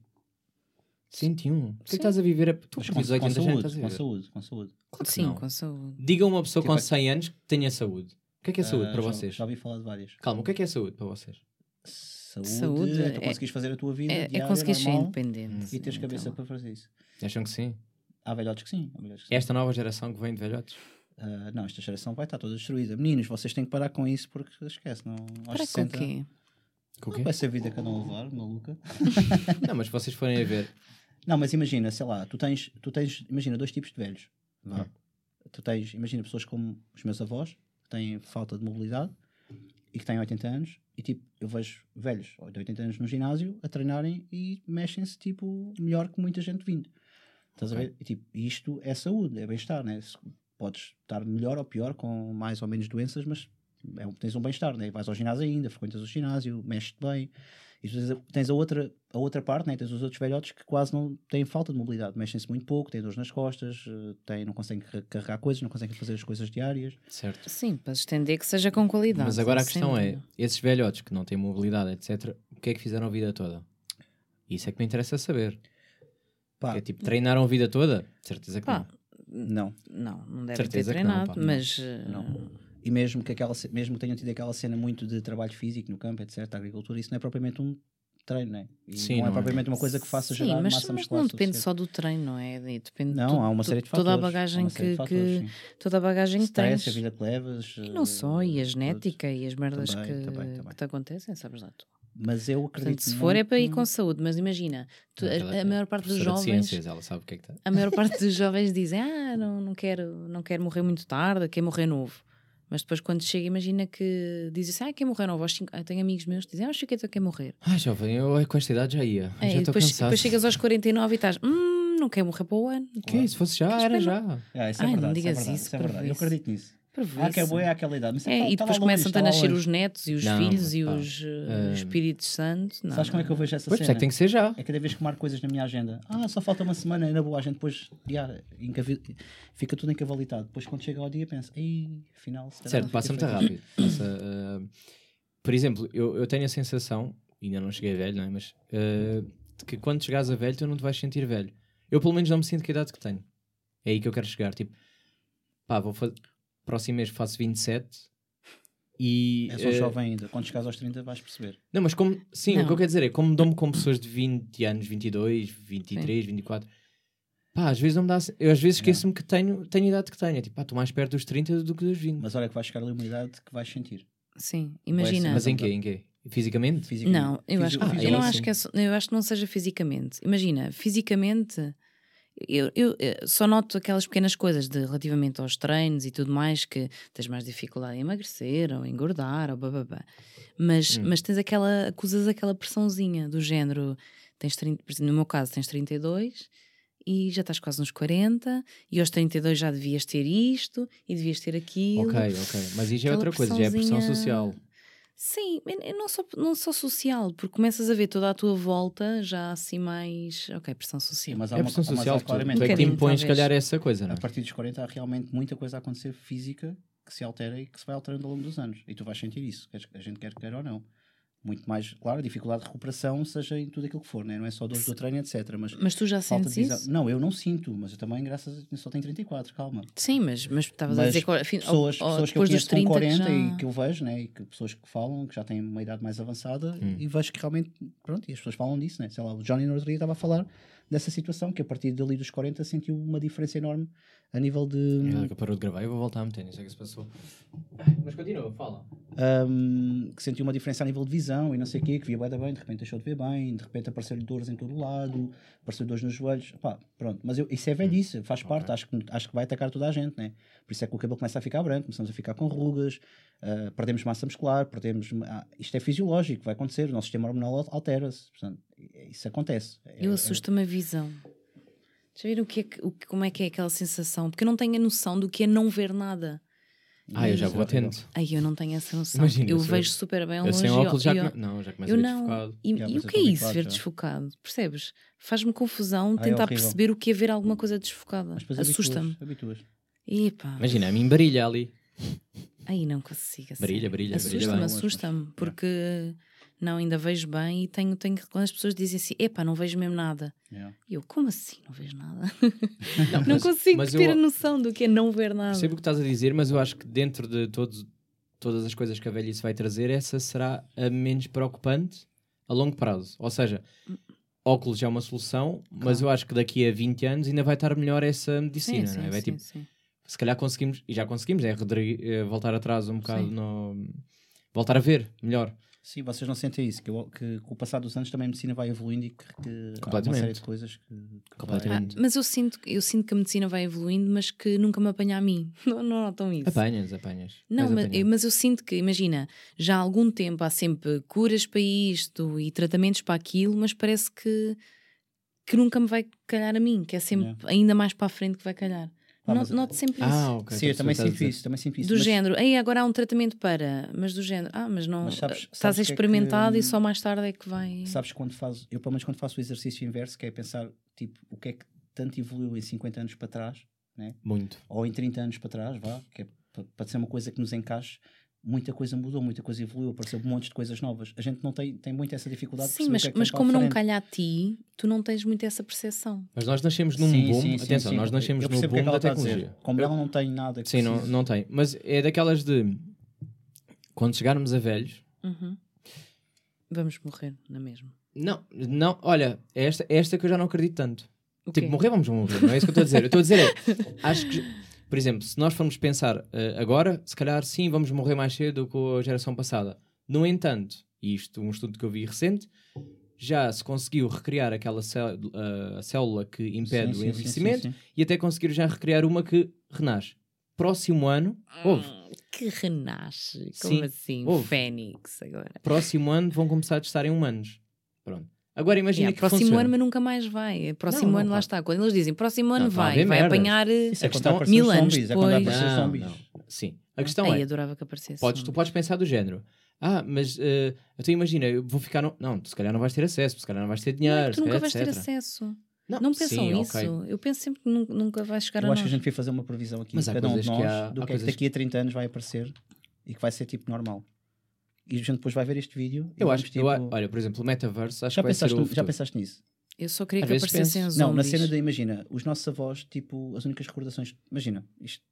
Speaker 1: 101. Porquê que
Speaker 3: Sim.
Speaker 1: estás a viver a... Tu
Speaker 2: Mas
Speaker 1: com
Speaker 2: com,
Speaker 1: 18
Speaker 2: com
Speaker 1: anos já
Speaker 2: saúde,
Speaker 1: estás a
Speaker 2: com
Speaker 1: viver.
Speaker 2: saúde, com saúde.
Speaker 1: Claro que
Speaker 3: Sim,
Speaker 1: não.
Speaker 3: com saúde.
Speaker 1: Diga uma pessoa
Speaker 2: Tipo,
Speaker 1: com
Speaker 2: é-
Speaker 1: 100 anos que tenha saúde. O que é que é saúde
Speaker 2: Ah,
Speaker 1: para
Speaker 2: já-
Speaker 1: vocês?
Speaker 2: Já ouvi falar de várias.
Speaker 1: Calma, o que é que é saúde para vocês?
Speaker 2: Saúde,
Speaker 3: Saúde
Speaker 2: é tu
Speaker 3: é-
Speaker 2: conseguires fazer a tua vida.
Speaker 3: É, é
Speaker 2: diária,
Speaker 3: conseguir ser
Speaker 2: normal,
Speaker 3: independente.
Speaker 2: E teres cabeça
Speaker 3: então. É.
Speaker 2: para fazer isso.
Speaker 1: Acham que sim?
Speaker 2: Há velhotes que sim. Há velhotes que sim.
Speaker 1: Esta nova geração que vem de velhotes?
Speaker 2: Ah, não, esta geração vai estar toda destruída. Meninos, vocês têm que parar com isso porque esquece. Não, aos
Speaker 3: Para com o
Speaker 2: 60,
Speaker 3: quê?
Speaker 1: Com o
Speaker 2: não
Speaker 1: quê?
Speaker 2: vai ser a vida que andam a levar, maluca.
Speaker 1: Não, mas se vocês forem a ver.
Speaker 2: Não, mas imagina, sei lá, tu tens, tu tens imagina, dois tipos de velhos. vá.
Speaker 1: Hum.
Speaker 2: Tu tens, imagina, pessoas como os meus avós, que têm falta de mobilidade e que têm 80 anos, e tipo, eu vejo velhos de 80 anos no ginásio a treinarem e mexem-se, tipo, melhor que muita gente vindo. Estás a
Speaker 1: Ok.
Speaker 2: ver? E tipo, isto é saúde, é bem-estar, né? Se- Podes estar melhor ou pior, com mais ou menos doenças, mas é um- tens um bem-estar, né? Vais ao ginásio ainda, frequentas o ginásio, mexes-te bem. E tu tens a, tens a outra, a outra parte, né? tens os outros velhotes que quase não têm falta de mobilidade, mexem-se muito pouco, têm dores nas costas, eh, têm, não conseguem car- carregar coisas, não conseguem fazer as coisas diárias.
Speaker 1: Certo.
Speaker 3: Sim, para se estender que seja com qualidade.
Speaker 1: Mas agora a
Speaker 3: sem
Speaker 1: questão é:
Speaker 3: dúvida.
Speaker 1: esses velhotes que não têm mobilidade, etc., o que é que fizeram a vida toda? Isso é que me interessa saber.
Speaker 2: Pá,
Speaker 1: Que é tipo, treinaram a vida toda? De certeza que
Speaker 3: Pá,
Speaker 1: não.
Speaker 2: não.
Speaker 3: Não, não deve ter
Speaker 1: Certeza que não,
Speaker 3: treinado,
Speaker 1: pá, não.
Speaker 3: mas. eh,
Speaker 2: Não. E mesmo que, aquela, ce- mesmo que tenham tido aquela cena muito de trabalho físico no campo, etc., agricultura, isso não é propriamente um treino, né? E
Speaker 1: Sim,
Speaker 2: não,
Speaker 1: não
Speaker 2: é
Speaker 1: é.
Speaker 2: propriamente uma coisa que faça
Speaker 3: Sim,
Speaker 2: gerar
Speaker 3: mas,
Speaker 2: massa
Speaker 3: mas
Speaker 2: muscular.
Speaker 3: não depende
Speaker 2: suficiente.
Speaker 3: só do treino, não é? E Depende de
Speaker 2: Não,
Speaker 3: tu-
Speaker 2: há uma
Speaker 3: tu-
Speaker 2: série de fatores.
Speaker 3: toda a
Speaker 2: há
Speaker 3: bagagem
Speaker 2: uma série
Speaker 3: que,
Speaker 2: de fatores,
Speaker 3: que-
Speaker 2: sim.
Speaker 3: toda a bagagem que
Speaker 2: Stress,
Speaker 3: tens.
Speaker 2: a vida que levas.
Speaker 3: E não só, e a
Speaker 2: eh,
Speaker 3: genética e as merdas
Speaker 2: Também,
Speaker 3: que,
Speaker 2: também, também.
Speaker 3: que te acontecem, sabes lá tu.
Speaker 2: tudo. Mas eu acredito.
Speaker 3: Portanto, se for é para ir com
Speaker 2: muito-
Speaker 3: saúde, mas imagina, tu-
Speaker 1: Aquela é
Speaker 3: a, a maior parte dos
Speaker 1: professora de
Speaker 3: jovens.
Speaker 1: ciências, ela sabe o que é que está.
Speaker 3: A maior parte dos jovens dizem: Ah, não, não, quero, não quero morrer muito tarde, quero morrer novo. Mas depois, quando chega, imagina que dizem assim: Ah, quero morrer novo. Aos cinco- Eu tenho amigos meus que dizem: Ah, acho que eu quero morrer.
Speaker 1: Ah, jovem, eu com esta idade já ia. já
Speaker 3: É, e
Speaker 1: estou
Speaker 3: depois,
Speaker 1: cansado.
Speaker 3: depois chegas aos 49 e estás: Hum, não quero morrer para o ano.
Speaker 1: O é quê? Se fosse já, era já.
Speaker 2: Ah, isso é
Speaker 3: Ai, não
Speaker 2: verdade, isso é
Speaker 3: digas
Speaker 2: verdade,
Speaker 3: isso,
Speaker 2: isso é verdade. Eu
Speaker 3: parvoíce.
Speaker 2: acredito nisso.
Speaker 3: Parvoíce.
Speaker 2: Ah, que é boa, é aquela idade. Mas
Speaker 3: É,
Speaker 2: tá-
Speaker 3: e
Speaker 2: tá lá
Speaker 3: depois
Speaker 2: longe,
Speaker 3: começam-te
Speaker 2: tá
Speaker 3: a
Speaker 2: lá
Speaker 3: nascer
Speaker 2: longe.
Speaker 3: os netos e os
Speaker 1: Não,
Speaker 3: filhos e
Speaker 1: pá.
Speaker 3: os
Speaker 1: Ah.
Speaker 3: eh, Espíritos Santos. Não,
Speaker 2: Sabes como é
Speaker 3: não,
Speaker 2: que eu vejo essa
Speaker 1: Pois, por isso é
Speaker 2: cena?
Speaker 1: que tem que ser já.
Speaker 2: É cada vez que marco coisas na minha agenda. Ah, só falta uma semana, é na boa, a gente depois já, encavi- fica tudo encavalitado. Depois quando chega ao dia pensa, ei, afinal... se calhar
Speaker 1: Certo,
Speaker 2: não
Speaker 1: passa
Speaker 2: fica
Speaker 1: muito
Speaker 2: feito."
Speaker 1: rápido. Passa, ah, por exemplo, eu, eu tenho a sensação, ainda não cheguei velho, não é? Mas ah, de que quando chegares a velho, tu não te vais sentir velho. Eu pelo menos não me sinto com a idade que tenho. É aí que eu quero chegar. Tipo, pá, vou fazer. Próximo mês faço 27 e.
Speaker 2: É só
Speaker 1: ah,
Speaker 2: jovem ainda. Quando chegares aos 30 vais perceber.
Speaker 1: Não, mas como. Sim, o que
Speaker 3: Não.
Speaker 1: eu quero dizer é como dou-me com pessoas de 20 anos, 22, 23, 24. Pá, às vezes não me dá. Eu às vezes esqueço-me que tenho, tenho a idade que tenho. É tipo, pá, estou mais perto dos 30 do que dos 20.
Speaker 2: Mas olha que vais chegar ali uma idade que vais sentir.
Speaker 3: Sim, imagina.
Speaker 1: Mas em quê? Em quê? Fisicamente?
Speaker 2: Fisicamente.
Speaker 3: Não, eu acho,
Speaker 1: Ah,
Speaker 2: Fisio-
Speaker 3: eu não
Speaker 1: sim.
Speaker 3: acho que é só- eu acho que não seja fisicamente. Imagina, fisicamente eu, eu, eh, só noto aquelas pequenas coisas de relativamente aos treinos e tudo mais que tens mais dificuldade em emagrecer ou engordar ou bababá.
Speaker 1: Hum.
Speaker 3: Mas, mas tens aquela, acusas aquela pressãozinha do género, tens 30, por exemplo, no meu caso tens 32 e já estás quase nos 40 e aos 32 já devias ter isto e devias ter aquilo.
Speaker 1: Ok, ok. Mas isso é
Speaker 3: Aquela
Speaker 1: outra coisa, já é pressão
Speaker 3: pressãozinha-
Speaker 1: social.
Speaker 3: Sim, e- e não só, não só social, porque começas a ver toda a tua volta já assim mais. Ok, pressão
Speaker 2: Sim,
Speaker 3: social.
Speaker 2: mas há
Speaker 1: É
Speaker 2: uma,
Speaker 1: pressão
Speaker 2: mas há
Speaker 1: social. Tu,
Speaker 2: claramente
Speaker 1: tu é que te
Speaker 3: Um bocadinho,
Speaker 1: impões, se
Speaker 3: talvez.
Speaker 1: calhar, essa coisa, não
Speaker 2: a
Speaker 1: é?
Speaker 2: partir dos 40 há realmente muita coisa a acontecer física que se altera e que se vai alterando ao longo dos anos. E tu vais sentir isso, quer- a gente quer queira ou não. Muito mais, claro, a dificuldade de recuperação, seja em tudo aquilo que for, né? não é só dores do treino, etc. Mas
Speaker 3: Mas tu já
Speaker 2: falta
Speaker 3: sentes
Speaker 2: de visão.
Speaker 3: isso?
Speaker 2: Não, eu não sinto, mas eu também, graças a só tenho 34, calma.
Speaker 3: Sim, mas, mas estavas a
Speaker 2: Mas
Speaker 3: dizer que ao fim- ao-
Speaker 2: pessoas,
Speaker 3: ao-
Speaker 2: pessoas que eu
Speaker 3: depois
Speaker 2: conheço
Speaker 3: dos
Speaker 2: com
Speaker 3: 30
Speaker 2: 40
Speaker 3: já...
Speaker 2: e que eu vejo, né? e que pessoas que falam, que já têm uma idade mais avançada,
Speaker 3: Hum.
Speaker 2: e vejo que realmente, pronto, e as pessoas falam disso, né? sei lá, o Johnny no outro dia estava a falar dessa situação, que a partir dali dos 40 sentiu uma diferença enorme a nível de...
Speaker 1: Ela que parou de gravar, eu vou voltar a meter, não sei o que se passou. Mas continua, fala.
Speaker 2: Ahm, Hum, que sentiu uma diferença a nível de visão e não sei o quê, que via bué da bem, de repente deixou de ver bem, de repente apareceram dores em todo lado, apareceram dores nos joelhos, pá, pronto. Mas eu, isso é velhice, faz parte, acho que, acho que vai atacar toda a gente, né? Por isso é que o cabelo começa a ficar branco, começamos a ficar com rugas, ah, perdemos massa muscular, perdemos. ah, isto é fisiológico, vai acontecer, o nosso sistema hormonal al- altera-se, portanto, isso acontece. É-
Speaker 3: Eu
Speaker 2: é-
Speaker 3: assusta-me a visão. Deixa eu ver o que é que- o que- como é que é aquela sensação, porque eu não tenho a noção do que é não ver nada.
Speaker 1: Ah, eu já vou
Speaker 2: é, Horrível.
Speaker 1: atento.
Speaker 3: Aí eu não tenho essa noção.
Speaker 1: Imagina,
Speaker 3: eu
Speaker 1: se eu-
Speaker 3: vejo super bem ao
Speaker 1: Eu
Speaker 3: longe.
Speaker 1: sem
Speaker 3: e
Speaker 1: óculos já,
Speaker 3: e Então, eu-
Speaker 1: come- não, já começa
Speaker 3: Eu
Speaker 1: a ver
Speaker 3: não.
Speaker 1: desfocado.
Speaker 3: E,
Speaker 2: Yeah,
Speaker 3: e
Speaker 2: mas
Speaker 3: o
Speaker 2: eu
Speaker 3: que é
Speaker 2: tô
Speaker 3: isso,
Speaker 2: habituado
Speaker 3: ver
Speaker 2: é já.
Speaker 3: desfocado? Percebes? Faz-me confusão
Speaker 2: Ah, é
Speaker 3: tentar
Speaker 2: horrível.
Speaker 3: perceber o que é ver alguma coisa desfocada.
Speaker 2: Mas depois é
Speaker 3: Assusta-me.
Speaker 2: habituas- habituas.
Speaker 3: Epá,
Speaker 1: Imagina, a mim brilha ali.
Speaker 3: aí não consigo. a sério.
Speaker 1: Brilha, brilha, brilha
Speaker 3: Assusta-me,
Speaker 1: bem.
Speaker 2: mas-
Speaker 3: assusta-me, porque não, ainda vejo bem e tenho, tenho que. Quando as pessoas dizem assim, epá, não vejo mesmo nada.
Speaker 2: Yeah.
Speaker 3: E eu, como assim não vejo nada?
Speaker 1: Não,
Speaker 3: não
Speaker 1: mas-
Speaker 3: consigo
Speaker 1: mas
Speaker 3: ter
Speaker 1: eu-
Speaker 3: a noção do que é não ver nada.
Speaker 1: Percebo o que estás a dizer, mas eu acho que dentro de todos, todas as coisas que a velhice vai trazer, essa será a menos preocupante a longo prazo. Ou seja, óculos já é uma solução, mas eu acho que daqui a 20 anos ainda vai estar melhor essa medicina, não é? Vai, tipo,
Speaker 3: sim.
Speaker 1: se calhar conseguimos, e já conseguimos, é redri- eh, voltar atrás um bocado
Speaker 3: Sim.
Speaker 1: no. voltar a ver melhor.
Speaker 2: Sim, vocês não sentem isso, que, eu- que com o passar dos anos também a medicina vai evoluindo e que, que há uma
Speaker 1: Completamente.
Speaker 2: série de coisas que, que
Speaker 1: Completamente.
Speaker 2: vai-
Speaker 3: Ah, Mas eu sinto, eu sinto que a medicina vai evoluindo, mas que nunca me apanha a mim. Não, não notam isso.
Speaker 1: Apanhas, apanhas.
Speaker 3: Não,
Speaker 1: Vais
Speaker 3: mas,
Speaker 1: apanhando.
Speaker 3: mas eu sinto que, imagina, já há algum tempo há sempre curas para isto e tratamentos para aquilo, mas parece que, que nunca me vai calhar a mim, que é sempre ainda mais para a frente que vai calhar.
Speaker 2: Ah,
Speaker 3: No-
Speaker 2: mas-
Speaker 3: noto sempre
Speaker 1: Ah,
Speaker 3: isso.
Speaker 1: ok. estou
Speaker 2: Sim,
Speaker 1: a
Speaker 2: eu também
Speaker 1: perceber o que
Speaker 2: sinto
Speaker 1: estás a dizer.
Speaker 2: isso, também sinto isso.
Speaker 3: do
Speaker 2: mas-
Speaker 3: género, aí agora há um tratamento para, mas do género, ah, mas não
Speaker 2: Mas sabes-
Speaker 3: estás
Speaker 2: sabes
Speaker 3: a
Speaker 2: o que é que,
Speaker 3: experimentado
Speaker 2: hum,
Speaker 3: e só mais tarde é que vai.
Speaker 2: Sabes quando fazes, eu pelo menos quando faço o exercício inverso, que é pensar, tipo, o que é que tanto evoluiu em 50 anos para trás,
Speaker 1: Muito.
Speaker 2: ou em 30 anos para trás, vá, que é pa- para ser uma coisa que nos encaixe, muita coisa mudou, muita coisa evoluiu, apareceu um monte de coisas novas. A gente não tem, tem muito essa dificuldade
Speaker 3: Sim, mas,
Speaker 2: de perceber o que é que
Speaker 3: mas
Speaker 2: vem para
Speaker 3: como
Speaker 2: a
Speaker 3: não
Speaker 2: frente.
Speaker 3: calha a ti, tu não tens muito essa percepção.
Speaker 1: Mas nós nascemos num
Speaker 2: Sim,
Speaker 1: boom,
Speaker 2: sim, sim,
Speaker 1: atenção,
Speaker 2: sim.
Speaker 1: nós nascemos
Speaker 2: Eu
Speaker 1: num
Speaker 2: percebo o que
Speaker 1: boom
Speaker 2: é que ela
Speaker 1: da
Speaker 2: está a dizer.
Speaker 1: tecnologia.
Speaker 2: Como ela não tem nada que
Speaker 1: Sim, não,
Speaker 2: precise-
Speaker 1: não tem. Mas é daquelas de quando chegarmos a velhos.
Speaker 3: Uhum. Vamos morrer, na mesma.
Speaker 1: Não, não, olha, é esta, é esta que eu já não acredito tanto.
Speaker 3: O
Speaker 1: Tipo,
Speaker 3: quê?
Speaker 1: morrer, vamos morrer, não é isso que eu estou a dizer. Eu estou a dizer é, acho que, por exemplo, se nós formos pensar eh, agora, se calhar sim, vamos morrer mais cedo do que a geração passada. No entanto, e isto um estudo que eu vi recente, já se conseguiu recriar aquela cél- eh, a célula que impede o
Speaker 2: Sim, sim, sim, sim,
Speaker 1: envelhecimento
Speaker 2: sim.
Speaker 1: e até conseguiram já recriar uma que renasce. Próximo ano,
Speaker 2: Ah.
Speaker 1: houve.
Speaker 3: Hum, Que renasce.
Speaker 1: Sim,
Speaker 3: Como assim?
Speaker 1: houve.
Speaker 3: Fênix agora.
Speaker 1: próximo ano vão começar a testar em humanos. Pronto. Agora imagina
Speaker 3: Yeah,
Speaker 1: que
Speaker 3: próximo
Speaker 1: funciona.
Speaker 3: ano, mas nunca mais vai. É, Próximo
Speaker 1: Não, não
Speaker 3: ano, lá
Speaker 1: vai.
Speaker 3: está. Quando eles dizem próximo ano
Speaker 1: Não, vai
Speaker 3: vai,
Speaker 1: haver
Speaker 3: vai
Speaker 1: merdas.
Speaker 3: apanhar. eh,
Speaker 2: Isso é
Speaker 1: A
Speaker 2: quando
Speaker 1: questão-
Speaker 2: aparecem os
Speaker 3: mil anos
Speaker 2: zombies, é quando
Speaker 3: depois.
Speaker 2: aparecem os
Speaker 1: Não,
Speaker 2: zombies.
Speaker 1: não. Sim. A questão
Speaker 3: Ai,
Speaker 1: é,
Speaker 3: adorava que aparecesse. um.
Speaker 1: podes, tu podes pensar do género. Ah, mas eh, então imagina, eu vou ficar. No... Não, tu se calhar não vais ter acesso, se calhar não vais ter
Speaker 3: Não
Speaker 1: dinheiro,
Speaker 3: é que tu
Speaker 1: se
Speaker 3: nunca
Speaker 1: calhar,
Speaker 3: vais ter
Speaker 1: etc.
Speaker 3: acesso.
Speaker 1: Não,
Speaker 3: Não pensam
Speaker 1: sim,
Speaker 3: nisso.
Speaker 1: ok.
Speaker 3: Eu penso sempre que nun- nunca vais chegar a
Speaker 2: Eu
Speaker 3: nós.
Speaker 2: acho que a gente devia fazer uma previsão aqui,
Speaker 1: Mas há
Speaker 2: cada um de
Speaker 1: coisas que
Speaker 2: nós,
Speaker 1: há- há
Speaker 2: do que é que
Speaker 1: coisas
Speaker 2: daqui a 30 anos vai aparecer e que vai ser tipo normal. E a gente depois vai ver este vídeo. e
Speaker 1: Eu
Speaker 2: vamos, tipo,
Speaker 1: acho que, eu a- olha, por exemplo, o metaverse, acho
Speaker 2: já,
Speaker 1: que vai ser
Speaker 2: pensaste,
Speaker 1: o
Speaker 2: no- já
Speaker 1: futuro.
Speaker 2: pensaste nisso?
Speaker 3: Eu só queria
Speaker 1: Às
Speaker 3: que
Speaker 1: vezes
Speaker 3: aparecessem
Speaker 1: penso.
Speaker 3: os
Speaker 2: Não, na
Speaker 3: zombies.
Speaker 2: cena da imagina, os nossos avós, tipo, as únicas recordações. Imagina, isto,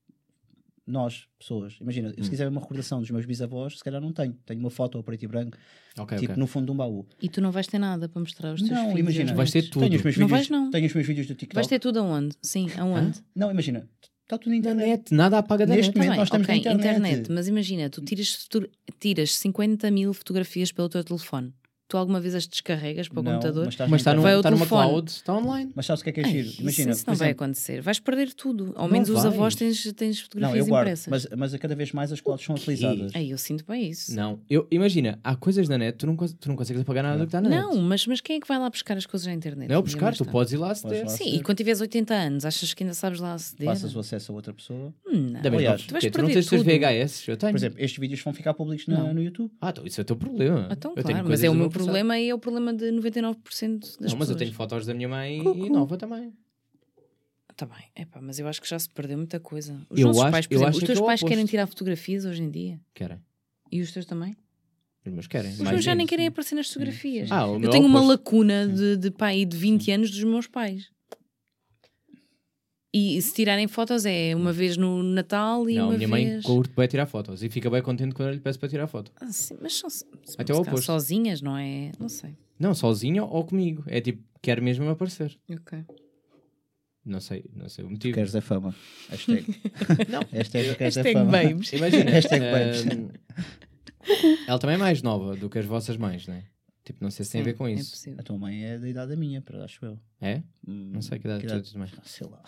Speaker 2: nós, pessoas, imagina,
Speaker 1: Hum.
Speaker 2: eu se quiser uma recordação dos meus bisavós, se calhar não tenho. Tenho uma foto a preto e branco,
Speaker 1: Ok,
Speaker 2: tipo,
Speaker 1: ok.
Speaker 2: no fundo de um baú.
Speaker 3: E tu não vais ter nada para mostrar aos teus
Speaker 2: Não,
Speaker 3: filhos. e
Speaker 2: imagina.
Speaker 3: aos
Speaker 1: Vais ter
Speaker 3: netos.
Speaker 1: tudo.
Speaker 2: Tenho os meus
Speaker 3: Não vais,
Speaker 2: vídeos,
Speaker 3: não.
Speaker 2: Tenho os meus vídeos do TikTok.
Speaker 3: Vais ter tudo aonde? Sim, aonde?
Speaker 2: Não, imagina, Está tudo
Speaker 1: Na
Speaker 2: na
Speaker 3: é
Speaker 2: internet.
Speaker 1: net, é, nada apaga da
Speaker 2: Neste
Speaker 1: net.
Speaker 2: momento
Speaker 3: Tá bem,
Speaker 2: nós estamos na
Speaker 3: ok,
Speaker 2: internet.
Speaker 3: Mas imagina, tu tiras, foto- tiras 50 mil fotografias pelo teu telefone. Tu alguma vez as descarregas para o
Speaker 2: Não,
Speaker 3: tipo computador?
Speaker 2: estás
Speaker 1: Mas está,
Speaker 2: na
Speaker 1: num,
Speaker 3: Vai ao
Speaker 2: internet.
Speaker 1: está numa
Speaker 3: telefone.
Speaker 1: cloud, está online.
Speaker 2: Mas sabes o que é que é
Speaker 3: Ai,
Speaker 2: giro?
Speaker 3: isso-
Speaker 2: Imagina,
Speaker 3: isso
Speaker 2: por
Speaker 3: não vai
Speaker 2: exemplo-
Speaker 3: acontecer. Vais perder tudo. Ao
Speaker 1: Não
Speaker 3: menos os
Speaker 1: vais.
Speaker 3: avós tens, tens
Speaker 2: Não,
Speaker 3: fotografias
Speaker 2: eu guardo.
Speaker 3: impressas. assim?
Speaker 2: Mas, mas a cada vez mais as clouds são
Speaker 1: quê?
Speaker 2: utilizadas.
Speaker 3: Ai, eu sinto bem isso.
Speaker 1: Não, eu, imagina, há coisas na net, tu não, cons- tu não consegues apagar nada do que está na
Speaker 3: Não,
Speaker 1: net.
Speaker 3: mas, mas quem é que vai lá buscar as coisas na internet?
Speaker 1: Não é o
Speaker 3: Um dia
Speaker 1: buscar,
Speaker 3: mais
Speaker 1: tu
Speaker 3: tarde.
Speaker 1: podes ir lá aceder.
Speaker 2: Podes lá.
Speaker 3: Sim, e quando tiveres 80 anos, achas que ainda sabes lá aceder?
Speaker 2: Passas o acesso a outra pessoa.
Speaker 3: Não.
Speaker 1: Da mesma
Speaker 2: Aliás,
Speaker 1: forma
Speaker 3: tu vais
Speaker 1: que tu não
Speaker 3: perder
Speaker 1: tens os teus
Speaker 3: tudo.
Speaker 1: VHS, eu tenho.
Speaker 2: Por exemplo, estes vídeos vão ficar públicos na-
Speaker 3: Não.
Speaker 2: no YouTube.
Speaker 1: ah, então isso é o teu problema.
Speaker 3: Ah, Então,
Speaker 1: Eu tenho
Speaker 3: claro, mas
Speaker 1: coisas
Speaker 3: é
Speaker 1: do
Speaker 3: o meu
Speaker 1: passado.
Speaker 3: problema e é o problema de 99% das
Speaker 1: Não, mas eu
Speaker 3: pessoas.
Speaker 1: tenho fotos da minha mãe
Speaker 3: Cucu.
Speaker 1: e nova também.
Speaker 3: Tá bem, Epá, mas eu acho que já se perdeu muita coisa. Os
Speaker 1: Eu
Speaker 3: nossos
Speaker 1: acho-
Speaker 3: pais, por
Speaker 1: eu
Speaker 3: exemplo,
Speaker 1: acho
Speaker 3: os
Speaker 1: que
Speaker 3: teus
Speaker 1: é o
Speaker 3: pais querem
Speaker 1: oposto.
Speaker 3: tirar fotografias hoje em dia?
Speaker 1: Querem.
Speaker 3: E os teus também?
Speaker 1: Os meus querem.
Speaker 3: Os
Speaker 1: mais
Speaker 3: meus já nem
Speaker 1: menos.
Speaker 3: querem aparecer nas fotografias.
Speaker 1: Ah, o meu
Speaker 3: eu tenho uma
Speaker 1: oposto.
Speaker 3: lacuna de, de pai de 20 anos dos meus pais. E se tirarem fotos é uma vez no Natal e
Speaker 1: Não,
Speaker 3: uma
Speaker 1: minha mãe
Speaker 3: vez.
Speaker 1: curte bem tirar fotos e fica bem contente quando eu lhe peço para tirar foto.
Speaker 3: Ah, sim, mas são se- se
Speaker 1: Até o
Speaker 3: calhar
Speaker 1: oposto.
Speaker 3: sozinhas, não é? Não sei.
Speaker 1: Não, sozinho ou comigo. É tipo, quero mesmo aparecer.
Speaker 3: Ok.
Speaker 1: Não sei, não sei o motivo.
Speaker 2: Queres a fama. Hashtag.
Speaker 1: Não.
Speaker 2: Hashtag eu
Speaker 1: é
Speaker 2: queres a
Speaker 3: Hashtag
Speaker 2: fama.
Speaker 3: babes.
Speaker 1: Imagina.
Speaker 2: Hashtag
Speaker 1: ehm, ela também é mais nova do que as vossas mães, não é? Tipo, não sei se tem a ver com
Speaker 3: É
Speaker 1: isso.
Speaker 3: possível.
Speaker 2: A tua mãe é da idade da minha, para- acho eu.
Speaker 1: É?
Speaker 2: Hum,
Speaker 1: Não sei que idade tu tens mais.
Speaker 2: Sei lá.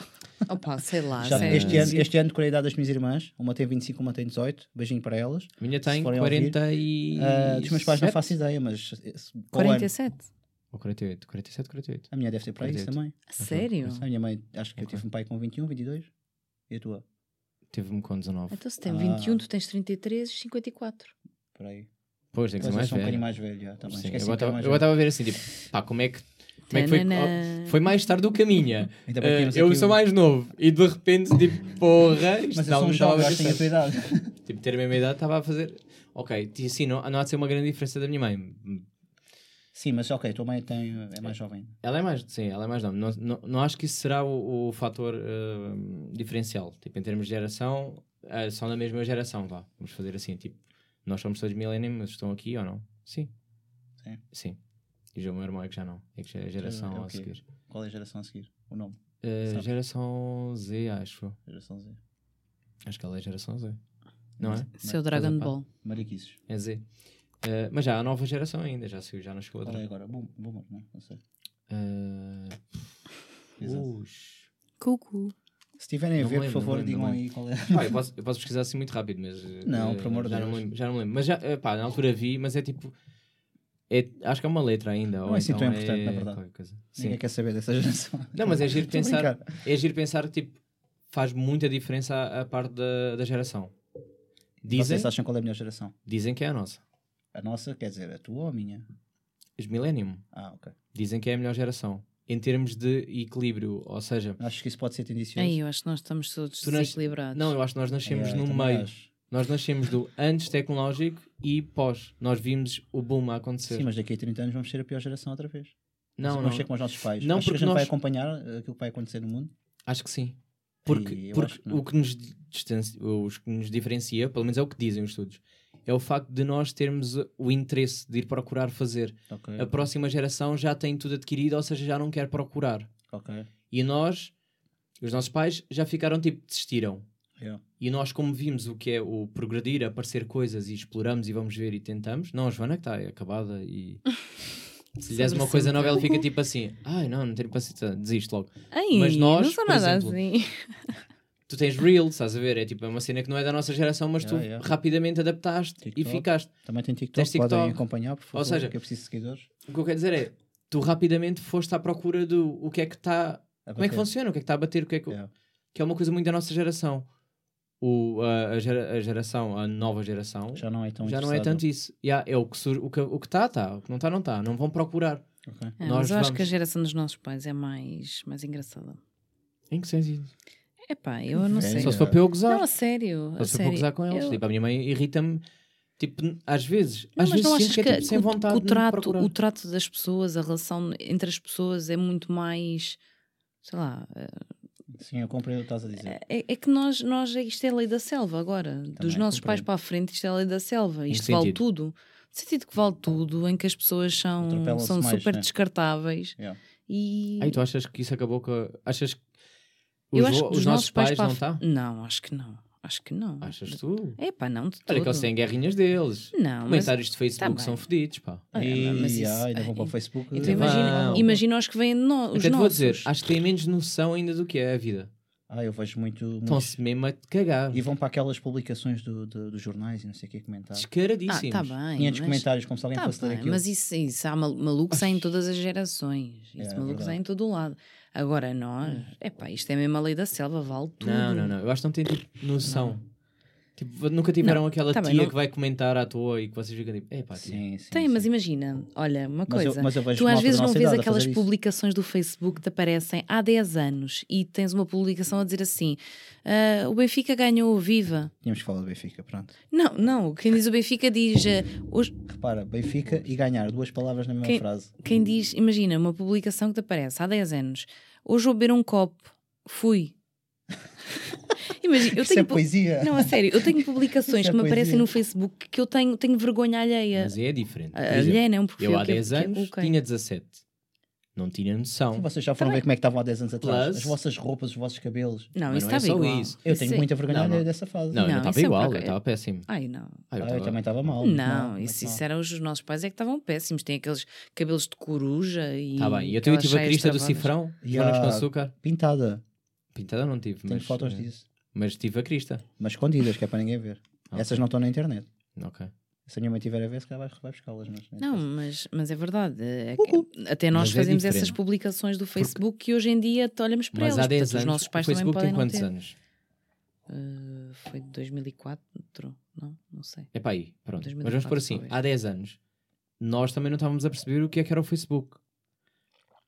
Speaker 3: Opa, sei lá.
Speaker 2: Já-
Speaker 3: Ah, sei-
Speaker 2: este, ano, este ano decorei a idade das minhas irmãs. Uma tem 25, uma tem 18. Beijinho para elas.
Speaker 1: A minha
Speaker 2: Se
Speaker 1: tem
Speaker 2: forem ouvir.
Speaker 1: 40 e.
Speaker 2: Ah, dos meus pais não faço ideia, mas. esse- para o ano-
Speaker 3: 47?
Speaker 1: Ou 48, 47, 48.
Speaker 2: A minha deve ter para isso
Speaker 1: 48.
Speaker 2: também.
Speaker 3: A
Speaker 1: Uhum.
Speaker 3: sério?
Speaker 2: A minha mãe, acho que
Speaker 1: Ok.
Speaker 2: eu tive um pai com 21, 22. E a tua?
Speaker 1: Teve-me com 19.
Speaker 3: Então se tem
Speaker 2: Ah.
Speaker 3: 21, tu tens 33 e 54.
Speaker 2: Por aí.
Speaker 1: Pois, tem que ser
Speaker 2: Pois, eu
Speaker 1: mais
Speaker 2: sou um
Speaker 1: velho.
Speaker 2: bocadinho mais velho. Já, também.
Speaker 1: Sim,
Speaker 2: Esqueci
Speaker 1: eu
Speaker 2: que era mais
Speaker 1: estava a ver assim, tipo, pá, como é que, como é que foi?
Speaker 3: Tananã.
Speaker 1: oh, Foi mais tarde do que a minha.
Speaker 2: velho. Ainda bem que
Speaker 1: Eh,
Speaker 2: temos
Speaker 1: eu
Speaker 2: aqui
Speaker 1: sou
Speaker 2: o-
Speaker 1: mais novo. E de repente, tipo, porra, isto
Speaker 2: Mas eu
Speaker 1: dá
Speaker 2: sou um
Speaker 1: um tal-
Speaker 2: jovem, acho que tenho a tua idade.
Speaker 1: Tipo, ter a mesma idade estava a fazer. Ok, t- sim, não, não há de ser uma grande diferença da minha mãe.
Speaker 2: Sim, mas ok, tua mãe tem, é mais jovem.
Speaker 1: Ela é mais, sim, ela é mais nova. Não, não, não acho que isso será o, o fator eh, diferencial. Tipo, em termos de geração, eh, são da mesma geração, vá. Vamos fazer assim, tipo, nós somos todos millennium, mas estão aqui ou não? Sim.
Speaker 2: Sim.
Speaker 1: Sim. E já o meu irmão é que já não. É que já é a geração
Speaker 2: é o
Speaker 1: a
Speaker 2: quê?
Speaker 1: seguir.
Speaker 2: Qual é a geração a seguir? O nome?
Speaker 1: Eh,
Speaker 2: Sabe?
Speaker 1: geração Z, acho.
Speaker 2: Geração Z.
Speaker 1: Acho que ela é geração Z. Não é?
Speaker 3: Seu
Speaker 1: Estás a
Speaker 3: Dragon
Speaker 1: par?
Speaker 3: Ball.
Speaker 2: Mariquices.
Speaker 1: É Z. Eh, mas já há a nova geração ainda, já saiu, já não chegou a
Speaker 2: Qual é
Speaker 1: outra.
Speaker 2: agora? Boom- Boomer, não é? Não sei.
Speaker 1: Eh,
Speaker 2: Exato.
Speaker 1: ux.
Speaker 3: Cucu.
Speaker 2: Se tiverem a
Speaker 1: Uh, Não
Speaker 2: ver,
Speaker 1: me
Speaker 2: por
Speaker 1: lembro,
Speaker 2: favor,
Speaker 1: não me lembro,
Speaker 2: digam
Speaker 1: não me
Speaker 2: aí qual é.
Speaker 1: Pá, eu, posso, eu posso pesquisar assim muito rápido, mas. eh,
Speaker 2: Não,
Speaker 1: eh,
Speaker 2: por amor de
Speaker 1: já Não me
Speaker 2: Deus.
Speaker 1: lembro, já não me lembro. Mas já, eh, pá, na altura vi, mas é tipo. é- acho que é uma letra ainda.
Speaker 2: Não
Speaker 1: ou
Speaker 2: é assim
Speaker 1: então
Speaker 2: tão importante, na verdade.
Speaker 1: qualquer coisa. Sim.
Speaker 2: Ninguém quer saber dessa geração.
Speaker 1: Não, mas é giro
Speaker 2: Estou a
Speaker 1: pensar.
Speaker 2: brincar.
Speaker 1: É giro pensar que tipo, faz muita diferença a, a parte da, da geração. Dizem,
Speaker 2: Vocês acham qual é a melhor geração?
Speaker 1: dizem que é a nossa.
Speaker 2: A nossa, quer dizer, a tua ou a minha?
Speaker 1: Os Millennium.
Speaker 2: Ah, ok.
Speaker 1: Dizem que é a melhor geração. Em termos de equilíbrio, ou seja,
Speaker 2: Acho que isso pode ser tendencioso.
Speaker 3: Ai, eu acho que nós estamos todos
Speaker 1: Tu nas-
Speaker 3: desequilibrados.
Speaker 1: não, eu acho que nós nascemos
Speaker 2: Yeah,
Speaker 1: no
Speaker 2: É, também
Speaker 1: meio.
Speaker 2: acho.
Speaker 1: Nós nascemos do antes tecnológico e pós. Nós vimos o boom a acontecer.
Speaker 2: Sim, mas daqui a 30 anos vamos ser a pior geração outra vez.
Speaker 1: não, não.
Speaker 2: vamos ser como os nossos pais.
Speaker 1: Não,
Speaker 2: Não, Achas que a
Speaker 1: porque
Speaker 2: gente vai
Speaker 1: nós-
Speaker 2: acompanhar eh, aquilo que vai acontecer no mundo?
Speaker 1: Acho que sim. Porque,
Speaker 2: eu
Speaker 1: porque
Speaker 2: acho que não.
Speaker 1: o, que nos distanci... os que nos diferencia, pelo menos é o que dizem os estudos, é o facto de nós termos o interesse de ir procurar fazer.
Speaker 2: Ok.
Speaker 1: A próxima geração já tem tudo adquirido, ou seja, já não quer procurar.
Speaker 2: Ok.
Speaker 1: E nós, os nossos pais, já ficaram tipo, desistiram.
Speaker 2: Yeah.
Speaker 1: E nós, como vimos o que é o progredir, aparecer coisas e exploramos e vamos ver e tentamos. Não, a Joana que está acabada e. Se lhe des uma coisa nova, ela fica tipo assim: ai não, não tenho paciência, desisto logo.
Speaker 3: Ai,
Speaker 1: mas nós,
Speaker 3: não sou
Speaker 1: por
Speaker 3: nada
Speaker 1: exemplo,
Speaker 3: assim.
Speaker 1: tu tens Reels, estás a ver? É tipo é uma cena que não é da nossa geração, mas
Speaker 2: Yeah,
Speaker 1: tu
Speaker 2: yeah.
Speaker 1: rapidamente adaptaste e
Speaker 2: TikTok.
Speaker 1: ficaste.
Speaker 2: Também tem TikTok,
Speaker 1: Tens TikTok.
Speaker 2: podem acompanhar, por favor,
Speaker 1: seja-
Speaker 2: que eu preciso de seguidores.
Speaker 1: O que eu quero dizer é, tu rapidamente foste à procura do o que é que está.
Speaker 2: A
Speaker 1: Como é que
Speaker 2: bater.
Speaker 1: funciona? O que é que está a bater? O que é que,
Speaker 2: Yeah.
Speaker 1: que é uma coisa muito da nossa geração. O, a, a gera- a geração, a nova geração, já,
Speaker 2: Já não é tão
Speaker 1: não é tanto isso. Yeah, é o que sur- o que o que está, está. O que não está, não está. Não vão procurar.
Speaker 2: Ok.
Speaker 3: Ah,
Speaker 1: Nós
Speaker 3: mas eu acho
Speaker 1: vamos-
Speaker 3: que a geração dos nossos pais é mais, mais engraçada.
Speaker 1: Em que sentido?
Speaker 3: Epá, eu não sei.
Speaker 1: É, Só se
Speaker 2: Yeah.
Speaker 1: for para eu gozar.
Speaker 3: Não, a sério. A
Speaker 1: Só se for para eu
Speaker 3: sério.
Speaker 1: gozar com eles.
Speaker 3: Eu-
Speaker 1: Tipo, a minha mãe irrita-me. Tipo, às vezes.
Speaker 3: Não,
Speaker 1: às
Speaker 3: mas
Speaker 1: vezes
Speaker 3: não
Speaker 1: sinto
Speaker 3: achas que,
Speaker 1: que é, tipo, sem
Speaker 3: que o-
Speaker 1: vontade
Speaker 3: que o,
Speaker 1: de
Speaker 3: trato,
Speaker 1: procurar.
Speaker 3: o trato das pessoas, a relação entre as pessoas é muito mais. Sei lá.
Speaker 2: Sim, eu compreendo o que estás a dizer.
Speaker 3: É, é que nós, nós, isto é a lei da selva agora. Dos nossos pais
Speaker 2: compreendo.
Speaker 3: para a frente, isto é a lei da selva.
Speaker 1: Em que
Speaker 3: Isto vale
Speaker 1: sentido?
Speaker 3: tudo. No sentido que vale tudo, em que as pessoas são,
Speaker 2: Atropelam-se
Speaker 3: são
Speaker 2: mais,
Speaker 3: super
Speaker 2: né?
Speaker 3: descartáveis.
Speaker 2: Yeah.
Speaker 3: E.
Speaker 1: Aí tu achas que isso acabou com. a- Achas que
Speaker 3: eu
Speaker 1: Ah, então, Os
Speaker 3: acho que
Speaker 1: vo-
Speaker 3: dos
Speaker 1: os
Speaker 3: nossos
Speaker 1: nossos
Speaker 3: pais,
Speaker 1: pais
Speaker 3: para a
Speaker 1: não
Speaker 3: f-
Speaker 1: tá?
Speaker 3: Não, acho que não. Acho que não.
Speaker 1: Achas tu?
Speaker 3: É pá, não de todo.
Speaker 1: Olha que eles têm guerrinhas deles.
Speaker 3: Não, mas...
Speaker 1: Comentários de Facebook
Speaker 3: tá
Speaker 1: são
Speaker 3: bem.
Speaker 1: fedidos, pá.
Speaker 3: Olha,
Speaker 2: e
Speaker 3: mas isso-
Speaker 2: ah, ainda vão para o
Speaker 3: ai,
Speaker 2: Facebook.
Speaker 3: Então
Speaker 1: Tem
Speaker 3: imagina,
Speaker 1: vão.
Speaker 3: imagina os que vêm de nós.
Speaker 1: Até
Speaker 3: os
Speaker 1: te vou
Speaker 3: nossos.
Speaker 1: dizer, acho que têm menos noção ainda do que é a vida.
Speaker 2: Ah, eu vejo muito. muitos-
Speaker 3: Então,
Speaker 1: Estão-se mesmo a te cagar.
Speaker 2: E vão para aquelas publicações do, do- dos jornais e não sei o que comentar.
Speaker 1: Descaradíssimos.
Speaker 3: Ah, tá bem.
Speaker 2: 500
Speaker 3: mas-
Speaker 2: comentários, como se alguém
Speaker 3: Tá
Speaker 2: fosse ler
Speaker 3: bem,
Speaker 2: aquilo.
Speaker 3: mas isso, isso há mal- malucos há em todas as gerações.
Speaker 2: É,
Speaker 3: Isso
Speaker 2: é
Speaker 3: malucos há
Speaker 2: verdade.
Speaker 3: em todo o lado. Agora nós, é pá, isto é mesmo a lei da selva, vale tudo.
Speaker 1: Não, não, não. Eu acho que não têm tipo, noção. Tipo, nunca tiveram
Speaker 3: Não,
Speaker 1: aquela
Speaker 3: tá bem,
Speaker 1: tia
Speaker 3: não-
Speaker 1: que vai comentar à toa e que vocês ficam tipo, epá, tia.
Speaker 2: Ah, Sim, sim.
Speaker 3: Tem,
Speaker 2: sim.
Speaker 3: mas imagina, olha, uma
Speaker 2: Mas eu-
Speaker 3: coisa.
Speaker 2: mas eu vejo
Speaker 3: Tu às
Speaker 2: malta da
Speaker 3: vezes não
Speaker 2: nossa
Speaker 3: vês
Speaker 2: idade a
Speaker 3: aquelas
Speaker 2: fazer isso.
Speaker 3: publicações do Facebook que te aparecem há 10 anos e tens uma publicação a dizer assim: "Ah, o Benfica ganhou o Viva.
Speaker 2: Tínhamos que falar do Benfica, pronto.
Speaker 3: Não, não, quem diz o Benfica diz. ah, hoje-
Speaker 2: Repara, Benfica e ganhar, duas palavras na mesma
Speaker 3: Quem-
Speaker 2: frase.
Speaker 3: quem diz, imagina, uma publicação que te aparece há 10 anos: hoje vou beber um copo, fui. imagina, eu
Speaker 2: Isso
Speaker 3: tenho.
Speaker 2: é
Speaker 3: pu-
Speaker 2: poesia.
Speaker 3: Não, a sério, eu tenho publicações
Speaker 2: Isso é
Speaker 3: que me aparecem
Speaker 2: poesia.
Speaker 3: no Facebook que eu tenho, tenho vergonha alheia.
Speaker 1: Mas é diferente. Por exemplo,
Speaker 3: Alheia, não, porque
Speaker 1: eu
Speaker 3: foi
Speaker 1: há
Speaker 3: o um que é
Speaker 1: 10
Speaker 3: que
Speaker 1: anos
Speaker 3: coloquei.
Speaker 1: tinha 17. Não tinha noção.
Speaker 3: Tipo,
Speaker 2: Vocês já foram ver como é que estavam há 10 anos atrás.
Speaker 1: Plus-
Speaker 2: As vossas roupas, os vossos cabelos.
Speaker 3: Não,
Speaker 1: Mas
Speaker 3: isso
Speaker 1: não é
Speaker 3: estava
Speaker 1: só
Speaker 3: igual.
Speaker 1: isso.
Speaker 2: Eu tenho
Speaker 3: é-
Speaker 2: muita vergonha
Speaker 1: Não, não.
Speaker 2: alheia dessa fase.
Speaker 1: Não, eu
Speaker 3: Não,
Speaker 1: não
Speaker 3: isso
Speaker 1: estava
Speaker 3: é
Speaker 1: igual,
Speaker 3: outra
Speaker 1: eu
Speaker 3: coisa.
Speaker 1: estava péssimo.
Speaker 3: Ai, não.
Speaker 1: Ah,
Speaker 2: Ah, eu
Speaker 1: tava-
Speaker 2: também estava mal. muito mal,
Speaker 3: Não,
Speaker 2: muito
Speaker 3: isso,
Speaker 2: mal.
Speaker 3: isso eram os nossos pais é que estavam péssimos. Tem aqueles cabelos de coruja e.
Speaker 1: Tá bem, e eu tive
Speaker 3: aquelas
Speaker 1: tive a
Speaker 3: cheias
Speaker 1: crista do
Speaker 3: travadas.
Speaker 1: cifrão,
Speaker 2: E
Speaker 1: Jonas
Speaker 2: a-
Speaker 1: com açúcar.
Speaker 3: é-
Speaker 2: Pintada.
Speaker 1: Pintada não tive,
Speaker 2: Tenho
Speaker 1: mas,
Speaker 2: fotos
Speaker 1: eh,
Speaker 2: disso.
Speaker 1: mas tive a crista.
Speaker 2: Mas escondidas, que é para ninguém ver.
Speaker 1: Ah,
Speaker 2: Essas não estão na internet.
Speaker 1: Ok.
Speaker 2: Se a minha mãe tiver a ver, se calhar vai- vai buscá-las. mas-
Speaker 3: Não, mas, mas é verdade. é que
Speaker 2: Uhul.
Speaker 3: Até nós
Speaker 1: Mas é
Speaker 3: fazemos
Speaker 1: diferente.
Speaker 3: essas publicações do Facebook que hoje em dia te olhamos para
Speaker 1: Mas
Speaker 3: eles.
Speaker 1: há 10
Speaker 3: Portanto,
Speaker 1: anos,
Speaker 3: os nossos pais
Speaker 1: o Facebook
Speaker 3: também
Speaker 1: tem
Speaker 3: podem
Speaker 1: quantos
Speaker 3: não ter.
Speaker 1: anos?
Speaker 3: Uh, foi de 2004, não? Não sei.
Speaker 1: É para aí, pronto.
Speaker 3: 2004,
Speaker 1: Mas vamos por assim,
Speaker 3: talvez.
Speaker 1: há 10 anos, nós também não estávamos a perceber o que é que era o Facebook.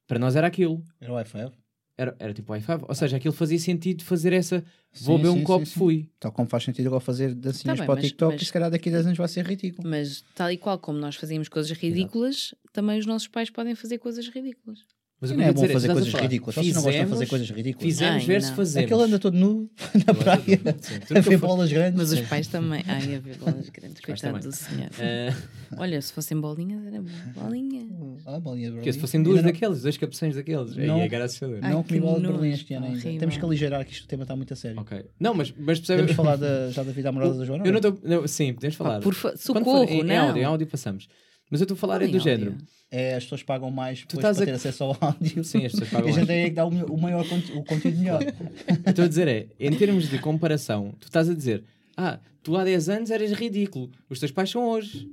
Speaker 1: Para nós era aquilo.
Speaker 2: Era o iFab.
Speaker 1: Era, era tipo Wi-Fi. Ou seja, aquilo fazia sentido fazer essa. Vou beber um copo, fui.
Speaker 2: Tal como faz sentido agora fazer dancinhas
Speaker 3: Tá bem,
Speaker 2: para o
Speaker 3: mas-
Speaker 2: TikTok,
Speaker 3: mas-
Speaker 2: e se calhar daqui a 10 anos vai ser ridículo.
Speaker 3: Mas tal e qual como nós fazíamos coisas ridículas, também os nossos pais podem fazer coisas ridículas.
Speaker 1: Mas o
Speaker 2: E
Speaker 1: que
Speaker 2: não
Speaker 1: eu
Speaker 2: é
Speaker 1: ia
Speaker 2: bom
Speaker 1: dizer
Speaker 2: fazer
Speaker 1: estás a
Speaker 2: coisas
Speaker 1: falar,
Speaker 2: ridículas. Vocês não gostam de fazer
Speaker 1: fizemos-
Speaker 2: coisas ridículas.
Speaker 1: Fizemos
Speaker 3: Ai,
Speaker 1: versus
Speaker 3: não.
Speaker 1: fazemos.
Speaker 2: Aquele anda todo nu na
Speaker 1: Não,
Speaker 2: praia, É
Speaker 1: sim, tu
Speaker 2: a
Speaker 1: nunca
Speaker 2: ver
Speaker 1: foste-
Speaker 2: bolas grandes.
Speaker 3: Mas os pais também. Ai, a ver bolas grandes,
Speaker 1: pais
Speaker 3: coitado
Speaker 1: também.
Speaker 3: do senhor.
Speaker 1: Ah,
Speaker 3: Olha, se fossem bolinhas, era bom. Bolinha.
Speaker 2: Ah, bolinha de
Speaker 1: porque
Speaker 2: Berlim.
Speaker 1: se fossem duas
Speaker 2: Ainda não-
Speaker 1: daqueles, dois cabeções daqueles.
Speaker 2: Não.
Speaker 1: Aí é graçador.
Speaker 3: Ai,
Speaker 2: Não
Speaker 3: que
Speaker 2: comi bola de Berlim
Speaker 3: nojo,
Speaker 2: este ano ainda.
Speaker 3: horrível.
Speaker 2: Temos que aligerar que isto o tema está muito a sério.
Speaker 1: Ok. Não, mas, mas
Speaker 2: Podemos
Speaker 1: percebes.
Speaker 2: falar da- já da vida amorosa da Joana? é?
Speaker 1: Eu não
Speaker 2: ou
Speaker 1: estou. não, Sim, podemos falar.
Speaker 3: Pá, Ah, por fa...
Speaker 1: Quando
Speaker 3: Socorro,
Speaker 1: for- em,
Speaker 3: não.
Speaker 1: Em áudio, em áudio passamos. Mas eu estou a falar é
Speaker 3: Falem
Speaker 1: do
Speaker 3: áudio.
Speaker 1: género.
Speaker 2: É, as pessoas pagam mais depois
Speaker 1: estás
Speaker 2: para
Speaker 1: a-
Speaker 2: ter acesso ao áudio.
Speaker 1: Sim, as pessoas pagam
Speaker 2: A gente
Speaker 1: mais.
Speaker 2: é que dá o, melhor- o maior conte- o conteúdo melhor.
Speaker 1: Eu Estou a dizer é, em termos de comparação, tu estás a dizer, ah, tu há 10 anos eras ridículo, os teus pais são hoje.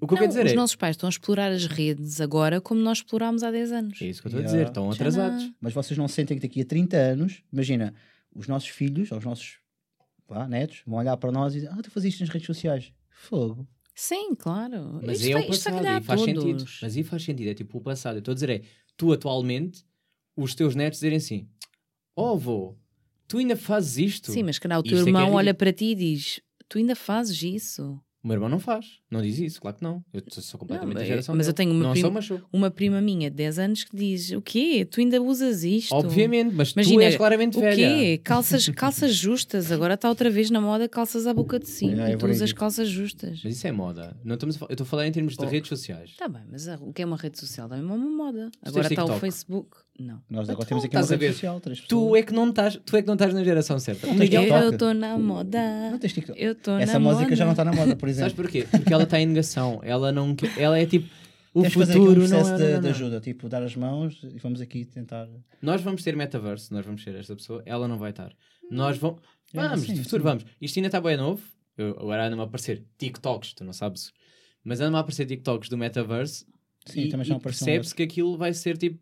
Speaker 1: O que eu
Speaker 3: Não,
Speaker 1: quero dizer
Speaker 3: os
Speaker 1: é,
Speaker 3: nossos pais estão a explorar as redes agora como nós explorámos há 10 anos.
Speaker 1: é isso que eu estou
Speaker 2: Ya.
Speaker 1: a dizer, estão
Speaker 3: Já
Speaker 1: atrasados.
Speaker 3: não.
Speaker 2: Mas vocês não sentem que daqui a 30 anos, imagina, os nossos filhos, ou os nossos vá, netos, vão olhar para nós e dizer: Ah, tu fazias isto nas redes sociais. Fogo.
Speaker 3: Sim, claro.
Speaker 1: Mas
Speaker 3: isto
Speaker 1: é
Speaker 3: vai-
Speaker 1: o
Speaker 3: isto vai
Speaker 1: passado,
Speaker 3: calhar
Speaker 1: e
Speaker 3: a
Speaker 1: faz
Speaker 3: todos.
Speaker 1: sentido. Mas aí faz sentido, é tipo o passado. Eu estou a dizer é, tu atualmente, os teus netos dizerem assim, oh vô, tu ainda fazes isto?
Speaker 3: Sim, mas calhar o teu
Speaker 1: Isto é que é
Speaker 3: irmão olha
Speaker 1: ridículo.
Speaker 3: para ti e diz: Tu ainda fazes isso?
Speaker 1: O meu irmão não faz, não diz isso, claro que não. Eu sou- sou completamente
Speaker 3: mas-
Speaker 1: a geração
Speaker 3: mas eu
Speaker 1: dele.
Speaker 3: tenho uma
Speaker 1: Não
Speaker 3: prima-
Speaker 1: sou macho.
Speaker 3: Uma prima minha de 10 anos que diz: O quê? Tu ainda usas isto?
Speaker 1: Obviamente, mas
Speaker 3: Imagina,
Speaker 1: tu és claramente
Speaker 3: O
Speaker 1: velha.
Speaker 3: quê? Calças, calças justas. Agora está outra vez na moda calças à boca de sino.
Speaker 2: É, é
Speaker 3: e tu usas
Speaker 2: verídico.
Speaker 3: calças justas.
Speaker 1: Mas isso é moda. Não estamos a fal- Eu estou a falar em termos de
Speaker 3: Oh.
Speaker 1: redes sociais.
Speaker 3: Está bem, mas a- o que é uma rede social? Também é uma moda. Agora está o
Speaker 1: TikTok?
Speaker 3: Facebook. Não.
Speaker 2: Nós agora
Speaker 1: Então,
Speaker 2: temos aqui uma
Speaker 1: estás a
Speaker 2: rede
Speaker 1: ver.
Speaker 2: social, três
Speaker 1: Tu
Speaker 2: pessoas.
Speaker 1: é que não estás, tu é que não estás na geração certa. O
Speaker 2: tens
Speaker 1: Miguel,
Speaker 2: é TikTok?
Speaker 3: Eu estou na moda.
Speaker 1: é-
Speaker 2: Não tens TikTok.
Speaker 3: Eu estou na
Speaker 2: Essa
Speaker 3: moda.
Speaker 2: música já não tá está na moda, por
Speaker 1: sabes
Speaker 2: exemplo.
Speaker 1: porquê? Porque ela está em negação. Ela não, quer- ela é tipo o
Speaker 2: Tens que fazer aqui um
Speaker 1: futuro não, é-
Speaker 2: processo
Speaker 1: não,
Speaker 2: de,
Speaker 1: não,
Speaker 2: de
Speaker 1: não.
Speaker 2: ajuda, tipo, dar as mãos e vamos aqui tentar.
Speaker 1: Nós vamos ter metaverso, nós vamos ser esta pessoa, ela não vai estar. Nós vamos,
Speaker 2: É,
Speaker 1: vamos,
Speaker 2: sim,
Speaker 1: de futuro
Speaker 2: sim.
Speaker 1: vamos. Isto ainda está bem novo. Eu, agora anda-me a aparecer TikToks, tu não sabes. Mas anda-me a aparecer TikToks do metaverso
Speaker 2: Sim,
Speaker 1: e,
Speaker 2: também já
Speaker 1: e
Speaker 2: apareceu um
Speaker 1: percebes que aquilo vai ser tipo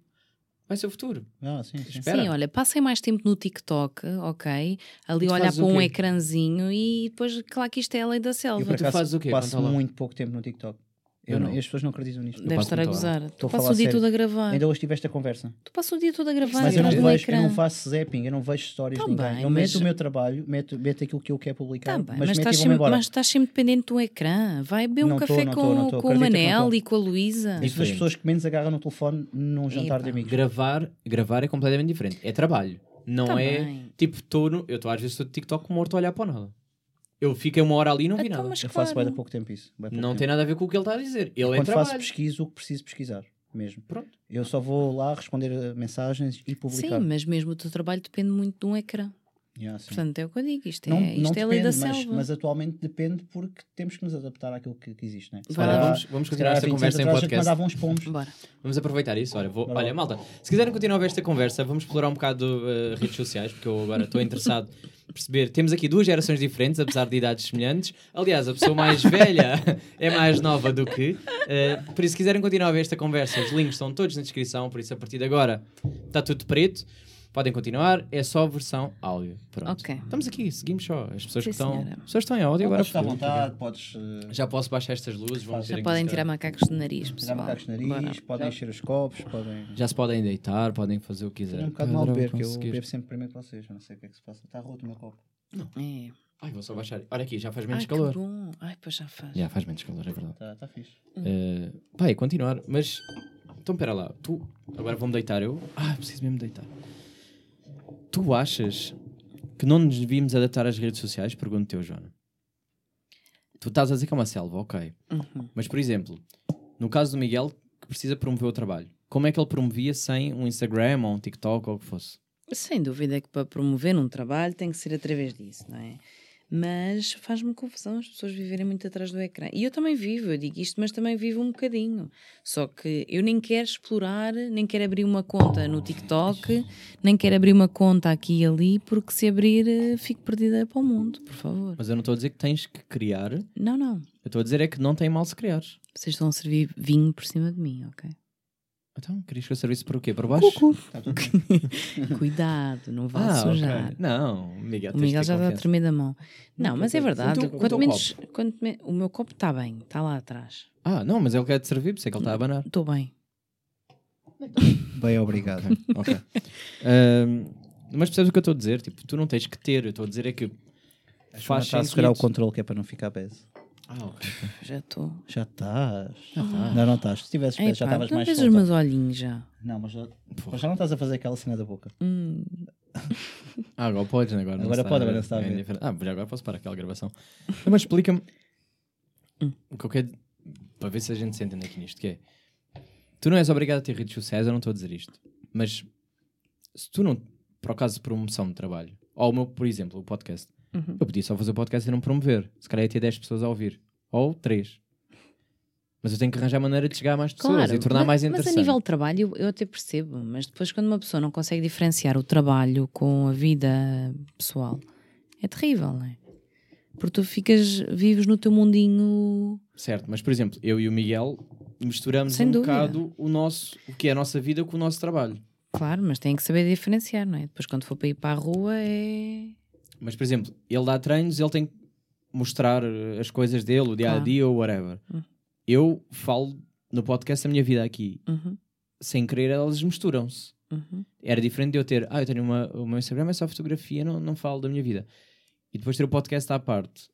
Speaker 1: vai ser o futuro.
Speaker 2: Ah, sim, sim.
Speaker 1: Espera.
Speaker 3: Sim, olha, passem mais tempo no TikTok, ok? Ali
Speaker 1: tu
Speaker 3: olhar
Speaker 1: fazes
Speaker 3: para
Speaker 1: o
Speaker 3: um
Speaker 1: quê?
Speaker 3: ecrãzinho e depois, claro que isto é a lei da
Speaker 2: Eu,
Speaker 3: selva.
Speaker 2: por
Speaker 1: tu
Speaker 2: acaso,
Speaker 1: fazes o quê?
Speaker 2: Passo
Speaker 1: Conta lá.
Speaker 2: muito pouco tempo no TikTok. Eu
Speaker 1: Eu
Speaker 2: não-
Speaker 1: não.
Speaker 2: As pessoas não acreditam nisto.
Speaker 3: Deve
Speaker 1: passo
Speaker 3: estar a
Speaker 1: muito
Speaker 3: gozar.
Speaker 2: Estou
Speaker 3: Tu
Speaker 2: a
Speaker 3: passas
Speaker 2: falar
Speaker 3: o dia
Speaker 2: sério.
Speaker 3: todo a gravar.
Speaker 2: Ainda hoje tive esta conversa.
Speaker 3: Tu passas o dia todo a gravar
Speaker 2: Mas eu não,
Speaker 3: atrás de um
Speaker 2: vejo, eu
Speaker 3: ecrã.
Speaker 2: não faço zapping, eu não vejo histórias
Speaker 3: Tá
Speaker 2: de ninguém.
Speaker 3: bem,
Speaker 2: eu
Speaker 3: mas-
Speaker 2: meto o meu trabalho, meto, meto aquilo que eu quero publicar,
Speaker 3: Tá bem,
Speaker 2: mas,
Speaker 3: mas,
Speaker 2: meto
Speaker 3: estás
Speaker 2: e vou-me
Speaker 3: sempre,
Speaker 2: embora.
Speaker 3: mas estás sempre dependente de um ecrã. Vai beber um
Speaker 2: Não tô,
Speaker 3: café
Speaker 2: não tô,
Speaker 3: com,
Speaker 2: não tô. tá
Speaker 3: com o
Speaker 2: Acredita que não
Speaker 3: Manel
Speaker 2: tô.
Speaker 3: e com a Luísa.
Speaker 2: Isso das
Speaker 1: Diferente.
Speaker 2: pessoas que menos agarram no telefone num jantar de
Speaker 3: Epa.
Speaker 2: amigos.
Speaker 1: Gravar, gravar é completamente diferente. É trabalho. Não
Speaker 3: Tá
Speaker 1: é
Speaker 3: bem.
Speaker 1: tipo, estou no. Eu estou às vezes estou de TikTok morto a olhar para nada. Eu fiquei uma hora ali e não vi
Speaker 3: Então,
Speaker 1: nada.
Speaker 3: mas
Speaker 2: eu faço bem
Speaker 3: claro.
Speaker 2: há pouco tempo isso. bué pouco
Speaker 1: Não
Speaker 2: tempo.
Speaker 1: tem nada a ver com o que ele está a dizer. Ele é
Speaker 2: Quando faço
Speaker 1: trabalho.
Speaker 2: pesquisa, o que preciso pesquisar. mesmo.
Speaker 1: Pronto.
Speaker 2: Eu só vou lá responder a mensagens e publicar.
Speaker 3: Sim, mas mesmo o teu trabalho depende muito de um ecrã.
Speaker 2: Yeah, sim.
Speaker 3: Portanto, é o que eu digo. Isto é,
Speaker 2: não,
Speaker 3: isto
Speaker 2: não
Speaker 3: é a
Speaker 2: depende,
Speaker 3: lei da
Speaker 2: mas,
Speaker 3: selva.
Speaker 2: mas atualmente depende porque temos que nos adaptar àquilo que, que existe, né? Se
Speaker 3: Vai lá,
Speaker 2: calhar-
Speaker 1: vamos- vamos
Speaker 2: se
Speaker 1: continuar
Speaker 2: calhar há
Speaker 1: esta
Speaker 2: 20 anos
Speaker 1: conversa em
Speaker 2: atrás a gente
Speaker 1: podcast.
Speaker 2: mandava uns pomos.
Speaker 3: Bora.
Speaker 1: Vamos aproveitar isso. Olha, vou-
Speaker 2: Bora lá.
Speaker 1: olha, malta, se quiserem continuar esta conversa, vamos explorar um bocado eh, redes sociais, porque eu agora estou interessado em perceber. Temos aqui duas gerações diferentes, apesar de idades semelhantes. Aliás, a pessoa mais velha é mais nova do que. eh, por isso, se quiserem continuar a ver esta conversa, os links estão todos na descrição. Por isso, a partir de agora, está tudo preto. Podem continuar, é só versão áudio. Pronto.
Speaker 3: Ok.
Speaker 1: Estamos aqui, seguimos só. As pessoas que
Speaker 3: Sim,
Speaker 1: estão.
Speaker 3: senhora.
Speaker 1: As pessoas que estão em áudio agora.
Speaker 2: Podes estar à
Speaker 1: perguntam.
Speaker 2: vontade, podes eh,
Speaker 1: Já posso baixar estas luzes, vamos ver
Speaker 3: Já
Speaker 1: aqui
Speaker 3: podem
Speaker 1: se calhar.
Speaker 3: tirar macacos de nariz,
Speaker 2: tirar
Speaker 3: pessoal.
Speaker 2: macacos um de
Speaker 3: Bora.
Speaker 2: nariz, podem encher os copos, podem.
Speaker 1: Já se podem deitar, podem fazer o que
Speaker 2: Tenho
Speaker 1: quiserem.
Speaker 2: um bocado mal de
Speaker 1: Adorava
Speaker 2: beber, que eu
Speaker 1: conseguir.
Speaker 2: bebo sempre primeiro que vocês, eu não sei o que é que se passa. Está roto o meu copo.
Speaker 3: É.
Speaker 1: Ai, vou só baixar. Olha aqui, já faz
Speaker 3: Ai,
Speaker 1: menos
Speaker 3: que
Speaker 1: calor.
Speaker 3: bom. Ai, pois já faz.
Speaker 1: Já faz menos calor, é verdade.
Speaker 2: Está tá fixe.
Speaker 3: Hum.
Speaker 1: Eh, vai, continuar. Mas, então pera lá. Tu, agora vou-me deitar eu. Ah, preciso mesmo deitar. Tu achas que não nos devíamos adaptar às redes sociais? Pergunto-te, Joana. Tu estás a dizer que é uma selva, ok.
Speaker 3: Uhum.
Speaker 1: Mas, por exemplo, no caso do Miguel, que precisa promover o trabalho, como é que ele promovia sem um Instagram ou um TikTok ou o que fosse?
Speaker 3: Sem dúvida que para promover um trabalho tem que ser através disso, não é? Mas faz-me confusão as pessoas viverem muito atrás do ecrã. E eu também vivo, eu digo isto, mas também vivo um bocadinho. Só que eu nem quero explorar, nem quero abrir uma conta no TikTok, nem quero abrir uma conta aqui e ali, porque se abrir eh, fico perdida para o mundo, por favor.
Speaker 1: Mas eu não estou a dizer que tens que criar, eu
Speaker 3: Não, não.
Speaker 1: estou a dizer é que não tem mal se criares.
Speaker 3: Vocês estão a servir vinho por cima de mim, ok?
Speaker 1: Então, querias que eu servisse por o quê? Por baixo?
Speaker 2: Está tudo bem.
Speaker 3: Cuidado, não vá
Speaker 1: Ah, ok.
Speaker 3: sujar.
Speaker 1: Não, Miguel,
Speaker 3: O
Speaker 1: tens de
Speaker 3: Miguel
Speaker 1: ter
Speaker 3: já está a
Speaker 1: confiança.
Speaker 3: tremer da mão. Não,
Speaker 1: Não, Então,
Speaker 3: mas
Speaker 1: quer dizer,
Speaker 3: é verdade.
Speaker 1: o teu- o
Speaker 3: quanto
Speaker 1: teu
Speaker 3: menos, quanto me- o meu copo está bem, está lá atrás.
Speaker 1: Ah, não, mas ele quer te servir, por isso é que ele está a abanar.
Speaker 3: Estou bem.
Speaker 2: Bem, obrigado.
Speaker 1: ok. Ahm, mas percebes o que eu estou a dizer? Tipo, tu não tens que ter, eu estou a dizer é que faz
Speaker 2: Está a
Speaker 1: sentido.
Speaker 2: segurar o controle que é para não ficar peso.
Speaker 1: Ah, ok.
Speaker 3: Já estou.
Speaker 2: Já estás.
Speaker 1: Ah.
Speaker 2: Não, não estás. Se tivesses peso, já
Speaker 3: Epá,
Speaker 2: estavas
Speaker 3: não
Speaker 2: mais
Speaker 3: tens
Speaker 2: solta.
Speaker 3: os meus olhinhos já.
Speaker 2: Não, mas já, mas já não estás a fazer aquela cena da boca.
Speaker 3: Hum,
Speaker 1: Ah, agora podes, agora não
Speaker 2: Agora
Speaker 1: se está
Speaker 2: pode,
Speaker 1: a
Speaker 2: agora
Speaker 1: ver.
Speaker 2: não se está a
Speaker 1: É
Speaker 2: ver.
Speaker 1: indiferente. Ah, já agora posso parar aquela gravação. Não, mas explica-me
Speaker 2: Hum.
Speaker 1: o que eu quero, para ver se a gente se entende aqui nisto, que é, tu não és obrigado a ter redes sociais, eu não estou a dizer isto, mas se tu não, por acaso de promoção de trabalho, ou o meu, por exemplo, o podcast,
Speaker 3: Uhum.
Speaker 1: eu podia só fazer o podcast e não promover, se calhar ia ter 10 pessoas a ouvir, ou 3. Mas eu tenho que arranjar maneira de chegar a mais pessoas
Speaker 3: claro,
Speaker 1: e tornar
Speaker 3: mas,
Speaker 1: mais
Speaker 3: mas a
Speaker 1: interessante.
Speaker 3: nível de trabalho eu, eu até percebo, mas depois quando uma pessoa não consegue diferenciar o trabalho com a vida pessoal, é terrível, não é? Porque tu ficas, vives no teu mundinho
Speaker 1: Certo, mas por exemplo, eu e o Miguel misturamos
Speaker 3: Sem
Speaker 1: um
Speaker 3: dúvida.
Speaker 1: bocado o nosso, o que é a nossa vida com o nosso trabalho.
Speaker 3: Claro, mas tem que saber diferenciar, não é? Depois, quando for para ir para a rua, é.
Speaker 1: Mas por exemplo, ele dá treinos, ele tem que mostrar eh, as coisas dele, o dia a dia ou whatever.
Speaker 3: Hum.
Speaker 1: Eu falo no podcast da minha vida aqui,
Speaker 3: Uhum,
Speaker 1: sem querer, elas misturam-se.
Speaker 3: uhum.
Speaker 1: Era diferente de eu ter, ah, eu tenho uma, o meu Instagram é só fotografia, não, não falo da minha vida. E depois ter o podcast à parte.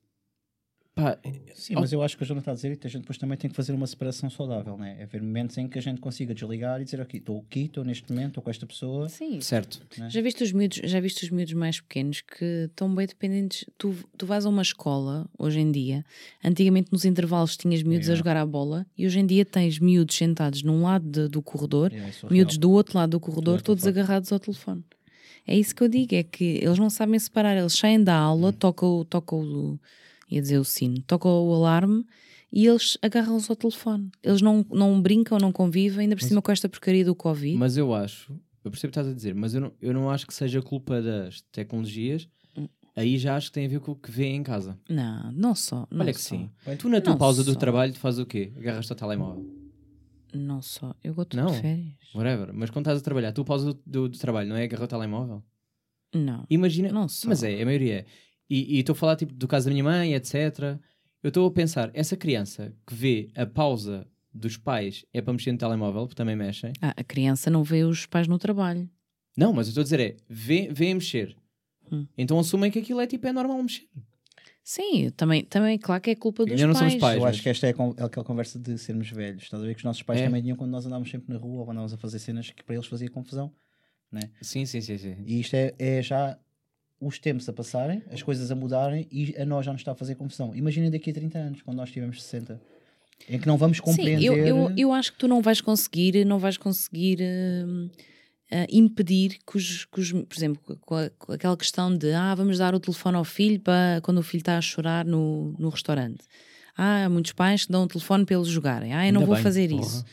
Speaker 1: Pá,
Speaker 2: Sim, mas eu acho que o João está a dizer e que a gente depois também tem que fazer uma separação saudável, né? É haver momentos em que a gente consiga desligar e dizer aqui, estou aqui, estou neste momento, estou com esta pessoa.
Speaker 3: Sim.
Speaker 1: certo.
Speaker 3: Já viste, os miúdos, já viste os miúdos mais pequenos que estão bem dependentes? Tu, tu vais a uma escola hoje em dia. Antigamente, nos intervalos, tinhas miúdos a
Speaker 2: Yeah.
Speaker 3: jogar à bola e hoje em dia tens miúdos sentados num lado de- do corredor,
Speaker 2: É, isso é
Speaker 3: miúdos
Speaker 2: real.
Speaker 3: do outro lado do corredor,
Speaker 2: ao
Speaker 3: todos
Speaker 2: telefone.
Speaker 3: agarrados ao telefone. É isso que eu digo, é que eles não sabem separar, eles saem da
Speaker 1: Uhum.
Speaker 3: aula, tocam, tocam o. ia dizer o sino, tocam o alarme e eles agarram-se ao telefone. Eles não, não brincam, não convivem, ainda por cima com esta porcaria do Covid.
Speaker 1: Mas eu acho, eu percebo o que estás a dizer, mas eu não, eu não acho que seja culpa das tecnologias.
Speaker 3: Hum.
Speaker 1: Aí já acho que tem a ver com o que vê em casa.
Speaker 3: Não, não só. Não
Speaker 1: Olha que
Speaker 3: só,
Speaker 1: sim. Tu, na tua
Speaker 3: Não
Speaker 1: pausa do
Speaker 3: só.
Speaker 1: trabalho, tu fazes o quê? Agarras-te ao telemóvel.
Speaker 3: Não só. Eu gosto
Speaker 1: Não.
Speaker 3: de férias.
Speaker 1: Whatever. Mas quando estás a trabalhar, tu pausa do, do- do trabalho, não é? Agarrar o telemóvel?
Speaker 3: Não.
Speaker 1: Imagina.
Speaker 3: Não só.
Speaker 1: Mas é, a maioria é. E e estou a falar tipo, do caso da minha mãe, etc. Eu estou a pensar, essa criança que vê a pausa dos pais é para mexer no telemóvel, porque também mexem.
Speaker 3: Ah, a criança não vê os pais no trabalho.
Speaker 1: Não, mas eu estou a dizer é, vê, vê a mexer.
Speaker 3: Hum.
Speaker 1: Então assumem que aquilo é tipo, é normal mexer.
Speaker 3: Sim, eu também, também claro que é culpa dos
Speaker 1: Ainda não
Speaker 3: pais.
Speaker 1: somos pais.
Speaker 2: Eu
Speaker 1: mas-
Speaker 2: acho que esta é con- aquela conversa de sermos velhos. Estás a ver que os nossos pais
Speaker 1: É.
Speaker 2: também tinham quando nós andávamos sempre na rua ou andávamos a fazer cenas que para eles fazia confusão.
Speaker 1: Sim, sim, sim, sim.
Speaker 2: E isto é, é já os tempos a passarem, as coisas a mudarem e a nós já nos está a fazer confusão. Imagina daqui a 30 anos, quando nós tivermos 60. Em que não vamos compreender.
Speaker 3: Sim, eu, eu, eu
Speaker 1: eh,
Speaker 3: acho que tu não vais conseguir, não vais conseguir hum, ah, impedir que os, que os- por exemplo, com, a- com aquela questão de ah, vamos dar o telefone ao filho para quando o filho está a chorar no, no restaurante. Ah, há muitos pais que dão o telefone para eles jogarem. Ah, eu não
Speaker 1: Ainda
Speaker 3: vou
Speaker 1: bem,
Speaker 3: fazer
Speaker 1: porra.
Speaker 3: isso.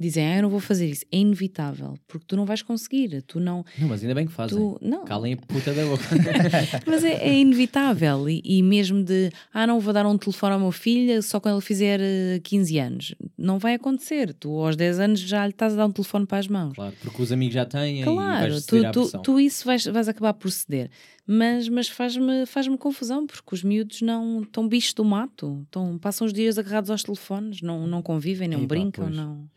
Speaker 3: Dizem, ah, eu não vou fazer isso. É inevitável, porque tu não vais conseguir. Tu não.
Speaker 1: Não, mas ainda bem que fazem.
Speaker 3: Tu, não.
Speaker 1: Calem a puta da boca.
Speaker 3: Mas é, é inevitável. E, e mesmo de, ah, não vou dar um telefone ao meu filho só quando ele fizer eh, 15 anos. Não vai acontecer. Tu, aos 10 anos, já lhe estás a dar um telefone para as mãos.
Speaker 1: claro, porque os amigos já têm e
Speaker 3: Claro,
Speaker 1: vais ceder
Speaker 3: tu,
Speaker 1: à
Speaker 3: tu,
Speaker 1: pressão.
Speaker 3: tu isso vais, vais acabar por ceder. Mas, mas faz-me faz confusão, porque os miúdos não estão bichos do mato. Estão, passam os dias agarrados aos telefones, não, não convivem, não
Speaker 1: Epá,
Speaker 3: brincam,
Speaker 1: pois.
Speaker 3: não.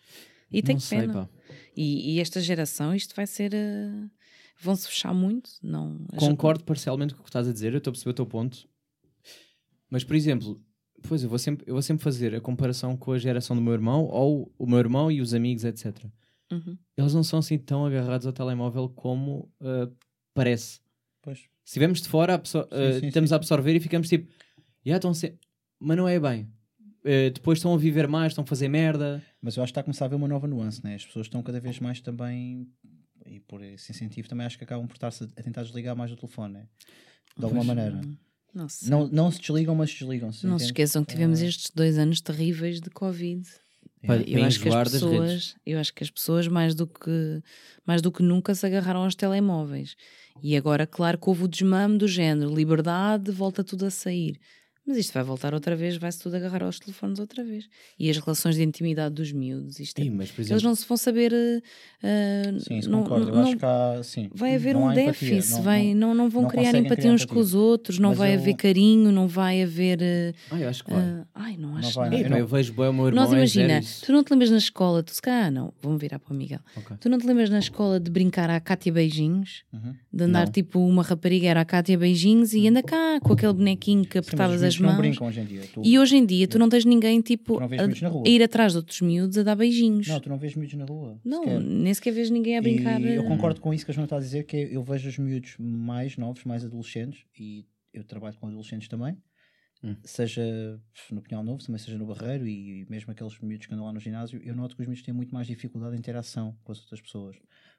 Speaker 3: E tem
Speaker 1: não
Speaker 3: que
Speaker 1: sei,
Speaker 3: pena.
Speaker 1: pá.
Speaker 3: E, e esta geração, isto vai ser. eh, Vão-se fechar muito, não?
Speaker 1: Concordo parcialmente com o que estás a dizer, eu estou a perceber o teu ponto. Mas, por exemplo, pois eu vou, sempre, eu vou sempre fazer a comparação com a geração do meu irmão ou o meu irmão e os amigos, etc.
Speaker 3: Uhum.
Speaker 1: Eles não são assim tão agarrados ao telemóvel como ah, parece.
Speaker 2: Pois.
Speaker 1: Se estivermos de fora, absor- ah,
Speaker 2: sim,
Speaker 1: estamos a absorver e ficamos tipo, "Ya, estão se... mas não é bem. Ah, depois estão a viver mais, estão a fazer merda.
Speaker 2: Mas eu acho que está a começar a haver uma nova nuance, né? As pessoas estão cada vez mais também, e por esse incentivo também acho que acabam por estar-se a tentar desligar mais do telefone, né? De alguma
Speaker 1: Pois.
Speaker 2: maneira.
Speaker 3: Não sei.
Speaker 2: Não, não se desligam, mas desligam-se.
Speaker 3: Não
Speaker 2: entende?
Speaker 3: se esqueçam que tivemos
Speaker 2: Ah.
Speaker 3: estes dois anos terríveis de Covid.
Speaker 1: Para,
Speaker 3: Eu
Speaker 1: para
Speaker 3: acho, que
Speaker 1: enjoar
Speaker 3: as
Speaker 1: das redes.
Speaker 3: pessoas, eu acho que as pessoas, mais do que, mais do que nunca, se agarraram aos telemóveis. E agora, claro, que houve o desmame do género: liberdade, volta tudo a sair. Mas isto vai voltar outra vez, vai-se tudo agarrar aos telefones outra vez. E as relações de intimidade dos miúdos, isto é-
Speaker 1: Sim, mas, por exemplo,
Speaker 3: Eles não se vão saber. eh, eh,
Speaker 2: Sim, isso
Speaker 3: não-
Speaker 2: concordo.
Speaker 3: não-
Speaker 2: eu
Speaker 3: não-
Speaker 2: acho que há, sim.
Speaker 3: Vai haver
Speaker 2: não
Speaker 3: um
Speaker 2: há empatia,
Speaker 3: déficit,
Speaker 2: não-
Speaker 3: vai,
Speaker 2: não-
Speaker 3: não, não vão
Speaker 2: não
Speaker 3: criar
Speaker 2: conseguem
Speaker 3: empatia
Speaker 2: criar
Speaker 3: uns com
Speaker 2: empatia.
Speaker 3: os outros, não
Speaker 2: Mas
Speaker 3: vai
Speaker 2: eu-
Speaker 3: haver carinho, não vai haver. eh,
Speaker 1: Ah, eu acho que vai.
Speaker 3: ah, ai, não
Speaker 2: Não
Speaker 3: acho
Speaker 2: vai,
Speaker 3: nada.
Speaker 2: não.
Speaker 1: Epá, eu vejo bem o meu irmão.
Speaker 3: Nós
Speaker 1: é
Speaker 3: imagina,
Speaker 1: zero isso.
Speaker 3: tu não te lembras na escola, tu se calhar, ah, não, vamos virar para o Miguel.
Speaker 1: Ok.
Speaker 3: Tu não te lembras na escola de brincar à Cátia Beijinhos?
Speaker 2: Uhum.
Speaker 3: De andar
Speaker 1: Não.
Speaker 3: tipo uma rapariga era a Cátia Beijinhos e anda cá com aquele bonequinho que
Speaker 2: Sim, mas os
Speaker 3: apertavas as
Speaker 2: miúdos Não
Speaker 3: mãos.
Speaker 2: brincam hoje em dia. Tu,
Speaker 3: E hoje em dia tu não tens ninguém tipo
Speaker 2: Tu não vês
Speaker 3: a,
Speaker 2: miúdos na rua.
Speaker 3: a ir atrás de outros miúdos a dar beijinhos.
Speaker 2: Não,
Speaker 3: Não,
Speaker 2: tu não vês miúdos na rua. sequer.
Speaker 3: nem sequer vês ninguém a brincar.
Speaker 2: E eu
Speaker 3: eh,
Speaker 2: concordo com isso que a Joana está a dizer, que eu vejo os miúdos mais novos, mais adolescentes, e eu trabalho com adolescentes também,
Speaker 1: Hum.
Speaker 2: seja no Pinhal Novo, também seja no Barreiro, e mesmo aqueles miúdos que andam lá no ginásio, eu noto que os miúdos têm muito mais dificuldade em interação com as outras pessoas.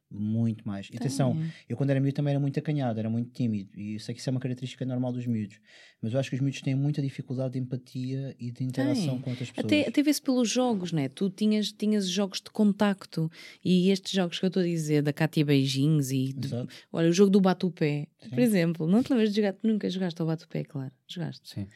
Speaker 2: Muito mais. E atenção,
Speaker 3: Tem.
Speaker 2: eu quando era miúdo também era muito acanhado, era muito tímido, e eu sei que isso é uma característica normal dos miúdos, mas eu acho que os miúdos têm muita dificuldade de empatia e de interação
Speaker 3: Tem.
Speaker 2: com outras pessoas.
Speaker 3: Até, até vê-se pelos jogos, né? Tu tinhas, tinhas jogos de contacto e estes jogos que eu estou a dizer, da Cátia Beijinhos e do-
Speaker 2: Exato.
Speaker 3: Olha, o jogo do bate-o-pé, por
Speaker 2: Sim.
Speaker 3: exemplo, não te lembras de jogar, tu nunca jogaste ao bate-o-pé, claro. Jogaste.
Speaker 1: Sim.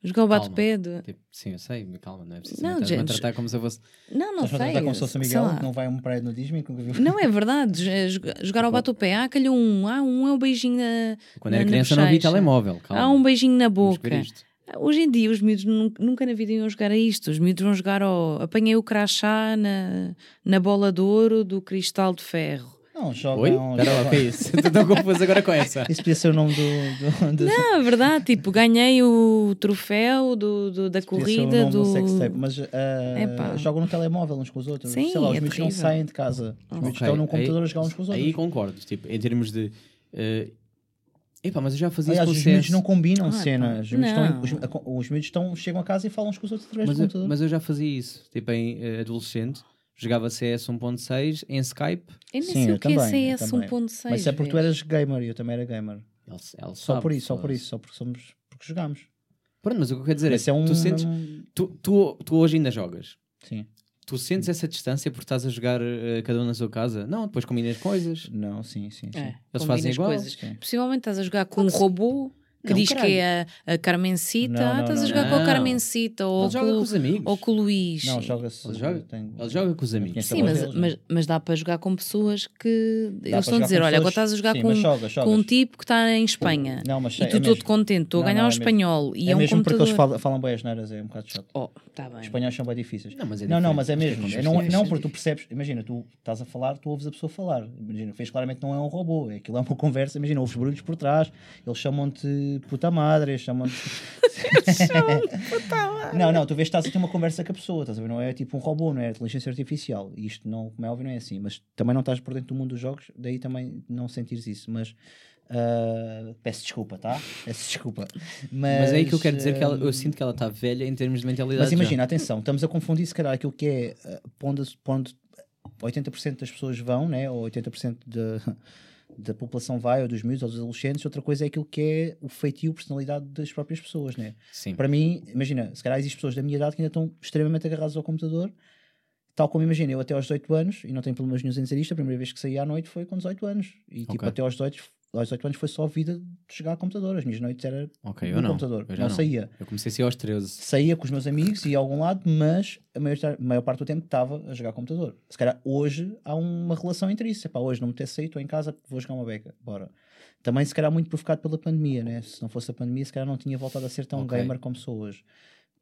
Speaker 3: Jogar o
Speaker 1: Calma.
Speaker 3: bate-pé do.
Speaker 1: Tipo, sim, eu sei, mas calma, não é preciso.
Speaker 3: Não,
Speaker 1: Não,
Speaker 3: gente,
Speaker 1: me tratar como se eu fosse.
Speaker 3: Não, não
Speaker 2: Mas
Speaker 3: sei.
Speaker 2: pronto, está como se fosse o
Speaker 3: sei
Speaker 2: Miguel,
Speaker 3: lá.
Speaker 2: que não vai a um uma praia de nudismo e que nunca viu.
Speaker 3: Não, é verdade. jo- eh, joga- Jogar ao bate-o-pé, ah, calhou um, ah, um é um beijinho na.
Speaker 1: Quando
Speaker 3: na-
Speaker 1: era
Speaker 3: na
Speaker 1: criança não vi
Speaker 3: bochecha.
Speaker 1: telemóvel, calma.
Speaker 3: Há um beijinho na
Speaker 1: Vamos
Speaker 3: boca.
Speaker 1: ver isto.
Speaker 3: Ah, Hoje em dia os miúdos nun- nunca na vida iam jogar a isto. Os miúdos vão jogar ao. Apanhei o crachá na, na bola de ouro do cristal de ferro.
Speaker 2: Não,
Speaker 1: Oi?
Speaker 2: jogam.
Speaker 1: Espera lá, o que é isso? Estou tão confuso agora com essa.
Speaker 2: Isso podia ser o nome do. do, do
Speaker 3: Não, é verdade, tipo, ganhei o troféu do, do- da
Speaker 2: podia ser o
Speaker 3: corrida
Speaker 2: nome um
Speaker 3: do.
Speaker 2: sex tape, mas
Speaker 3: Epá.
Speaker 2: ah, jogam no telemóvel uns com os outros.
Speaker 3: Sim,
Speaker 2: Sei lá, os
Speaker 3: é
Speaker 2: miúdos não
Speaker 3: terrível.
Speaker 2: saem de casa. Os miúdos
Speaker 1: Ok,
Speaker 2: estão num
Speaker 1: aí-
Speaker 2: é um computador a jogar uns com os outros.
Speaker 1: Aí concordo, tipo, em termos de. eh, Epá, mas eu já fazia
Speaker 2: Aliás,
Speaker 1: isso
Speaker 2: os
Speaker 1: com
Speaker 2: miúdos
Speaker 1: CS.
Speaker 2: não combinam
Speaker 3: Ah, pá.
Speaker 2: cenas. Os miúdos, estão,
Speaker 3: Não.
Speaker 2: os, a- os miúdos estão, chegam a casa e falam uns com os outros através
Speaker 1: Mas
Speaker 2: do
Speaker 1: eu,
Speaker 2: computador.
Speaker 1: mas eu já fazia isso, tipo, em eh, adolescente. Jogava CS 1.6 em Skype.
Speaker 3: Eu nem
Speaker 2: Sim,
Speaker 3: sei
Speaker 2: eu
Speaker 3: o que é
Speaker 2: também, eu
Speaker 3: CS
Speaker 2: também.
Speaker 3: 1.6.
Speaker 2: Mas isso é porque tu
Speaker 3: vês?
Speaker 2: eras gamer e eu também era gamer.
Speaker 1: Ele, ele
Speaker 2: Só
Speaker 1: sabe,
Speaker 2: por isso, só por
Speaker 1: Ah, foda-se.
Speaker 2: isso, só porque somos. Porque jogámos.
Speaker 1: Pronto, mas o que eu quero dizer
Speaker 2: Esse
Speaker 1: é,
Speaker 2: é um.
Speaker 1: tu sentes.
Speaker 2: um-
Speaker 1: Tu, tu, tu hoje ainda jogas.
Speaker 2: Sim.
Speaker 1: Tu sentes essa distância porque estás a jogar eh, cada um na sua casa? Não, depois combinas coisas.
Speaker 2: Não, sim, sim. sim.
Speaker 3: É,
Speaker 1: Eles
Speaker 3: combina
Speaker 1: fazem
Speaker 3: as
Speaker 1: igual.
Speaker 3: coisas.
Speaker 2: Sim.
Speaker 3: Possivelmente estás a jogar com um robô que
Speaker 1: Não,
Speaker 3: diz
Speaker 1: caralho.
Speaker 3: que é a, a Carmencita.
Speaker 2: Não,
Speaker 3: ah,
Speaker 2: não,
Speaker 3: estás a
Speaker 2: não,
Speaker 3: jogar com
Speaker 1: não.
Speaker 3: a Carmencita ou
Speaker 1: Ele joga com
Speaker 3: com,
Speaker 1: os amigos.
Speaker 3: ou com o Luís.
Speaker 2: Não, joga-se.
Speaker 1: Ele joga-
Speaker 2: tem-
Speaker 1: Ele joga com os
Speaker 2: Eu
Speaker 1: amigos.
Speaker 2: conheço
Speaker 3: Sim,
Speaker 2: a voz
Speaker 3: mas,
Speaker 2: deles, não é?
Speaker 3: mas, mas dá para jogar com pessoas que.
Speaker 2: Dá para
Speaker 3: eles estão a
Speaker 2: jogar
Speaker 3: dizer:
Speaker 2: com
Speaker 3: olha, agora estás
Speaker 2: pessoas-
Speaker 3: a jogar
Speaker 2: Sim,
Speaker 3: com,
Speaker 2: mas joga,
Speaker 3: com um
Speaker 2: jogas.
Speaker 3: tipo que está em Espanha.
Speaker 2: Não, mas
Speaker 3: e
Speaker 2: é
Speaker 3: tu todo
Speaker 2: mesmo.
Speaker 3: contente, estou a
Speaker 2: Não,
Speaker 3: ganhar
Speaker 2: não,
Speaker 3: um
Speaker 2: é mesmo.
Speaker 3: espanhol e é,
Speaker 2: é
Speaker 3: um
Speaker 2: mesmo porque
Speaker 3: computador.
Speaker 2: eles falam, falam bem as neiras, é um bocado chato.
Speaker 3: Oh, tá bem.
Speaker 2: Os espanhóis são bem difíceis.
Speaker 1: Não, mas é
Speaker 2: não, não,
Speaker 1: diferente.
Speaker 2: mas é mesmo.
Speaker 1: Porque
Speaker 2: É não,
Speaker 1: é
Speaker 2: não, porque tu percebes. Imagina, tu estás a falar, tu ouves a pessoa falar. Imagina, fez claramente não é um robô. é Aquilo é uma conversa. Imagina, ouves barulhos por trás. Eles chamam-te puta madre, eles chamam-te. não, não, tu vês que estás a ter uma conversa com a pessoa. Estás a ver? Não é tipo um robô, não é inteligência artificial. E isto, não, como é óbvio, não é assim. Mas também não estás por dentro do mundo dos jogos, daí também não sentires isso. Mas Ah, peço desculpa, tá? Peço desculpa. Mas,
Speaker 1: Mas é aí que eu quero dizer que ela-
Speaker 2: ah,
Speaker 1: eu sinto que ela está velha em termos de mentalidade.
Speaker 2: Mas
Speaker 1: já.
Speaker 2: imagina, atenção, estamos a confundir se calhar aquilo que é eh, para onde, para onde 80% das pessoas vão, né? ou 80% da- da população vai, ou dos miúdos, ou dos adolescentes, outra coisa é aquilo que é o feitio, personalidade das próprias pessoas. Né?
Speaker 1: Sim.
Speaker 2: Para mim, imagina, se calhar existem pessoas da minha idade que ainda estão extremamente agarradas ao computador, tal como imagina, eu até aos 18 anos, e não tenho problemas nenhum em dizer isto, a primeira vez que saí à noite foi com 18 anos, e tipo,
Speaker 1: Ok.
Speaker 2: até aos 18, aos 18 anos foi só a vida de chegar ao computador, as minhas noites era
Speaker 1: Ok, eu
Speaker 2: no
Speaker 1: não.
Speaker 2: um computador,
Speaker 1: Eu já
Speaker 2: não
Speaker 1: não.
Speaker 2: saía
Speaker 1: Eu comecei a sair aos 13.
Speaker 2: saía com os meus amigos e ia a algum lado, mas a maior, tar- maior parte do tempo estava a jogar computador. Se calhar hoje há uma relação entre isso. Epá, hoje não me ter saído, estou em casa, vou jogar uma beca, bora. Também se calhar muito provocado pela pandemia, né? Se não fosse a pandemia, se calhar não tinha voltado a ser tão
Speaker 1: Ok.
Speaker 2: gamer como sou hoje.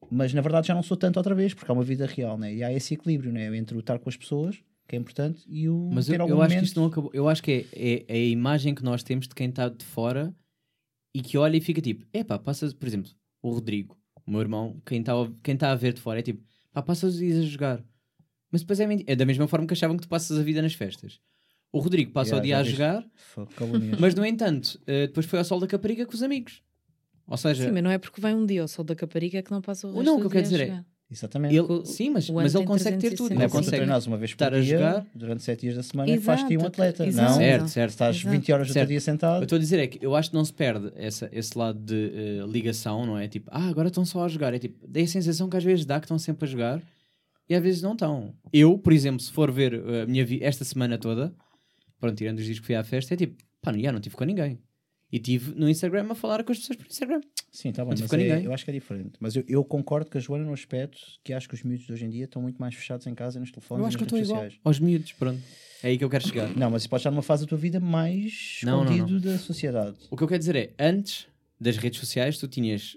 Speaker 2: Mas na verdade já não sou tanto outra vez, porque há uma vida real, né? E há esse equilíbrio, né? Entre o estar com as pessoas, que é importante, e o
Speaker 1: Mas
Speaker 2: ter
Speaker 1: eu,
Speaker 2: algum
Speaker 1: eu acho
Speaker 2: momento...
Speaker 1: que isto não acabou. Eu acho que é, é- é a imagem que nós temos de quem está de fora e que olha e fica tipo, epá, passas, por exemplo, o Rodrigo, o meu irmão, quem está a- quem tá a ver de fora é tipo, pá, passas os dias a jogar. Mas depois é, mentira. é da mesma forma que achavam que tu passas a vida nas festas. O Rodrigo passa
Speaker 2: Yeah,
Speaker 1: o dia
Speaker 2: já
Speaker 1: a
Speaker 2: viste.
Speaker 1: jogar,
Speaker 2: Fogo, calúnias.
Speaker 1: mas no entanto, eh, depois foi ao sol da Caparica com os amigos. Ou seja,
Speaker 3: Sim, mas não é porque vai um dia ao sol da Caparica que não passa o
Speaker 1: Não,
Speaker 3: resto
Speaker 1: o que
Speaker 3: do
Speaker 1: eu quero
Speaker 3: dia a
Speaker 1: dizer é,
Speaker 3: jogar.
Speaker 2: Exatamente.
Speaker 1: ele,
Speaker 3: o-
Speaker 1: sim, mas,
Speaker 3: o
Speaker 1: mas
Speaker 3: ano
Speaker 1: ele
Speaker 3: tem
Speaker 1: consegue ter tudo.
Speaker 3: 360.
Speaker 2: Não é
Speaker 1: Ele
Speaker 2: como se tu
Speaker 1: consegue
Speaker 2: treinares uma vez por
Speaker 1: estar a
Speaker 2: dia,
Speaker 1: jogar.
Speaker 2: durante 7 dias da semana, que fazes
Speaker 3: Exato,
Speaker 2: de ti um atleta.
Speaker 3: exato.
Speaker 2: Não,
Speaker 1: Certo, certo.
Speaker 2: Estás
Speaker 3: Exato.
Speaker 2: 20 horas
Speaker 1: Certo.
Speaker 2: do dia
Speaker 1: Eu
Speaker 2: sentado.
Speaker 1: estou a dizer é que eu acho que não se perde essa- esse lado de eh, ligação, não é? Tipo, ah, agora estão só a jogar. É tipo, dei a sensação que às vezes dá que estão sempre a jogar e às vezes não estão. Eu, por exemplo, se for ver eh, a minha vida esta semana toda, pronto, tirando os dias que fui à festa, é tipo, pá, já não tive com ninguém. E tive no Instagram a falar com as pessoas por Instagram.
Speaker 2: Sim, tá
Speaker 1: Não
Speaker 2: bom, mas
Speaker 1: te ficou
Speaker 2: é-
Speaker 1: ninguém.
Speaker 2: eu acho que é diferente. Mas eu, eu concordo com a Joana no aspecto que acho que os miúdos de hoje em dia estão muito mais fechados em casa, nos telefones
Speaker 1: eu
Speaker 2: e
Speaker 1: acho
Speaker 2: nas
Speaker 1: que eu estou
Speaker 2: redes
Speaker 1: igual
Speaker 2: sociais.
Speaker 1: aos miúdos, pronto. É aí que eu quero chegar.
Speaker 2: Não, mas isso pode estar numa fase da tua vida mais
Speaker 1: Não, não,
Speaker 2: escondido da sociedade.
Speaker 1: O que eu quero dizer é, antes das redes sociais, tu tinhas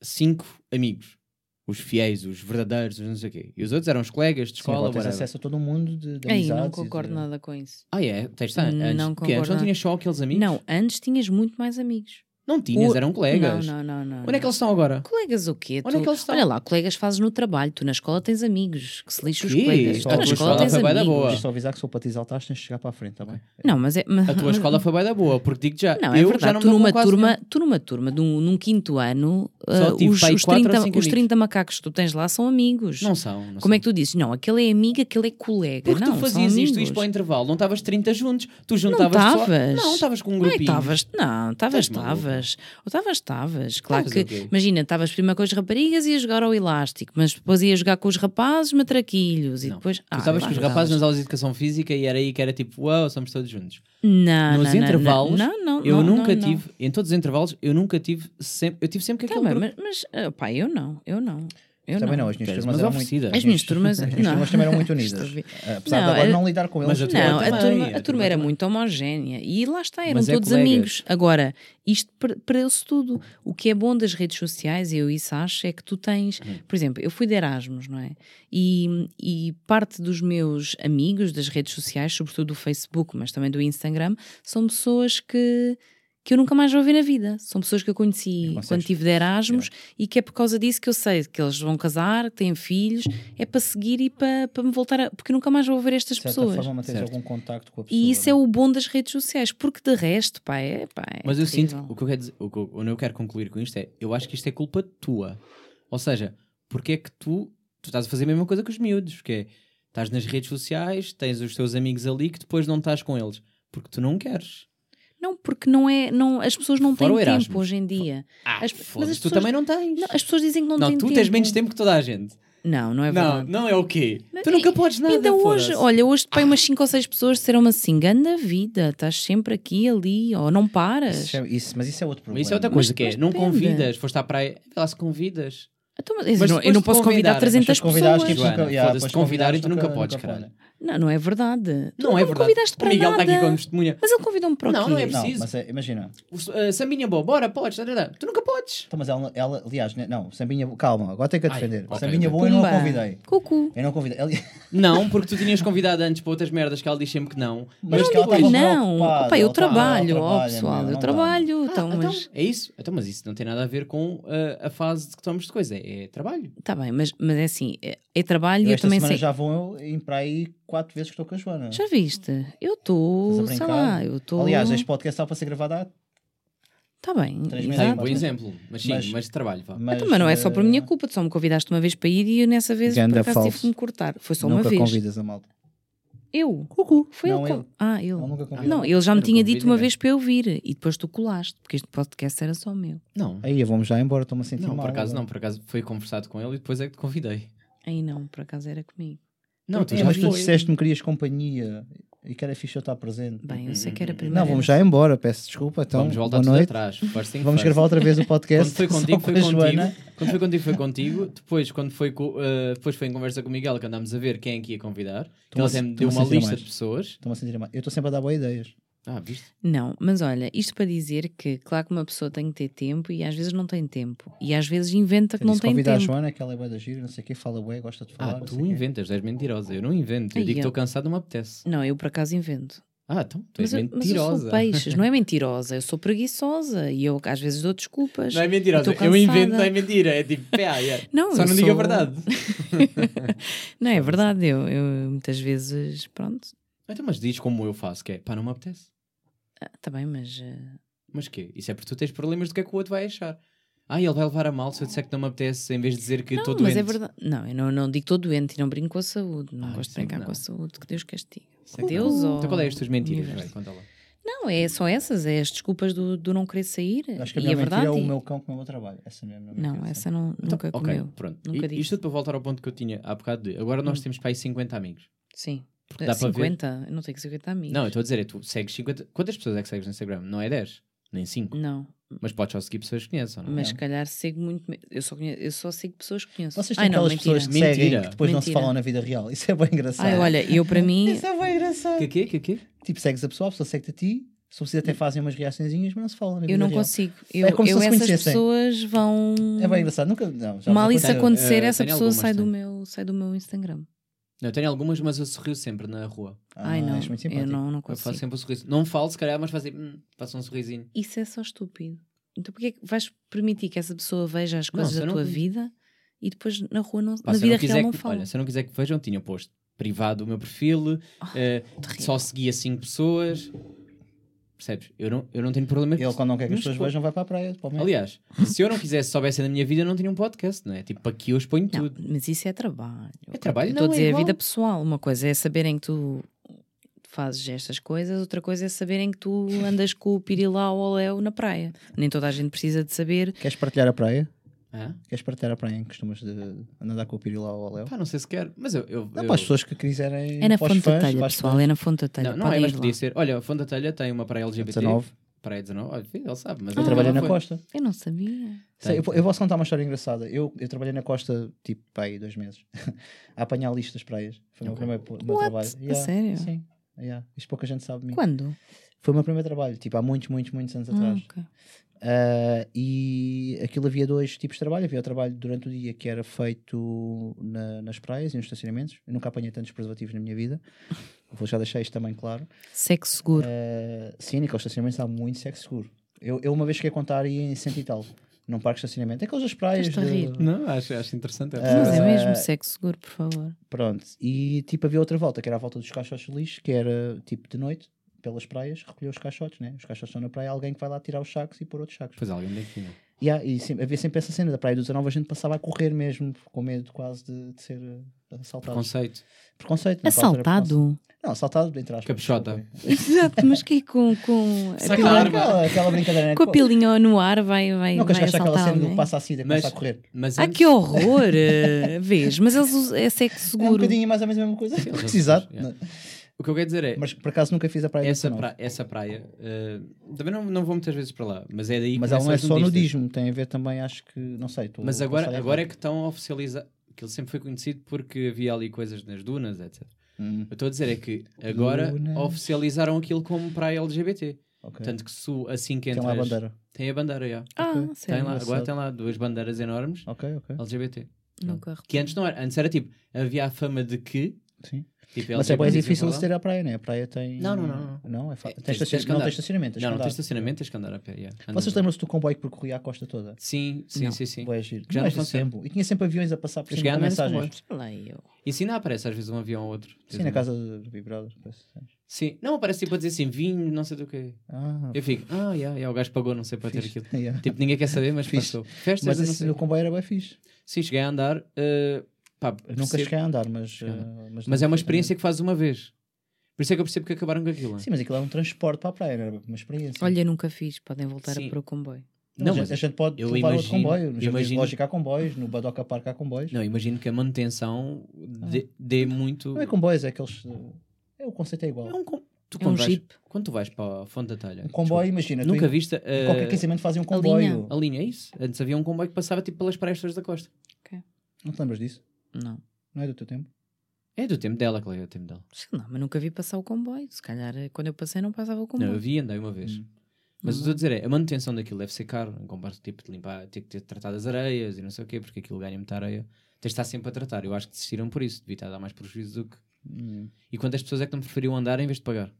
Speaker 1: cinco amigos. Os fiéis, os verdadeiros, os não sei o quê. E os outros eram os colegas de
Speaker 2: Sim, agora
Speaker 1: escola,
Speaker 2: tens
Speaker 1: whatever.
Speaker 2: acesso a todo mundo de, de
Speaker 3: Aí
Speaker 2: amizades
Speaker 3: não
Speaker 2: e
Speaker 3: concordo
Speaker 2: de-
Speaker 3: nada com isso.
Speaker 1: Ah, é? Tens tá,
Speaker 3: Hum, Não
Speaker 1: antes, não
Speaker 3: concordo
Speaker 1: antes não
Speaker 3: nada.
Speaker 1: tinhas só aqueles amigos?
Speaker 3: Não, antes tinhas muito mais amigos.
Speaker 1: Não tinhas,
Speaker 3: O-
Speaker 1: eram colegas.
Speaker 3: Não, não, não, não.
Speaker 1: Onde é que eles estão agora?
Speaker 3: Colegas o quê?
Speaker 1: Onde é
Speaker 3: Tu-
Speaker 1: que eles estão?
Speaker 3: Olha lá, colegas fazes no trabalho, tu na escola tens amigos, que se lixa os
Speaker 1: Quê?
Speaker 3: colegas.
Speaker 2: A
Speaker 3: Tu
Speaker 2: tua
Speaker 3: na
Speaker 2: escola
Speaker 3: escola tens
Speaker 2: foi
Speaker 1: bué da
Speaker 3: amigos.
Speaker 1: boa.
Speaker 2: Deixa só avisar que se eu para te exaltar, tens de chegar para a frente, tá bem?
Speaker 3: Não, mas é.
Speaker 1: A tua escola foi bem da boa, porque digo já,
Speaker 3: Não, é
Speaker 1: eu já
Speaker 3: verdade.
Speaker 1: não
Speaker 3: tu,
Speaker 1: me dou
Speaker 3: numa
Speaker 1: com quase
Speaker 3: turma,
Speaker 1: nenhum.
Speaker 3: tu numa turma de um- num quinto ano,
Speaker 1: Só
Speaker 3: ah,
Speaker 1: tive
Speaker 3: os,
Speaker 1: pai
Speaker 3: os
Speaker 1: quatro ou
Speaker 3: 30,
Speaker 1: cinco
Speaker 3: os
Speaker 1: amigos.
Speaker 3: 30 macacos que tu tens lá são amigos.
Speaker 1: Não são, não
Speaker 3: Como
Speaker 1: são.
Speaker 3: é que tu dizes? Não, aquele é amigo, aquele é colega.
Speaker 1: Porque
Speaker 3: não,
Speaker 1: tu
Speaker 3: são
Speaker 1: fazias isto,
Speaker 3: amigos.
Speaker 1: isto para o intervalo, não estavas 30 juntos, tu juntavas
Speaker 3: Não
Speaker 1: só...
Speaker 3: estavas.
Speaker 1: Não, estavas com um
Speaker 3: Não é que
Speaker 1: grupinho.
Speaker 3: estavas, não, estavas,
Speaker 1: Estás maluca.
Speaker 3: estavas. Ou estavas, estavas. Claro
Speaker 1: Estavas
Speaker 3: que,
Speaker 1: o quê?
Speaker 3: imagina, estavas primeiro com as raparigas e ia jogar ao elástico, mas depois ia jogar com os rapazes matraquilhos e
Speaker 1: Não.
Speaker 3: depois. Ah, é
Speaker 1: Tu estavas com os
Speaker 3: claro,
Speaker 1: rapazes nas
Speaker 3: estavas.
Speaker 1: aulas de educação física e era aí que era tipo, uau, somos todos juntos.
Speaker 3: Não,
Speaker 1: nos
Speaker 3: Ah, não, não, não.
Speaker 1: intervalos,
Speaker 3: Não, não,
Speaker 1: eu
Speaker 3: não,
Speaker 1: nunca
Speaker 3: não, não.
Speaker 1: tive, em todos os intervalos, eu nunca tive sempre. Eu tive sempre que aquele
Speaker 3: Calma,
Speaker 1: grupo.
Speaker 3: mas, mas ah, pá, eu não, eu não. Eu
Speaker 2: Também não,
Speaker 3: não.
Speaker 2: as minhas
Speaker 1: Tu és
Speaker 2: turmas
Speaker 1: uma
Speaker 2: eram muito...
Speaker 1: oferecida.
Speaker 3: As minhas turmas.
Speaker 2: As minhas
Speaker 3: não.
Speaker 2: turmas também eram muito
Speaker 3: Estou a
Speaker 2: unidas.
Speaker 3: ver.
Speaker 2: Apesar
Speaker 3: Não,
Speaker 2: de agora
Speaker 3: era-
Speaker 2: não lidar com eles.
Speaker 1: Mas a tua
Speaker 3: Não, a
Speaker 1: também, a
Speaker 3: turma, a
Speaker 1: turma
Speaker 3: turma era
Speaker 1: também.
Speaker 3: muito homogénea e lá está, eram
Speaker 1: Mas é
Speaker 3: todos
Speaker 1: colegas.
Speaker 3: amigos. Agora, isto per- perdeu-se tudo. O que é bom das redes sociais, e eu isso acho, é que tu tens,
Speaker 1: Hum.
Speaker 3: por exemplo, eu fui de Erasmus, não é? E, e parte dos meus amigos das redes sociais, sobretudo do Facebook, mas também do Instagram, são pessoas que. Que eu nunca mais vou ver na vida. São pessoas que eu
Speaker 2: E
Speaker 3: conheci
Speaker 2: consegues-
Speaker 3: quando estive de Erasmus e que é por causa disso que eu sei que eles vão casar, que têm filhos, é para seguir e para, para me voltar a. Porque eu nunca mais vou ver estas
Speaker 2: De certa
Speaker 3: pessoas.
Speaker 2: forma, mantens
Speaker 1: Certo.
Speaker 2: algum contacto com a pessoa.
Speaker 3: E isso
Speaker 1: né?
Speaker 3: é o bom das redes sociais, porque de resto, pá, é. Pá, é
Speaker 1: Mas eu sinto,
Speaker 3: terrível.
Speaker 1: o que eu quero dizer, o que eu, onde eu quero concluir com isto é, eu acho que isto é culpa tua. Ou seja, porque é que tu, tu estás a fazer a mesma coisa que os miúdos, que é, estás nas redes sociais, tens os teus amigos ali que depois não estás com eles, porque tu não queres.
Speaker 3: Não, porque não é. Não, as pessoas não
Speaker 1: Fora o
Speaker 3: têm
Speaker 1: Erasmus.
Speaker 3: tempo hoje em dia.
Speaker 1: Ah,
Speaker 3: As-
Speaker 1: as,
Speaker 3: mas
Speaker 1: foda
Speaker 3: as
Speaker 1: tu
Speaker 3: pessoas-
Speaker 1: também não tens.
Speaker 3: Não, as pessoas dizem que não,
Speaker 1: Não,
Speaker 3: têm
Speaker 1: tu
Speaker 3: tempo.
Speaker 1: tens menos tempo que toda a gente.
Speaker 3: Não, não é
Speaker 1: não,
Speaker 3: verdade.
Speaker 1: não é o quê?
Speaker 3: Mas
Speaker 1: Tu nunca
Speaker 3: e-
Speaker 1: podes nada.
Speaker 3: Ainda hoje,
Speaker 1: foda-se.
Speaker 3: olha, hoje depois umas 5 ou 6 pessoas disseram assim: ganda vida, estás sempre aqui, ali, ou não
Speaker 2: Isso
Speaker 3: paras.
Speaker 2: chama- isso- mas isso é outro problema.
Speaker 1: Mas isso é outra coisa
Speaker 3: Mas-
Speaker 1: que é,
Speaker 3: mas
Speaker 1: não
Speaker 3: depende.
Speaker 1: convidas, foste à praia, lá se convidas.
Speaker 3: Então, mas, eu
Speaker 1: Mas
Speaker 3: não- eu
Speaker 1: depois
Speaker 3: não
Speaker 1: de
Speaker 3: posso
Speaker 1: convidar,
Speaker 3: convidar
Speaker 1: mas
Speaker 3: 300
Speaker 2: Mas convidaste,
Speaker 3: pessoas.
Speaker 1: Joana,
Speaker 2: nunca- yeah,
Speaker 1: foda-se,
Speaker 2: depois
Speaker 1: te convidaram e tu
Speaker 2: convidaste,
Speaker 1: nunca podes,
Speaker 2: nunca
Speaker 1: caralho.
Speaker 3: Não, não é verdade. Tu
Speaker 1: Não é
Speaker 3: me
Speaker 1: verdade.
Speaker 3: convidaste para
Speaker 1: o Miguel
Speaker 3: nada.
Speaker 1: está aqui como testemunha.
Speaker 3: Mas ele convidou-me para o quê?
Speaker 1: Não, não é
Speaker 2: Não,
Speaker 1: preciso.
Speaker 2: mas é- imagina.
Speaker 1: O, uh, Sambinha boa, bora, podes. tá, tá, tá. Tu nunca podes.
Speaker 2: Então, mas ela, ela- aliás, né- não, Sambinha, calma, agora tenho que a
Speaker 1: Ai,
Speaker 2: defender.
Speaker 1: ok,
Speaker 2: Sambinha
Speaker 1: ok.
Speaker 2: boa eu não a
Speaker 3: Pumba.
Speaker 2: convidei.
Speaker 3: Cucu.
Speaker 2: Eu não a convidei. Ali-
Speaker 1: Não, porque tu tinhas convidado antes para outras merdas que ela diz sempre que não.
Speaker 2: Mas
Speaker 1: Mas tipo,
Speaker 2: que ela
Speaker 1: depois.
Speaker 2: estava
Speaker 3: Não,
Speaker 2: preocupada,
Speaker 3: opa, eu
Speaker 2: ela tá- ela
Speaker 3: trabalho, ó
Speaker 2: trabalha,
Speaker 3: pessoal,
Speaker 2: meu,
Speaker 3: eu
Speaker 2: não dá.
Speaker 3: trabalho, então, mas.
Speaker 1: É isso? Então, mas isso não tem nada a ver com ah, a fase de que estamos de coisa. É trabalho.
Speaker 3: Está bem, mas, mas é assim, é, é trabalho
Speaker 2: Eu
Speaker 3: e eu
Speaker 2: esta
Speaker 3: também
Speaker 2: semana
Speaker 3: sei. Já...
Speaker 2: já vão em para aí quatro vezes que estou com a Joana.
Speaker 3: viste? Eu
Speaker 2: Estás
Speaker 3: estou,
Speaker 2: a
Speaker 3: sei
Speaker 2: brincar?
Speaker 3: lá, eu estou.
Speaker 2: Aliás, este podcast está para ser gravado há.
Speaker 3: Está bem.
Speaker 2: Três meses.
Speaker 3: exato.
Speaker 1: Sim, um bom exemplo. Mas sim, mas,
Speaker 2: Mas- eh,
Speaker 1: de trabalho. Vá.
Speaker 3: Então, mas não é só por minha culpa, tu só me convidaste uma vez para ir e eu nessa vez por
Speaker 2: Ganda
Speaker 3: acaso tive
Speaker 2: falso.
Speaker 3: que me cortar. Foi só uma
Speaker 2: Nunca
Speaker 3: vez.
Speaker 2: convidas a malta.
Speaker 3: Eu? Cucu. Foi
Speaker 2: Não,
Speaker 3: ele.
Speaker 2: ele.
Speaker 3: que- Ah, ele.
Speaker 2: Ele nunca convida.
Speaker 3: Não, ele já me
Speaker 1: Eu
Speaker 3: tinha
Speaker 1: convido
Speaker 3: dito uma
Speaker 1: ninguém.
Speaker 3: vez para eu vir e depois tu colaste, porque este podcast era só meu.
Speaker 1: Não.
Speaker 2: Aí, vamos já embora, estou-me a sentir
Speaker 1: Não,
Speaker 2: mal.
Speaker 1: por acaso
Speaker 2: agora.
Speaker 1: não, por acaso foi conversado com ele e depois é que te convidei.
Speaker 3: Aí não, por acaso era comigo.
Speaker 1: Não, tu
Speaker 2: É,
Speaker 1: já
Speaker 2: mas tu
Speaker 1: foi.
Speaker 2: disseste-me que querias companhia e que era fixe eu estar presente.
Speaker 3: Bem, eu sei que era a primeira.
Speaker 2: Não, vamos já embora, peço desculpa. Então,
Speaker 1: Vamos voltar
Speaker 2: boa
Speaker 1: tudo
Speaker 2: noite.
Speaker 1: atrás. First thing
Speaker 2: Vamos
Speaker 1: first.
Speaker 2: gravar outra vez o podcast.
Speaker 1: Quando foi contigo,
Speaker 2: só com
Speaker 1: foi
Speaker 2: a
Speaker 1: contigo.
Speaker 2: Joana.
Speaker 1: Quando foi contigo, foi contigo. Depois, quando foi, co- eh, depois foi em conversa com o Miguel, que andámos a ver quem é que ia convidar. Que
Speaker 2: a
Speaker 1: ele
Speaker 2: se-
Speaker 1: até me deu
Speaker 2: estou-me a
Speaker 1: uma
Speaker 2: sentir
Speaker 1: lista
Speaker 2: mais.
Speaker 1: de pessoas.
Speaker 2: Estou-me a sentir mal. Eu estou sempre a dar boas ideias.
Speaker 1: Ah, viste?
Speaker 3: Não, mas olha, isto para dizer que, claro que uma pessoa tem que ter tempo e às vezes não tem tempo. E às vezes inventa que
Speaker 2: Eu
Speaker 3: não
Speaker 2: disse,
Speaker 3: tem
Speaker 2: convida
Speaker 3: tempo.
Speaker 2: a Joana, que ela é boa da gira, não sei o quê, fala bué, gosta de falar.
Speaker 1: Ah,
Speaker 2: não
Speaker 1: tu
Speaker 2: sei o quê.
Speaker 1: inventas, és mentirosa. Eu não invento. Eu
Speaker 3: Ai,
Speaker 1: digo que
Speaker 3: eu.
Speaker 1: estou cansado, não me apetece.
Speaker 3: Não, eu por acaso invento.
Speaker 1: Ah, então, tu és
Speaker 3: eu- eu
Speaker 1: mentirosa.
Speaker 3: sou peixes, não é mentirosa, eu sou preguiçosa e eu às vezes dou desculpas.
Speaker 1: Não é mentirosa.
Speaker 3: Estou
Speaker 1: Eu invento,
Speaker 3: cansada.
Speaker 1: não é mentira. É tipo, pá, yeah.
Speaker 3: Não,
Speaker 1: Só
Speaker 3: eu
Speaker 1: não digo a
Speaker 3: sou-
Speaker 1: verdade.
Speaker 3: Não, é verdade, eu, eu muitas vezes, pronto,
Speaker 1: Então, mas diz como eu faço, que é pá, não me apetece.
Speaker 3: está Ah, bem, mas eh,
Speaker 1: Mas quê? Isso é porque tu tens problemas do que é que o outro vai achar. Ah, ele vai levar a mal se eu disser que não me apetece, em vez de dizer que
Speaker 3: não,
Speaker 1: estou
Speaker 3: mas
Speaker 1: doente.
Speaker 3: é verdade. Não, eu não, não digo que estou doente e não brinco com a saúde, não
Speaker 1: Ah, isso
Speaker 3: gosto de
Speaker 1: é que
Speaker 3: brincar
Speaker 1: não.
Speaker 3: com a saúde, que Deus castiga.
Speaker 1: Isso é que
Speaker 3: Deus oh,
Speaker 1: não.
Speaker 3: ou
Speaker 1: Então qual é as tuas mentiras?
Speaker 3: universo?
Speaker 1: Vai, conta lá.
Speaker 3: Não, é só essas, é as desculpas do, do não querer sair.
Speaker 2: Acho que a
Speaker 3: e
Speaker 2: minha
Speaker 3: a
Speaker 2: mentira
Speaker 3: verdade.
Speaker 2: é o meu cão com o meu trabalho. Essa mesmo. é a minha
Speaker 3: Não,
Speaker 2: mentira,
Speaker 3: essa não, nunca
Speaker 1: Então, ok,
Speaker 3: comeu.
Speaker 1: pronto.
Speaker 3: Nunca
Speaker 1: I-
Speaker 3: disse. Hum.
Speaker 1: Isto tudo para voltar ao ponto que eu tinha há bocado de agora nós temos para aí 50 amigos.
Speaker 3: Sim.
Speaker 1: Porque dá para ver.
Speaker 3: 50? Eu não tenho que 50 amigos.
Speaker 1: Não, eu estou a dizer, é tu segues 50. Quantas pessoas é que segues no Instagram? Não é 10, nem 5.
Speaker 3: Não,
Speaker 1: Mas podes só seguir pessoas que conheces, ou não?
Speaker 3: Hum.
Speaker 1: é?
Speaker 3: mas se
Speaker 2: Não.
Speaker 3: calhar sigo muito. me- Eu só, conheço, eu só sigo pessoas que conheço.
Speaker 2: Vocês têm
Speaker 3: é- Ai, não,
Speaker 2: aquelas
Speaker 3: mentira.
Speaker 2: pessoas que
Speaker 1: Mentira.
Speaker 2: seguem que depois não se
Speaker 3: Mentira.
Speaker 2: falam na vida real. Isso é bem engraçado.
Speaker 3: Ai, olha, eu para mim.
Speaker 2: Isso é bem engraçado.
Speaker 1: Que quê? Que quê?
Speaker 2: Tipo, segues a pessoa, a pessoa segue-te a ti, se for preciso até fazem umas reaçõezinhas, mas não se falam na vida
Speaker 3: Eu não
Speaker 2: real.
Speaker 3: consigo.
Speaker 1: É
Speaker 3: Eu,
Speaker 2: como se
Speaker 3: eu
Speaker 2: se
Speaker 3: essas
Speaker 2: conhecessem.
Speaker 3: pessoas vão.
Speaker 2: É bem engraçado. Nunca, não, já
Speaker 3: Mal
Speaker 2: me
Speaker 3: isso
Speaker 1: Tenho,
Speaker 2: aconteceu.
Speaker 3: acontecer,
Speaker 1: eh,
Speaker 3: essa
Speaker 1: tenho
Speaker 3: pessoa
Speaker 1: algumas,
Speaker 3: sai do,
Speaker 1: tenho.
Speaker 3: meu, sai do meu Instagram.
Speaker 1: Não, eu tenho algumas, mas eu sorrio sempre na rua.
Speaker 2: Ah,
Speaker 3: Ai, não.
Speaker 2: és muito
Speaker 3: Eu
Speaker 2: simpático.
Speaker 3: não, não
Speaker 1: Eu faço
Speaker 3: consigo.
Speaker 1: sempre um sorriso. Não falo, se calhar, mas faço, tipo, hum, faço um sorrisinho.
Speaker 3: Isso é só estúpido. Então, porque é que vais permitir que essa pessoa veja as
Speaker 1: se
Speaker 3: coisas
Speaker 1: eu
Speaker 3: da
Speaker 1: não
Speaker 3: tua
Speaker 1: con-
Speaker 3: vida e depois na rua, não,
Speaker 1: Pá, se
Speaker 3: na
Speaker 1: eu
Speaker 3: vida
Speaker 1: não quiser
Speaker 3: real, não
Speaker 1: que-
Speaker 3: fala?
Speaker 1: Olha, se eu não quiser que vejam, tinha posto privado o meu perfil,
Speaker 3: Oh,
Speaker 1: eh,
Speaker 3: terrível.
Speaker 1: só seguia 5 pessoas. Percebes? Eu não, eu não tenho problema com
Speaker 2: Ele,
Speaker 1: isso.
Speaker 2: quando não quer que as
Speaker 1: Mas,
Speaker 2: pessoas
Speaker 1: pô,
Speaker 2: vejam, vai para a praia. para o meio.
Speaker 1: Aliás, se eu não quisesse soubessem da minha vida, eu não tinha um podcast, não é? Tipo, aqui eu exponho
Speaker 3: Não,
Speaker 1: tudo.
Speaker 3: mas isso é trabalho. Eu
Speaker 1: trabalho?
Speaker 3: Estou a
Speaker 1: Não, é
Speaker 3: dizer a
Speaker 1: igual.
Speaker 3: vida pessoal. Uma coisa é saberem que tu fazes estas coisas, outra coisa é saberem que tu andas com o pirilau ou léu na praia. Nem toda a gente precisa de saber.
Speaker 2: Queres partilhar a praia?
Speaker 1: Hã?
Speaker 2: Queres partilhar a praia em que costumas de andar com o Pirilau ou o Léo?
Speaker 1: Pá, não sei se quero, mas eu. eu
Speaker 2: Não,
Speaker 1: eu-
Speaker 2: para as pessoas que quiserem.
Speaker 3: É na
Speaker 2: para os
Speaker 3: fonte da
Speaker 2: fãs,
Speaker 3: telha,
Speaker 2: para as
Speaker 3: pessoal.
Speaker 2: fãs.
Speaker 3: É na fonte da telha.
Speaker 1: Não, não é,
Speaker 3: Podem
Speaker 1: mas
Speaker 3: ir lá.
Speaker 1: podia ser. Olha, a Fonda Telha tem uma para LGBT.
Speaker 2: 19.
Speaker 1: Para 19. Olha, ele sabe, mas
Speaker 2: Ah, Eu
Speaker 1: ele
Speaker 2: trabalhei
Speaker 1: não
Speaker 2: na
Speaker 1: foi.
Speaker 2: Costa.
Speaker 3: Eu não sabia.
Speaker 2: Sei, eu,
Speaker 1: Tem.
Speaker 2: eu posso contar uma história engraçada. Eu, eu trabalhei na Costa, tipo, pá, aí dois meses, a apanhar lixo das praias. Foi o meu
Speaker 1: Ok.
Speaker 2: primeiro po- meu
Speaker 3: What?
Speaker 2: trabalho.
Speaker 3: A sério?
Speaker 2: Sim. Yeah. Isto pouca gente sabe de mim.
Speaker 3: Quando?
Speaker 2: Foi o meu primeiro trabalho, tipo, há muitos, muitos, muitos anos
Speaker 3: Ah,
Speaker 2: atrás.
Speaker 3: ok.
Speaker 2: Ah, e aquilo havia dois tipos de trabalho. Havia o trabalho durante o dia que era feito na- nas praias e nos estacionamentos. Eu nunca apanhei tantos preservativos na minha vida. Vou já deixar isto também claro.
Speaker 3: Sexo seguro.
Speaker 2: Uh, sim, Nico, o estacionamento está muito sexo seguro. Eu, eu uma vez cheguei a contar e em cento e tal, num parque de estacionamento. É aqueles das praias.
Speaker 3: Estás a
Speaker 2: de-
Speaker 3: rir.
Speaker 1: Não, acho, acho interessante.
Speaker 3: Mas é
Speaker 2: Ah,
Speaker 3: mesmo sexo seguro, por favor.
Speaker 2: Pronto. E tipo, havia outra volta, que era a volta dos caixotes de lixo, que era tipo de noite, pelas praias, recolher os caixotes, né? Os caixotes estão na praia, alguém que vai lá tirar os sacos e pôr outros sacos.
Speaker 1: Pois alguém daqui, não.
Speaker 2: E há- e sempre- havia sempre essa cena da praia do 19, a gente passava a correr mesmo, com medo quase de, de ser uh, assaltado.
Speaker 1: Preconceito.
Speaker 2: Preconceito, naquela altura era preconceito.
Speaker 3: Assaltado?
Speaker 2: Não, assaltado, entre aspas.
Speaker 1: Capixota.
Speaker 2: desculpem.
Speaker 3: Exato, mas que com. com
Speaker 1: Saca
Speaker 3: pila-
Speaker 1: a arma.
Speaker 2: Aquela, aquela brincadeira, né?
Speaker 3: com a pilinha no ar vai, vai,
Speaker 2: Não, que
Speaker 3: vai
Speaker 2: achaste
Speaker 3: assaltar
Speaker 2: aquela cena do
Speaker 1: né?
Speaker 3: alguém.
Speaker 2: que passa a sida,
Speaker 1: Mas-
Speaker 2: começa a correr. É
Speaker 1: Mas
Speaker 3: Ah,
Speaker 1: antes-
Speaker 3: que horror! eh, Vês, mas eles usam- é sexo
Speaker 2: É um
Speaker 3: seguro.
Speaker 2: bocadinho mais ou menos a mesma coisa.
Speaker 1: Sim, eles usam-
Speaker 2: Exato.
Speaker 1: yeah. O que eu quero dizer é.
Speaker 2: Mas por acaso nunca fiz a praia
Speaker 1: essa,
Speaker 2: do
Speaker 1: pra- essa praia. eh, também não, não vou muitas vezes para lá, mas é daí que
Speaker 2: Mas ela não é
Speaker 1: começam
Speaker 2: só
Speaker 1: os nudistas.
Speaker 2: nudismo, tem a ver também, acho que, não sei. Tô,
Speaker 1: Mas agora, agora é que estão a oficializar. Que ele sempre foi conhecido porque havia ali coisas nas dunas, etc.
Speaker 2: Hum,
Speaker 1: Eu estou a dizer é que agora
Speaker 2: Dunas.
Speaker 1: oficializaram aquilo como praia LGBT.
Speaker 2: Tem
Speaker 1: Tanto que se o- assim que entras.
Speaker 2: lá a bandeira.
Speaker 1: Tem a bandeira, já.
Speaker 3: Ah,
Speaker 2: Ok.
Speaker 1: Tem
Speaker 3: sério.
Speaker 1: lá, agora
Speaker 2: engraçado.
Speaker 1: tem lá duas bandeiras enormes
Speaker 2: Ok, ok.
Speaker 1: LGBT.
Speaker 3: Nunca
Speaker 1: um é Que antes não era. Antes era tipo, havia a fama de que
Speaker 2: Sim.
Speaker 1: Tipo, eles
Speaker 2: Mas é bem
Speaker 1: dizem
Speaker 2: difícil
Speaker 1: para lá.
Speaker 2: aceder à praia, né? A praia tem.
Speaker 1: Não, não, não, não.
Speaker 2: Não, é fa...
Speaker 1: É,
Speaker 2: tem
Speaker 1: tens-
Speaker 2: estacion-
Speaker 1: tens que
Speaker 2: não
Speaker 1: andar.
Speaker 2: tem estacionamento. tens
Speaker 1: Não,
Speaker 2: que
Speaker 1: não tem
Speaker 2: andar.
Speaker 1: estacionamento, tens que andar a pé. yeah. Andas
Speaker 2: Vocês
Speaker 1: a-
Speaker 2: lembram-se do comboio que percorria a costa toda?
Speaker 1: Sim, sim,
Speaker 3: Não.
Speaker 1: sim, sim.
Speaker 2: Bué giro.
Speaker 1: Já não
Speaker 2: Não é tão
Speaker 1: funciona.
Speaker 2: tempo. E tinha sempre aviões a passar por
Speaker 1: Eu
Speaker 2: cima
Speaker 1: cheguei a
Speaker 2: com
Speaker 1: andar nesse
Speaker 2: mensagens.
Speaker 1: comboio.
Speaker 3: Lá eu.
Speaker 1: Isso ainda aparece às vezes um avião ou outro.
Speaker 2: Sim, na casa do Big Brother. parece.
Speaker 1: Sim. Não, aparece tipo a dizer assim, vinho, não sei do quê.
Speaker 2: Ah,
Speaker 1: Eu fico, ah, yeah, yeah, o gajo pagou, não sei para ter
Speaker 2: fixe.
Speaker 1: aquilo.
Speaker 2: Yeah.
Speaker 1: Tipo, ninguém quer saber, mas
Speaker 2: Fixe.
Speaker 1: passou. Festas,
Speaker 2: Mas assim,
Speaker 1: eu não
Speaker 2: esse,
Speaker 1: sei.
Speaker 2: o comboio era bem fixe.
Speaker 1: Sim, cheguei a andar. eh, pá,
Speaker 2: Eu nunca
Speaker 1: percebo-
Speaker 2: cheguei a andar, mas.
Speaker 1: Cheguei a
Speaker 2: eh, mas
Speaker 1: Mas é uma
Speaker 2: lembro
Speaker 1: experiência que fazes uma vez. Por isso é que eu percebo que acabaram com aquilo.
Speaker 2: perfeitamente. Sim, mas aquilo era um transporte para a praia, era uma experiência.
Speaker 3: Olha, nunca fiz. Podem voltar
Speaker 1: Sim.
Speaker 3: para o comboio.
Speaker 2: não,
Speaker 1: não,
Speaker 2: a, gente,
Speaker 1: mas
Speaker 2: a gente pode
Speaker 1: eu
Speaker 2: levar outro
Speaker 1: imagino-
Speaker 2: comboio.
Speaker 1: eu
Speaker 2: No Jardim
Speaker 1: imagino-
Speaker 2: Lógico há comboios, no Badoca Park há comboios.
Speaker 1: Não, imagino que a manutenção dê, dê muito.
Speaker 2: Ah. Não é comboios, é aqueles. É, o conceito é igual.
Speaker 1: É um com- Tu,
Speaker 3: É um
Speaker 1: quando, vais,
Speaker 3: jeep.
Speaker 1: quando tu vais para a Fonte da Telha.
Speaker 2: Um
Speaker 1: desculpa,
Speaker 2: comboio, imagina.
Speaker 1: É
Speaker 2: tu
Speaker 1: Nunca
Speaker 2: em-
Speaker 1: viste
Speaker 2: em
Speaker 1: eh,
Speaker 2: Qualquer casamento fazia um
Speaker 3: a linha.
Speaker 2: comboio.
Speaker 1: a linha, é isso? Antes havia um comboio que passava tipo pelas praias todas da costa.
Speaker 2: Não te lembras disso?
Speaker 3: Não.
Speaker 2: Não é do teu tempo?
Speaker 1: É do tempo dela, claro, é do tempo dela.
Speaker 3: Sei lá, mas nunca vi passar o comboio. Se calhar eh, quando eu passei não passava o
Speaker 1: Não,
Speaker 3: comboio.
Speaker 1: eu vi e andei uma vez.
Speaker 2: é? Hum.
Speaker 1: Mas o que eu estou a dizer é, a manutenção daquilo deve ser caro, em comparação tipo de limpar, ter que ter tratado as areias e não sei o quê, porque aquilo ganha muita areia. Tens de estar sempre a tratar. Eu acho que desistiram por isso, devia estar a dar mais prejuízo do que.
Speaker 2: Hum.
Speaker 1: E quantas pessoas é que não preferiam andar em vez de pagar?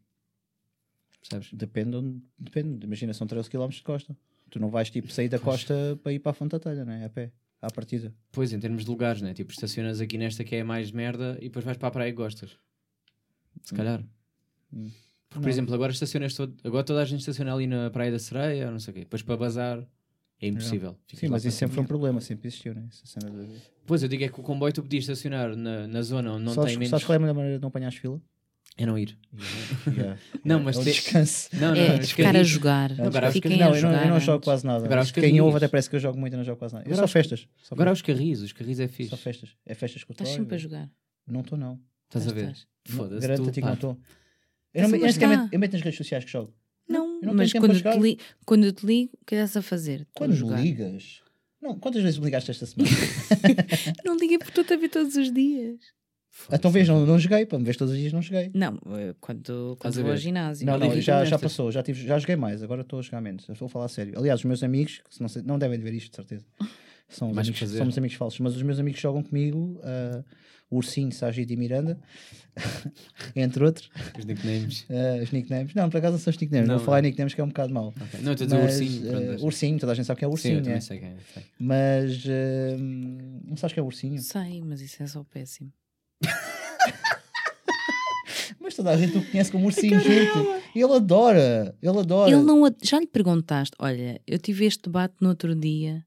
Speaker 1: Percebes?
Speaker 2: Depende, onde- depende. Imagina, são 13 km de costa. Tu não vais tipo sair da costa para ir para a Fonte da Telha, não é? A pé, à partida.
Speaker 1: Pois, em termos de lugares, né? Tipo, estacionas aqui nesta que é a mais merda e depois vais para a praia e gostas. Se calhar.
Speaker 2: Hum.
Speaker 1: Porque, por
Speaker 2: Não.
Speaker 1: exemplo, agora estacionas todo, agora toda a gente estaciona ali na Praia da Sereia, ou não sei o quê. Depois para bazar é impossível. Ficas
Speaker 2: Sim,
Speaker 1: lá
Speaker 2: mas
Speaker 1: para
Speaker 2: isso sempre foi um
Speaker 1: sempre.
Speaker 2: problema, sempre existiu, né? Essa cena de...
Speaker 1: Pois eu digo é que o comboio tu podias estacionar na, na zona onde não
Speaker 2: sabes,
Speaker 1: tem menos.
Speaker 2: sabes qual é a melhor maneira de não apanhar as fila?
Speaker 1: É não ir.
Speaker 2: Yeah.
Speaker 1: Não,
Speaker 2: É
Speaker 1: mas
Speaker 2: um
Speaker 1: te-
Speaker 2: descanso.
Speaker 1: Não,
Speaker 3: é,
Speaker 1: os
Speaker 3: ficar a
Speaker 1: carrinhos.
Speaker 3: jogar.
Speaker 1: Não, agora acho que- né?
Speaker 3: Fiquem
Speaker 2: não,
Speaker 3: a
Speaker 2: eu não,
Speaker 3: jogar.
Speaker 2: eu não jogo
Speaker 3: antes.
Speaker 2: quase nada.
Speaker 1: Agora aos
Speaker 2: Quem ouve
Speaker 1: carrinhos.
Speaker 2: até parece que eu jogo muito, eu não jogo quase nada. Eu
Speaker 1: Agora
Speaker 2: só
Speaker 1: aos-
Speaker 2: festas. Só
Speaker 1: Agora há
Speaker 2: festas.
Speaker 1: os carris, os carris é
Speaker 2: Só
Speaker 1: fixe.
Speaker 2: festas. É festas com o
Speaker 3: Estás sempre a jogar.
Speaker 2: Não estou, não.
Speaker 1: Estás a
Speaker 3: Pois
Speaker 1: ver?
Speaker 3: estás.
Speaker 1: Foda-se.
Speaker 2: Garanto-te
Speaker 1: tu,
Speaker 2: que
Speaker 1: pá.
Speaker 2: não estou. Eu,
Speaker 3: Sim,
Speaker 2: não, me- eu,
Speaker 3: mas
Speaker 2: nem sequer
Speaker 3: tá.
Speaker 2: meto- eu meto nas redes sociais que jogo.
Speaker 3: Não,
Speaker 2: eu não
Speaker 3: mas
Speaker 2: tenho
Speaker 3: quando,
Speaker 2: tempo para
Speaker 3: eu te
Speaker 2: jogar.
Speaker 3: li, quando eu te ligo, o que estás a fazer? Estou a
Speaker 2: Quando
Speaker 3: jogar.
Speaker 2: ligas? Não, quantas vezes me ligaste esta semana?
Speaker 3: Não liguei porque estou-te a ver todos os dias.
Speaker 1: Foda-se.
Speaker 2: então vês, não, não joguei, para me vês todos os dias, não joguei.
Speaker 3: Não, eh, quando,
Speaker 1: Estás
Speaker 3: quando
Speaker 1: a
Speaker 3: vou
Speaker 1: ver?
Speaker 3: ao ginásio.
Speaker 2: Não,
Speaker 1: Olha,
Speaker 2: não,
Speaker 1: irrita-me
Speaker 2: já, já
Speaker 1: estas.
Speaker 2: passou, já, tive, já joguei mais, agora estou a jogar menos. Eu Estou a falar a sério. Aliás, os meus amigos, que se não, sei- não devem de ver isto, de certeza. São os
Speaker 1: Mais
Speaker 2: amigos,
Speaker 1: fazer.
Speaker 2: somos amigos falsos, mas os meus amigos jogam comigo, ah, o Ursinho, Sagito e Miranda, entre outros,
Speaker 1: Os nicknames.
Speaker 2: ah, os nicknames. Não, por acaso não são os nicknames,
Speaker 1: Não,
Speaker 2: vou falar em
Speaker 1: não.
Speaker 2: nicknames que é um bocado mau.
Speaker 1: Ok. Não, eu estou a dizer
Speaker 2: Mas,
Speaker 1: ursinho. pronto,
Speaker 2: ah,
Speaker 1: deixa.
Speaker 2: ursinho, toda a gente sabe que é
Speaker 1: Sim, eu
Speaker 2: ursinho,
Speaker 1: também
Speaker 2: né?
Speaker 1: sei quem é. sei.
Speaker 2: mas ah, não sabes que é ursinho?
Speaker 3: Sei, mas isso é só péssimo.
Speaker 2: Mas toda a gente o conhece como ursinho, gente. Ele adora, ele adora.
Speaker 3: Ele não a- já lhe perguntaste, olha, eu tive este debate no outro dia,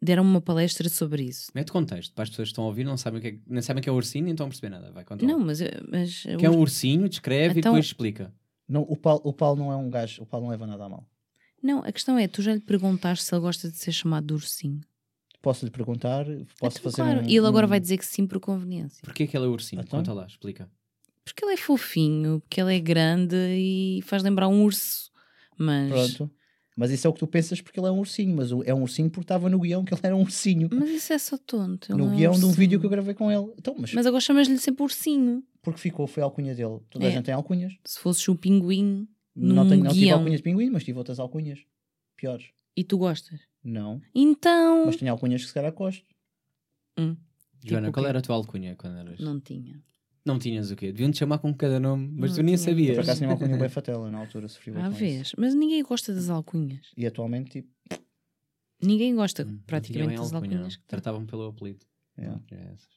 Speaker 3: deram-me uma palestra sobre isso.
Speaker 1: Mete contexto, para as pessoas que estão a ouvir não sabem o que é, não sabem o que é um ursinho, então não percebem nada. Vai contar.
Speaker 3: Não, mas, eh, mas
Speaker 1: que é um ursinho, descreve
Speaker 3: Então-
Speaker 1: e depois explica.
Speaker 2: Não, o, Paulo, o Paulo não é um gajo, o Paulo não leva nada a mal.
Speaker 3: não, a questão é, tu já lhe perguntaste se ele gosta de ser chamado de ursinho.
Speaker 2: Posso lhe perguntar, posso
Speaker 3: Então,
Speaker 2: fazer
Speaker 3: claro,
Speaker 2: um-
Speaker 3: e ele agora
Speaker 2: um-
Speaker 3: vai dizer que sim por conveniência.
Speaker 1: Porquê que ele é ursinho?
Speaker 2: Então?
Speaker 1: Conta lá, explica.
Speaker 3: Porque ele é fofinho, porque ele é grande e faz lembrar um urso. Mas,
Speaker 2: Pronto. Mas isso é o que tu pensas porque ele é um ursinho, mas o- é um ursinho porque estava no guião que ele era um ursinho.
Speaker 3: mas isso é só tonto. ele
Speaker 2: no
Speaker 3: não é um
Speaker 2: guião de um
Speaker 3: ursinho.
Speaker 2: vídeo que eu gravei com ele. Então, mas,
Speaker 3: Mas agora chamas-lhe sempre ursinho.
Speaker 2: porque ficou, foi a alcunha dele. Toda a
Speaker 3: É.
Speaker 2: gente tem alcunhas.
Speaker 3: Se fosses um pinguim
Speaker 2: não,
Speaker 3: Num
Speaker 2: tenho, não tive
Speaker 3: guião.
Speaker 2: alcunhas de pinguim, mas tive outras alcunhas. Piores.
Speaker 3: e tu gostas.
Speaker 2: Não.
Speaker 3: Então,
Speaker 2: Mas tenho alcunhas que se calhar gosto.
Speaker 1: Joana,
Speaker 3: o
Speaker 1: qual
Speaker 3: quê?
Speaker 1: era a tua alcunha quando eras? Não,
Speaker 3: não tinha.
Speaker 1: tinhas o quê? Deviam-te chamar com cada nome, mas
Speaker 3: Não
Speaker 1: tu nem
Speaker 3: tinha.
Speaker 2: Por
Speaker 1: sabias. Hum,
Speaker 2: acaso tinha uma alcunha bem fatela na altura, sofri bem
Speaker 3: Há
Speaker 2: com isso.
Speaker 3: vez. Mas ninguém gosta das alcunhas.
Speaker 2: E atualmente, tipo,
Speaker 3: Ninguém gosta
Speaker 1: Hum, não tinha
Speaker 3: praticamente
Speaker 1: bem
Speaker 3: das
Speaker 1: alcunha,
Speaker 3: alcunhas.
Speaker 1: não.
Speaker 3: que tem.
Speaker 1: Tratavam pelo apelido.
Speaker 2: yeah,
Speaker 1: Não, é essas.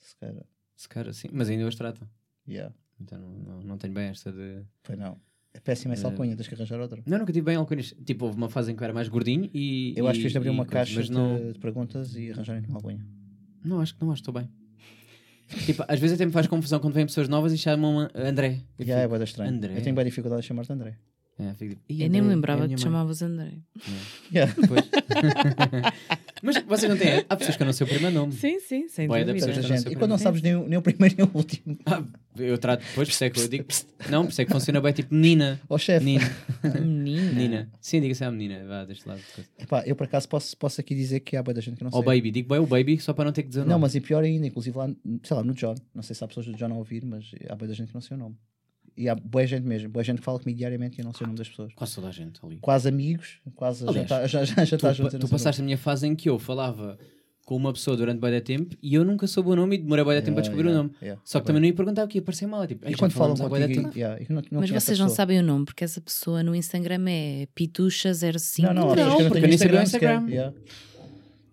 Speaker 2: se calhar.
Speaker 1: Se calhar sim, mas ainda os tratam.
Speaker 2: Yeah.
Speaker 1: Então não, não, não tenho bem esta de.
Speaker 2: Pois não. É péssima essa
Speaker 1: Eh,
Speaker 2: alcunha, tens que arranjar outra.
Speaker 1: Não, nunca tive bem alcunhas. Tipo, houve uma fase em que eu era mais gordinho e.
Speaker 2: Eu acho
Speaker 1: e-
Speaker 2: que tens de abrir
Speaker 1: e
Speaker 2: uma
Speaker 1: coisa,
Speaker 2: caixa
Speaker 1: mas
Speaker 2: de,
Speaker 1: não-
Speaker 2: de perguntas e arranjarem uma alcunha.
Speaker 1: Não, acho que não, acho que estou bem. tipo, às vezes até me faz confusão quando vêm pessoas novas e chamam André. Eu
Speaker 2: Já é
Speaker 1: fico-
Speaker 2: boa estranho.
Speaker 1: André.
Speaker 2: Eu tenho bem dificuldade de chamar-te André.
Speaker 1: É, fico tipo, "Ih,
Speaker 3: Eu nem
Speaker 1: André,
Speaker 3: me
Speaker 1: é a
Speaker 3: lembrava que
Speaker 1: minha
Speaker 3: te
Speaker 1: mãe."
Speaker 3: chamavas André.
Speaker 2: Yeah.
Speaker 1: Pois. Mas vocês não têm. Há pessoas que eu não sei o primeiro nome.
Speaker 3: Sim, sim, sem
Speaker 1: Boa, dúvida.
Speaker 2: Tanta
Speaker 1: Sim,
Speaker 2: gente.
Speaker 1: sim.
Speaker 2: E quando não sabes nem, o- nem o primeiro nem o último.
Speaker 1: Ah, eu trato depois, por isso é que eu digo. Não, por isso é que funciona bem tipo Nina.
Speaker 2: Ó chefe.
Speaker 1: Nina.
Speaker 3: Menina.
Speaker 1: Nina. Sim, diga-se à menina. Vá, deste lado. de coisa.
Speaker 2: Epá, eu por acaso posso, posso aqui dizer que há boa da gente que não
Speaker 1: Ou
Speaker 2: sei.
Speaker 1: baby. Digo bem o baby só para não ter que dizer o
Speaker 2: Não,
Speaker 1: nome.
Speaker 2: mas e pior ainda, inclusive lá, sei lá, no John. Não sei se há pessoas do John a ouvir, mas há boa da gente que não sei o nome. E há boa gente mesmo. Boa gente que fala comigo diariamente e eu não sei o nome das pessoas.
Speaker 1: Quase toda a gente ali.
Speaker 2: Quase amigos, quase já
Speaker 1: Aliás,
Speaker 2: está já, já, já tá
Speaker 1: Tu,
Speaker 2: junto.
Speaker 1: pa- tu
Speaker 2: eu não sei o nome.
Speaker 1: passaste a minha fase em que eu falava com uma pessoa durante bué de tempo e eu nunca soube o nome e demorei bué de tempo a descobrir o nome. Só que também não ia perguntar o que ia parecer mal. Tipo, "Ei,
Speaker 2: E
Speaker 1: já
Speaker 2: quando falam
Speaker 1: falamos há bué de
Speaker 2: contigo, tipo?
Speaker 1: tempo."
Speaker 2: yeah, eu não- não
Speaker 3: Mas
Speaker 2: conheço a
Speaker 3: vocês não
Speaker 2: pessoa.
Speaker 3: sabem o nome, porque essa pessoa no Instagram é Pitucha05.
Speaker 2: Não, não, há pessoas
Speaker 1: Não,
Speaker 2: que não
Speaker 1: porque
Speaker 2: têm
Speaker 1: nem sabia o
Speaker 2: sequer.
Speaker 1: Instagram.
Speaker 2: Yeah.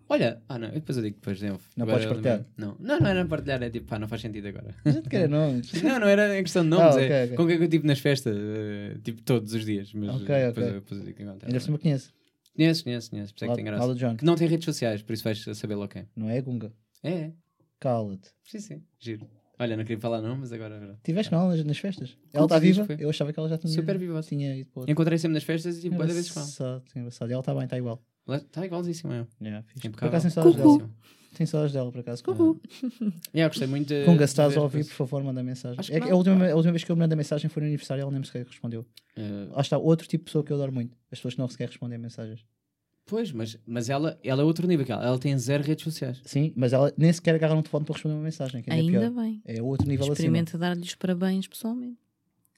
Speaker 1: Olha, ah não, depois eu digo depois de novo.
Speaker 2: Não
Speaker 1: Agora
Speaker 2: podes
Speaker 1: eu
Speaker 2: partilhar?
Speaker 1: lembrei-me. Não. não, não era partilhar, é tipo, pá, não faz sentido agora.
Speaker 2: Mas eu te quero nomes.
Speaker 1: Não, não era em questão de nomes,
Speaker 2: Ah, ok,
Speaker 1: é
Speaker 2: ok.
Speaker 1: com quem é que eu tive nas festas, eh, tipo todos os dias, mas
Speaker 2: Ok,
Speaker 1: eh,
Speaker 2: ok.
Speaker 1: depois, eu- depois eu digo quem
Speaker 2: Ainda
Speaker 1: acontece. é?
Speaker 2: se me conhece.
Speaker 1: Conheço, conheço, conheço, por isso é que tem
Speaker 2: Paulo
Speaker 1: graça.
Speaker 2: John.
Speaker 1: Que não tem redes sociais, por isso vais saber logo quem.
Speaker 2: Não é a Gunga.
Speaker 1: É, é,
Speaker 2: Cala-te.
Speaker 1: sim, sim, giro. Olha, não queria falar não, mas agora... é
Speaker 2: Tiveste com ela nas- nas festas? Ela está
Speaker 1: Quantos dias
Speaker 2: viva?
Speaker 1: Tá. foi?
Speaker 2: Eu achava que ela já tinha.
Speaker 1: Super viva.
Speaker 2: Tinha ido para outra.
Speaker 1: Encontrei sempre nas festas e tipo, olha vezes com
Speaker 2: Engraçado, engraçado. E ela está bem, está igual.
Speaker 1: ela. Está tá igualzíssima, eu.
Speaker 2: Yeah, fixe. Por
Speaker 1: Impecável.
Speaker 2: acaso tem saudades
Speaker 3: Cucu.
Speaker 2: dela.
Speaker 1: Igualzíssima.
Speaker 2: Tem saudades dela, por acaso. Cucu.
Speaker 1: Yeah, É, gostei muito de...
Speaker 2: Gunga,
Speaker 1: de
Speaker 2: se estás
Speaker 1: ver
Speaker 2: a ouvir,
Speaker 1: coisas.
Speaker 2: por favor, manda mensagem.
Speaker 1: Acho que
Speaker 2: É que
Speaker 1: não,
Speaker 2: a, última,
Speaker 1: pá.
Speaker 2: a última vez que eu mandei mensagem foi no aniversário e ela nem me sequer respondeu.
Speaker 1: Eh,
Speaker 2: Lá está outro tipo de pessoa que eu adoro muito. As pessoas que não sequer respondem mensagens.
Speaker 1: pois, mas, mas ela, ela é outro nível que ela. Ela tem zero redes sociais.
Speaker 2: Sim, mas ela nem sequer agarra no telefone para responder uma mensagem. Que ainda,
Speaker 3: Ainda
Speaker 2: é pior.
Speaker 3: bem.
Speaker 2: É outro nível acima.
Speaker 3: Experimenta dar-lhe os parabéns pessoalmente.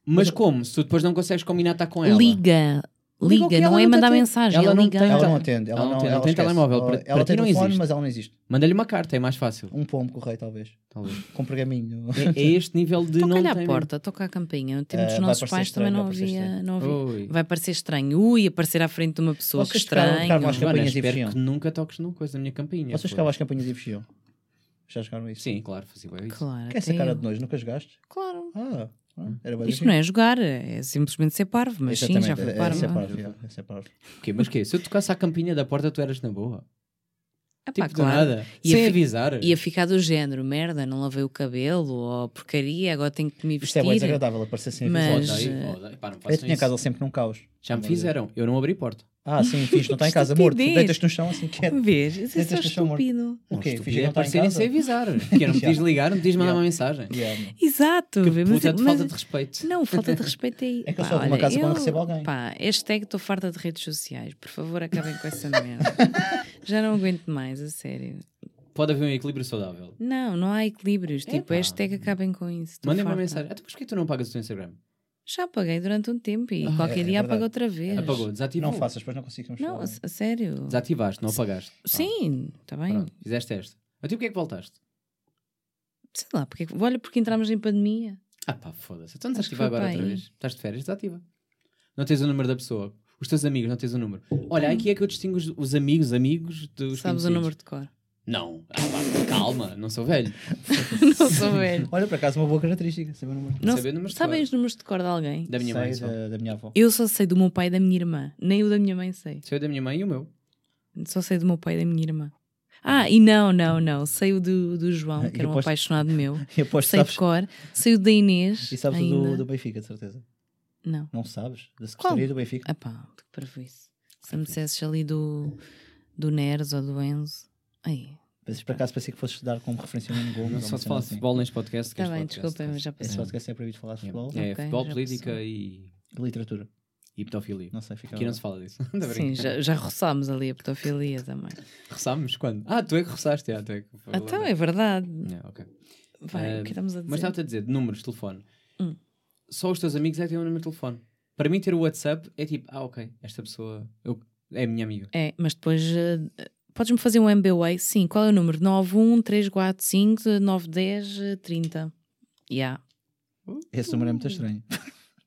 Speaker 1: Mas como? Se tu depois não consegues combinar estar
Speaker 2: é
Speaker 1: com ela.
Speaker 3: Liga.
Speaker 1: Liga, que
Speaker 3: Liga, não
Speaker 1: ela
Speaker 3: é
Speaker 1: não
Speaker 3: mandar
Speaker 1: tem-
Speaker 3: mensagem,
Speaker 1: ela
Speaker 3: é
Speaker 1: não
Speaker 3: ligar.
Speaker 1: tem-
Speaker 2: Ela
Speaker 1: Então,
Speaker 2: não atende. Ela
Speaker 1: ela não
Speaker 2: não,
Speaker 1: tem- ela tem
Speaker 2: esquece.
Speaker 1: telemóvel, para-
Speaker 2: Ela,
Speaker 1: para
Speaker 2: ela
Speaker 1: ti
Speaker 2: tem
Speaker 1: não
Speaker 2: telefone,
Speaker 1: existe.
Speaker 2: mas ela não existe.
Speaker 1: Manda-lhe uma carta, é mais fácil.
Speaker 2: Um pombo correio, talvez.
Speaker 1: Talvez.
Speaker 2: Com um pergaminho.
Speaker 1: É, é este nível de não
Speaker 3: Toca-lhe
Speaker 1: tem-
Speaker 3: à porta, toca à campainha. No tempo
Speaker 2: Eh,
Speaker 3: dos
Speaker 2: vai
Speaker 3: nossos
Speaker 2: parecer
Speaker 3: pais
Speaker 2: estranho,
Speaker 3: também não
Speaker 2: vai parecer
Speaker 3: havia.
Speaker 2: estranho.
Speaker 3: Não havia.
Speaker 1: Ui.
Speaker 3: Vai parecer estranho. Ui, aparecer à frente de uma pessoa, que
Speaker 2: Vocês ficaram- um
Speaker 3: estranho.
Speaker 2: ficaram às
Speaker 1: Joana,
Speaker 2: campanhas e
Speaker 1: espero
Speaker 2: fugiam.
Speaker 1: que nunca toques numa coisa da minha campinha.
Speaker 2: Vocês
Speaker 1: pô.
Speaker 2: jogavam as campanhas e fugiam? Já jogaram isso?
Speaker 1: Sim, claro, fazia bué isso.
Speaker 3: Claro.
Speaker 2: Que é essa
Speaker 3: até
Speaker 2: cara
Speaker 3: eu.
Speaker 2: de nojo, nunca jogaste?
Speaker 3: Claro.
Speaker 2: Ah, ah,
Speaker 1: Hum.
Speaker 2: era bem
Speaker 3: Isto não é jogar, é simplesmente ser parvo, mas sim, já foi
Speaker 2: é, essa é
Speaker 3: parvo.
Speaker 2: parvo, é, essa é parvo.
Speaker 1: Ok, mas quê? Se eu tocasse à campinha da porta, tu eras na boa.
Speaker 3: Ah,
Speaker 1: Tipo,
Speaker 3: pá,
Speaker 1: do
Speaker 3: claro.
Speaker 1: nada.
Speaker 3: Ia
Speaker 1: Sem
Speaker 3: fi-
Speaker 1: avisar.
Speaker 3: Ia ficar do género, merda, não lavei o cabelo, ou porcaria, agora tenho que me
Speaker 2: Isto
Speaker 3: vestir.
Speaker 2: é bem desagradável, aparecer sem
Speaker 3: Mas-
Speaker 2: avisar.
Speaker 1: Odeio,
Speaker 3: eh,
Speaker 1: odeio. Pá, não
Speaker 2: Eu
Speaker 1: façam
Speaker 2: tinha
Speaker 1: isso.
Speaker 2: casa sempre num caos.
Speaker 1: Já me fizeram. Eu não abri porta.
Speaker 2: Ah, sim, fiz, não está em casa, morto.
Speaker 3: Estupidez.
Speaker 2: Deitas-te no chão assim, quieto.
Speaker 3: Vês? Isso é
Speaker 2: Deitas
Speaker 3: só
Speaker 2: no chão morto.
Speaker 3: estúpido.
Speaker 2: O quê?
Speaker 1: Estúpido
Speaker 2: Fiz que
Speaker 1: é
Speaker 2: não está em
Speaker 1: aparecerem
Speaker 2: casa.
Speaker 1: sem avisar. Que não me podias ligar, não me podias mandar uma mensagem.
Speaker 2: Yeah, mano.
Speaker 3: Exato. vê, mas- é-
Speaker 1: Puta de
Speaker 3: mas-
Speaker 1: falta de respeito.
Speaker 3: Não, falta de respeito aí.
Speaker 2: É que eu
Speaker 3: Pá,
Speaker 2: sou de uma
Speaker 3: olha,
Speaker 2: casa quando
Speaker 3: eu-
Speaker 2: recebo alguém.
Speaker 3: Pá, hashtag estou farta de redes sociais. Por favor, acabem com essa merda. Já não aguento mais, a sério.
Speaker 1: Pode haver um equilíbrio saudável.
Speaker 3: Não, não há
Speaker 2: É
Speaker 3: equilíbrios. Tipo,
Speaker 1: Epá.
Speaker 3: hashtag acabem com isso. Tô
Speaker 1: Mandem uma
Speaker 3: farta.
Speaker 1: mensagem. Ah, tu, mas porquê tu não pagas o teu Instagram?
Speaker 3: Já apaguei durante um tempo e
Speaker 2: Ah,
Speaker 3: qualquer
Speaker 2: é- é
Speaker 3: dia apago
Speaker 2: verdade.
Speaker 3: outra vez.
Speaker 1: Apagou, desativou.
Speaker 2: Não faças, depois não conseguimos
Speaker 3: Não,
Speaker 2: falar.
Speaker 3: a, a sério.
Speaker 1: Desativaste, não apagaste. Ah,
Speaker 3: Sim, está bem.
Speaker 1: pronto, fizeste esta. Mas tu porquê é que voltaste?
Speaker 3: Sei lá, porque, é olha, porque entramos em pandemia.
Speaker 1: Ah pá, foda-se. Então
Speaker 3: Acho que
Speaker 1: desativa
Speaker 3: foi
Speaker 1: agora
Speaker 3: para
Speaker 1: outra
Speaker 3: aí.
Speaker 1: vez. Estás de férias, desativa. Não tens o número da pessoa. Os teus amigos, não tens o número. Olha, aqui é que eu distingo os- os amigos, amigos dos
Speaker 3: Sabes
Speaker 1: conhecidos.
Speaker 3: o número de cor.
Speaker 1: Não. Ah, pá, calma, não sou velho.
Speaker 3: não sou velho.
Speaker 2: Olha, por acaso, uma boa característica, saber o número.
Speaker 3: Não,
Speaker 1: Saber números de
Speaker 3: sabem
Speaker 1: cor.
Speaker 3: os números de cor de alguém?
Speaker 1: Da minha
Speaker 2: Sei
Speaker 1: mãe só.
Speaker 2: da, da minha avó.
Speaker 3: Eu só sei do meu pai e da minha irmã. Nem o da minha mãe sei.
Speaker 1: Sei o da minha mãe e o meu.
Speaker 3: Só sei do meu pai e da minha irmã. Ah, e não, não, não. Sei o do, do João, que
Speaker 2: E
Speaker 3: era um
Speaker 2: aposto-
Speaker 3: apaixonado meu.
Speaker 2: E aposto que
Speaker 3: Sei de
Speaker 2: sabes,
Speaker 3: cor. Sei o da Inês.
Speaker 2: e sabes o
Speaker 3: ainda.
Speaker 2: do, do Benfica, de certeza.
Speaker 3: Não.
Speaker 2: Não sabes? Da
Speaker 3: Qual?
Speaker 2: Secretaria do Benfica.
Speaker 3: Ah pá, que prejuízo. Se me dissesses ali do, do Neres ou do Enzo. Aí.
Speaker 2: Mas por acaso pensei que fosses dar como referência num gol.
Speaker 1: Não
Speaker 2: mas
Speaker 1: só
Speaker 2: uma
Speaker 1: se
Speaker 2: cena
Speaker 1: fala de
Speaker 2: assim.
Speaker 1: futebol neste podcast. que
Speaker 3: Está
Speaker 1: este
Speaker 3: tá bem,
Speaker 1: podcast-
Speaker 3: desculpem, mas já
Speaker 2: Esse
Speaker 3: passou.
Speaker 2: podcast é proibido falar de futebol.
Speaker 1: É,
Speaker 3: Ok,
Speaker 1: futebol,
Speaker 3: já
Speaker 1: política
Speaker 3: passou.
Speaker 1: e,
Speaker 2: Literatura.
Speaker 1: e pedofilia.
Speaker 2: Não sei, fica
Speaker 1: Aqui não
Speaker 2: lá.
Speaker 1: se fala disso. Ainda bem.
Speaker 3: Sim, já, já roçámos ali a pedofilia também.
Speaker 1: Ressámos quando? Ah, tu é que roçaste. Ah, tu é que...
Speaker 3: Então é verdade.
Speaker 1: É, ok.
Speaker 3: Vai,
Speaker 1: Ah,
Speaker 3: o que estamos a dizer?
Speaker 1: Mas estava-te a dizer, de números de telefone.
Speaker 3: Hum.
Speaker 1: Só os teus amigos é que têm o número de telefone. Para mim, ter o WhatsApp é tipo, ah, ok, esta pessoa eu- é a minha amiga.
Speaker 3: É, mas depois. eh, Podes-me fazer um MBWay? Sim, qual é o número? 91 345 910 30. Yeah.
Speaker 2: Esse número é muito estranho.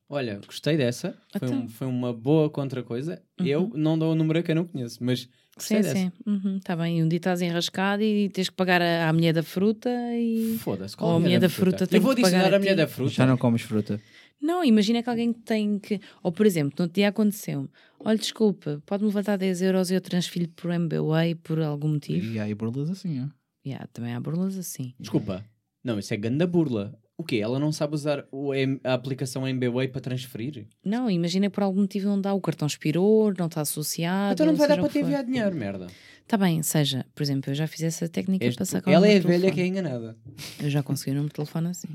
Speaker 1: Olha, gostei dessa. Foi,
Speaker 3: Então.
Speaker 1: um- foi uma boa contra-coisa.
Speaker 3: Uhum.
Speaker 1: Eu não dou o número a quem não conheço, mas gostei
Speaker 3: Sim,
Speaker 1: dessa.
Speaker 3: sim. Uhum, tá bem. Um dia estás enrascado e tens que pagar a- à mulher da fruta e.
Speaker 1: Foda-se,
Speaker 3: Ou
Speaker 1: qual é
Speaker 3: a mulher da fruta tem
Speaker 1: Eu vou
Speaker 3: que pagar
Speaker 1: adicionar
Speaker 3: a
Speaker 1: a mulher
Speaker 3: ti.
Speaker 1: da fruta.
Speaker 2: Já não comes fruta.
Speaker 3: Não, imagina que alguém tem que. Ou, por exemplo, no outro dia aconteceu-me: olha, desculpa, pode-me levantar 10 euros e eu transfiro por MBWay por algum motivo.
Speaker 2: E aí burlas assim, ó.
Speaker 1: Uhum.
Speaker 3: Yeah, também há burlas assim.
Speaker 1: Desculpa. Não, isso é ganda burla. O quê? Ela não sabe usar o M- a aplicação MBWay para transferir?
Speaker 3: Não, imagina que por algum motivo não dá, o cartão expirou, não está associado.
Speaker 1: então não vai dar para te
Speaker 3: ter
Speaker 1: enviar dinheiro, merda.
Speaker 3: Está Tá bem, seja, por exemplo, eu já fiz essa técnica
Speaker 1: És
Speaker 3: para
Speaker 1: tu-
Speaker 3: sacar o
Speaker 1: Ela é a
Speaker 3: número de
Speaker 1: velha que é
Speaker 3: telefone.
Speaker 1: enganada.
Speaker 3: Eu já consegui o número de telefone assim.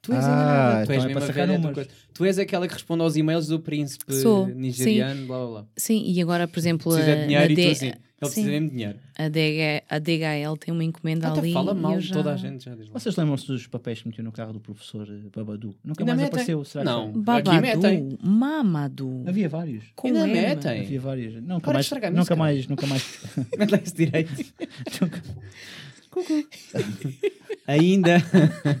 Speaker 1: Tu és
Speaker 2: Ah,
Speaker 1: enganada. Tu
Speaker 2: então
Speaker 1: és
Speaker 2: é
Speaker 1: mesmo
Speaker 2: para
Speaker 1: a
Speaker 2: sacar
Speaker 1: velha. do
Speaker 2: números.
Speaker 1: coisa. Tu és aquela que responde aos e-mails do príncipe
Speaker 3: Sou,
Speaker 1: nigeriano, blá blá blá.
Speaker 3: Sim, e agora, por exemplo, a,
Speaker 1: Precisa de dinheiro
Speaker 3: na
Speaker 1: e tu
Speaker 3: D-
Speaker 1: assim. Ele precisa
Speaker 3: sim.
Speaker 1: mesmo de dinheiro.
Speaker 3: a, DH, a DHL tem uma encomenda
Speaker 1: Até
Speaker 3: ali.
Speaker 1: fala
Speaker 3: e
Speaker 1: mal
Speaker 3: eu
Speaker 1: de
Speaker 3: já-
Speaker 1: toda a gente. Já diz lá.
Speaker 2: Vocês lembram-se dos papéis que meteu no carro do professor eh, Babadu? Nunca
Speaker 1: Ainda
Speaker 2: mais
Speaker 1: metem?
Speaker 2: apareceu, será
Speaker 1: Não.
Speaker 2: que
Speaker 1: Aqui metem.
Speaker 3: Babadu, Mamadu,
Speaker 2: foi? Havia vários.
Speaker 3: com
Speaker 1: Ainda
Speaker 3: M.
Speaker 1: metem.
Speaker 2: Havia vários. Nunca
Speaker 1: Para de
Speaker 2: mais,
Speaker 1: estragar a
Speaker 2: nunca
Speaker 1: música.
Speaker 2: mais, nunca mais.
Speaker 1: Mete lá esse direito.
Speaker 2: nunca-
Speaker 1: Ainda.